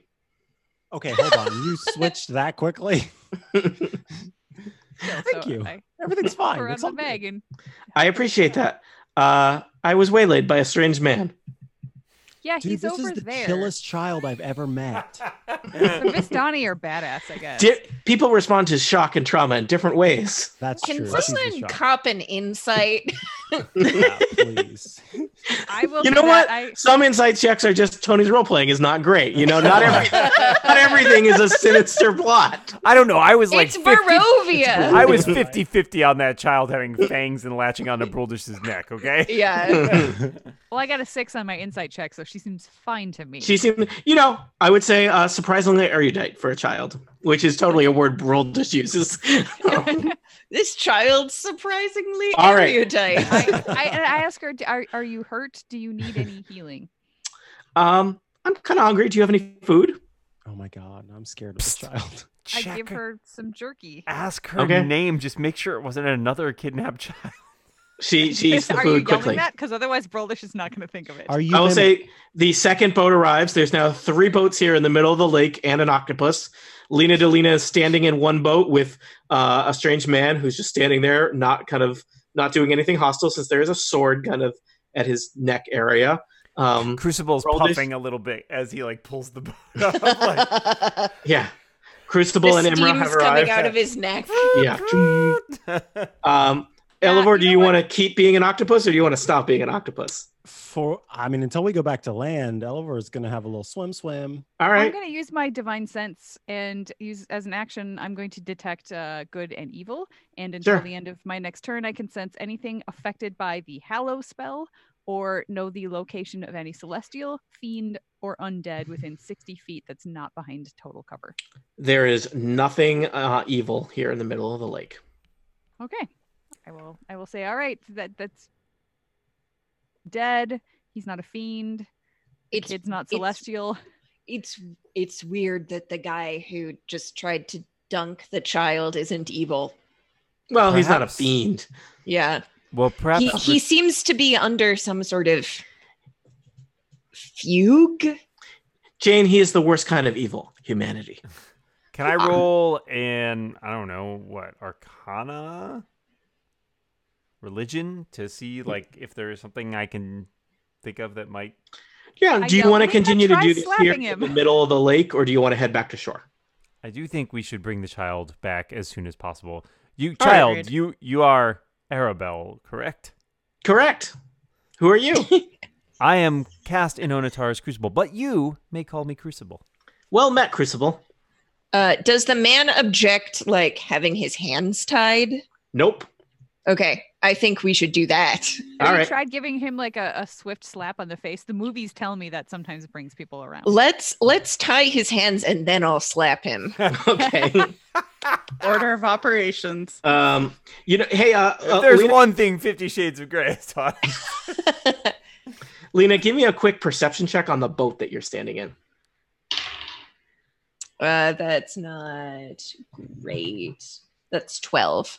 Okay, hold on. You switched that quickly.
So-
Thank
so
you.
I
Everything's fine.
pour
It's
out
all
the
good.
bag and
I appreciate that. Uh, I was waylaid by a strange man.
yeah,
Dude,
he's
this
over
is the
there.
chillest child I've ever met.
The Vistani are badass, I guess.
Di- people respond to shock and trauma in different ways.
That's
Can
true.
someone
Jesus,
cop an insight?
yeah, please?
I will.
You
do
know
that.
what?
I,
Some insight checks are just Tony's role playing is not great. You know, not every, not everything is a sinister plot.
I don't know. I was like
it's
50
Barovia.
I was 50-50 on that child having fangs and latching onto Broldish's neck, okay?
yeah.
well, I got a six on my insight check, so she seems fine to me.
She seemed, you know, I would say uh, surprisingly erudite for a child, which is totally a word Brul just uses.
This child's surprisingly
All right.
erudite.
I, I, and I ask her, "D- are, are you hurt? Do you need any healing?
um, I'm kind of hungry. Do you have any food?
Oh my god, I'm scared of this
Psst.
child.
I
Check
give
her.
her some jerky.
Ask her
Okay.
name. Just make sure it wasn't another kidnapped child.
She she eats the
Are you
food
yelling
quickly.
that? Because otherwise, Brolish is not going to think of it.
Are you?
I will
gonna-
say the second boat arrives. There's now three boats here in the middle of the lake and an octopus. Lena Delina is standing in one boat with uh, a strange man who's just standing there, not kind of not doing anything hostile since there is a sword kind of at his neck area. Um,
Crucible's
Broldish-
puffing a little bit as he like pulls the boat up. like,
yeah, Crucible
Oh the
and Imra
steam's
have
coming
arrived.
out of his neck.
Yeah. Um,
Yeah,
Elevor,
Ah,
you
do
know
you
what?
want to keep being an octopus or do you want to stop being an octopus?
for I mean, until we go back to land, Elver is gonna have a little swim, swim.
All
I'm
right.
going to use my divine sense and use as an action. I'm going to detect uh, good and evil, and until
Sure.
the end of my next turn, I can sense anything affected by the Hallow spell or know the location of any celestial, fiend, or undead within 60 feet that's not behind total cover.
There is nothing uh, evil here in the middle of the lake.
Okay, I will. I will say, all right, that that's dead. He's not a fiend.
It's
It's not
it's-
celestial.
it's it's weird that the guy who just tried to dunk the child isn't evil.
Well, he's not a
Perhaps.
fiend.
Yeah.
Well, perhaps
He, he seems to be under some sort of fugue.
Jane, he is the worst kind of evil, humanity.
Can I roll an I don't know what Arcana religion to see like if there is something I can think of that might
Yeah,
I
do you
know.
want to
Maybe I'll
continue to
try
do this here
slapping
in the
him.
middle of the lake, or do you want to head back to shore?
I do think we should bring the child back as soon as possible. You
Oh,
All right,
child,
agreed.
you you are Arabelle, correct?
Correct. Who are you?
I am cast in Onatar's Crucible, but you may call me Crucible.
well met, Crucible.
Uh, does the man object, like, having his hands tied?
Nope.
Okay. I think we should do that.
All
Have you
right.
tried giving him like a, a swift slap on the face? The movies tell me that sometimes brings people around.
Let's let's tie his hands and then I'll slap him.
okay.
Order of operations.
Um, you know, hey, uh,
If
uh,
there's
Lena,
one thing Fifty Shades of Grey has taught, us,
Lena, give me a quick perception check on the boat that you're standing in.
Uh, that's not great. That's 12.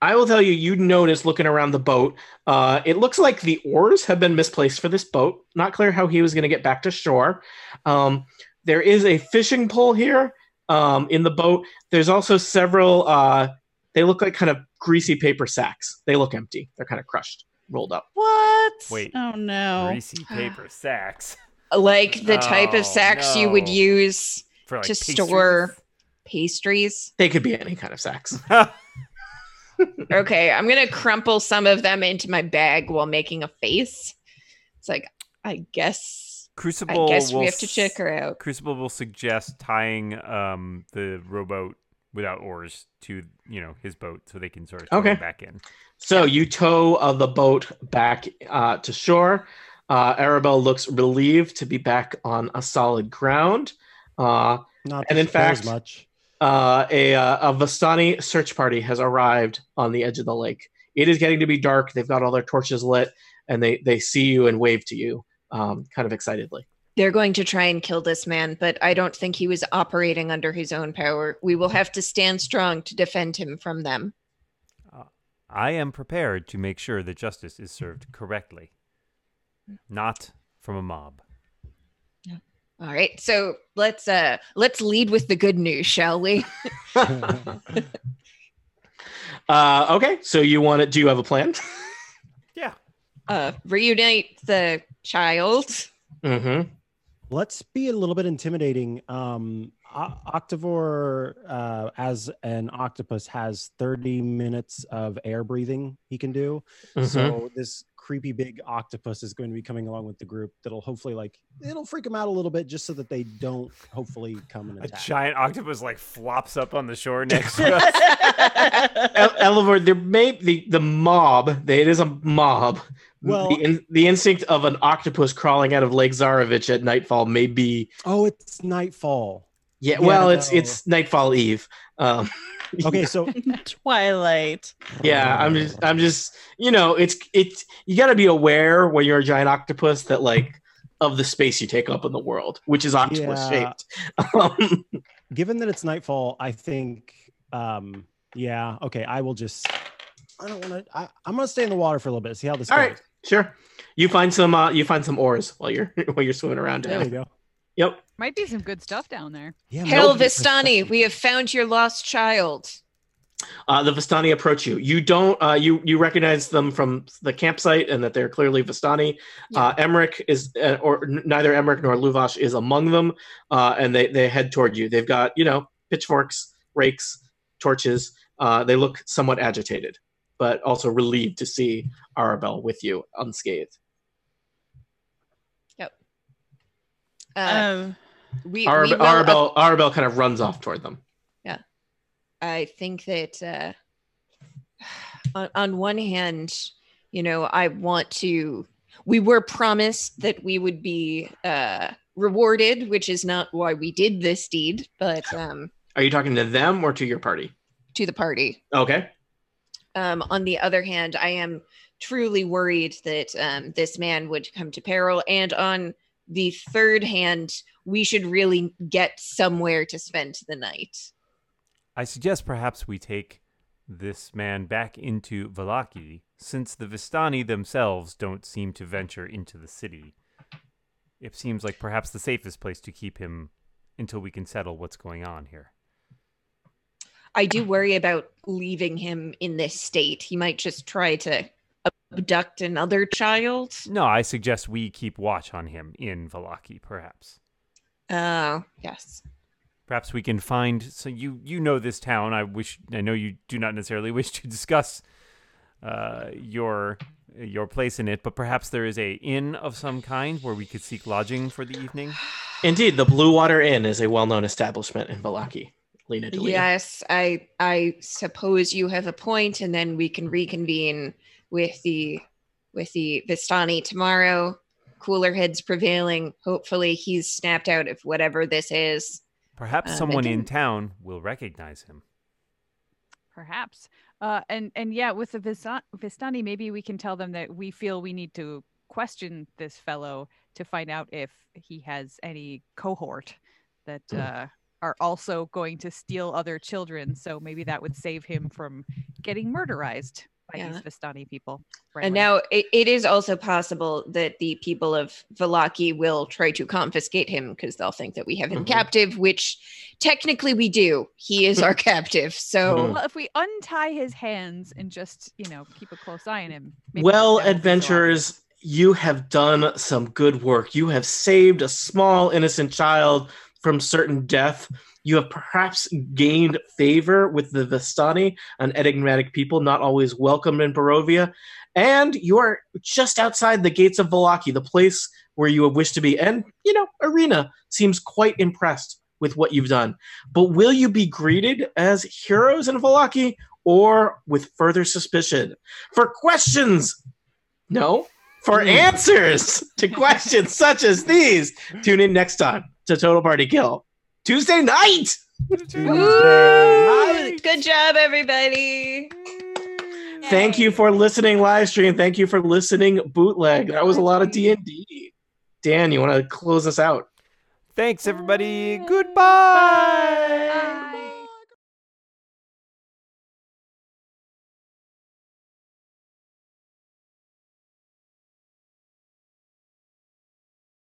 I will tell you, you notice looking around the boat, uh, it looks like the oars have been misplaced for this boat. Not clear how he was going to get back to shore. Um, there is a fishing pole here um, in the boat. There's also several, uh, they look like kind of greasy paper sacks. They look empty, they're kind of crushed, rolled up.
What?
Wait.
Oh no.
Greasy paper sacks
Like the type
Oh,
of sacks you would
no.
use
for like
to
pastries.
store pastries.
They could be any kind of sacks.
Okay, I'm gonna crumple some of them into my bag while making a face. It's like, I guess, I
Crucible.
guess
will
we have to check her out.
Crucible will suggest tying um, the rowboat without oars to you know his boat so they can sort of tow
Okay.
him back in.
So you tow uh, the boat back uh, to shore. Uh, Arabelle looks relieved to be back on a solid ground. Uh,
Not
And
that
in
she cares
fact-
much.
Uh, a, uh, a Vastani search party has arrived on the edge of the lake. It is getting to be dark. They've got all their torches lit, and they they see you and wave to you, um, kind of excitedly.
They're going to try and kill this man, but I don't think he was operating under his own power. We will have to stand strong to defend him from them.
I am prepared to make sure that justice is served correctly, not from a mob.
All right, so let's uh let's lead with the good news, shall we?
Uh, okay, so you want to? Do you have a plan?
Yeah.
Uh reunite the child.
mm-hmm.
Let's be a little bit intimidating. Um, O- Octavore, uh, as an octopus, has 30 minutes of air breathing he can do.
Mm-hmm.
So this creepy big octopus is going to be coming along with the group. That'll hopefully like it'll freak them out a little bit, just so that they don't hopefully come and
a
attack.
giant octopus like flops up on the shore next to us.
El- Elivor, there may the the mob. They, it is a mob.
Well-
the, in, the instinct of an octopus crawling out of Lake Zarevich at nightfall may be
oh, it's
yeah.
nightfall. Yeah,
well, it's
no.
it's nightfall eve. Um,
Okay, so
Twilight.
yeah i'm just i'm just you know it's it's you got to be aware when you're a giant octopus that like of the space you take up in the world which is octopus
Yeah.
shaped um,
given that it's nightfall, I think, um, yeah, okay, I will just. I don't want to. I'm gonna stay in the water for a little bit, see how this
all
goes.
right sure you find some uh, you find some oars while you're while you're swimming around
There
down.
we go.
yep
Might be some good stuff down there.
Yeah,
Hail
nobody-
Vistani, we have found your lost child.
uh, the Vistani approach you. You don't. Uh, you you recognize them from the campsite, and that they're clearly Vistani. Uh, Emmerich is, uh, or n- neither Emmerich nor Luvash is among them, uh, and they they head toward you. They've got you know pitchforks, rakes, torches. Uh, they look somewhat agitated, but also relieved to see Arabelle with you unscathed.
Uh,
Um,
we,
Arab-
we will uh,
Arabelle Arabelle kind of runs off toward them.
I think that uh, on, on one hand, you know, I want to. We were promised that we would be uh, rewarded, which is not why we did this deed, but um,
Are you talking to them or to your party?
to the party.
Okay.
Um, on the other hand, I am truly worried that um, this man would come to peril. And on the third hand, we should really get somewhere to spend the night.
I suggest perhaps we take this man back into Valaki, since the Vistani themselves don't seem to venture into the city. It seems like perhaps the safest place to keep him until we can settle what's going on here.
I do worry about leaving him in this state. He might just try to abduct another child.
No, I suggest we keep watch on him in Valaki, perhaps.
Oh, yes.
Perhaps we can find. So you you know this town. I wish I know you do not necessarily wish to discuss uh, your your place in it, but perhaps there is a inn of some kind where we could seek lodging for the evening.
Indeed, the Blue Water Inn is a well-known establishment in Valaki. Lena Delia.
Yes, I I suppose you have a point and then we can reconvene with the with the Vistani tomorrow. Cooler heads prevailing. Hopefully he's snapped out of whatever this is.
Perhaps
Uh, they
someone in
didn't-
town will recognize him.
perhaps. Uh, and and yeah, with the Visa- Vistani, maybe we can tell them that we feel we need to question this fellow to find out if he has any cohort that
Hmm.
uh, are also going to steal other children. So maybe that would save him from getting murderized by these
Yeah.
Vistani people.
And
Brightling.
now it, it is also possible that the people of Valaki will try to confiscate him because they'll think that we have him
Mhm.
captive, which technically we do. He is our captive. So
Hmm.
Well, if we untie his hands and just, you know, keep a close eye on him. maybe it
Well,
doesn't go
adventurers, you have done some good work. You have saved a small innocent child from certain death. You have perhaps gained favor with the Vistani, an enigmatic people not always welcomed in Barovia. And you are just outside the gates of Valaki, the place where you would wish to be. And, you know, Arena seems quite impressed with what you've done. But will you be greeted as heroes in Valaki or with further suspicion? For questions no, for answers to questions such as these, tune in next time to Total Party Kill Tuesday night.
Woo! good job, everybody.
Thank you for listening live stream. Thank you for listening bootleg. That was a lot of D and D. Dan, you want to close us out?
Thanks, everybody. Goodbye.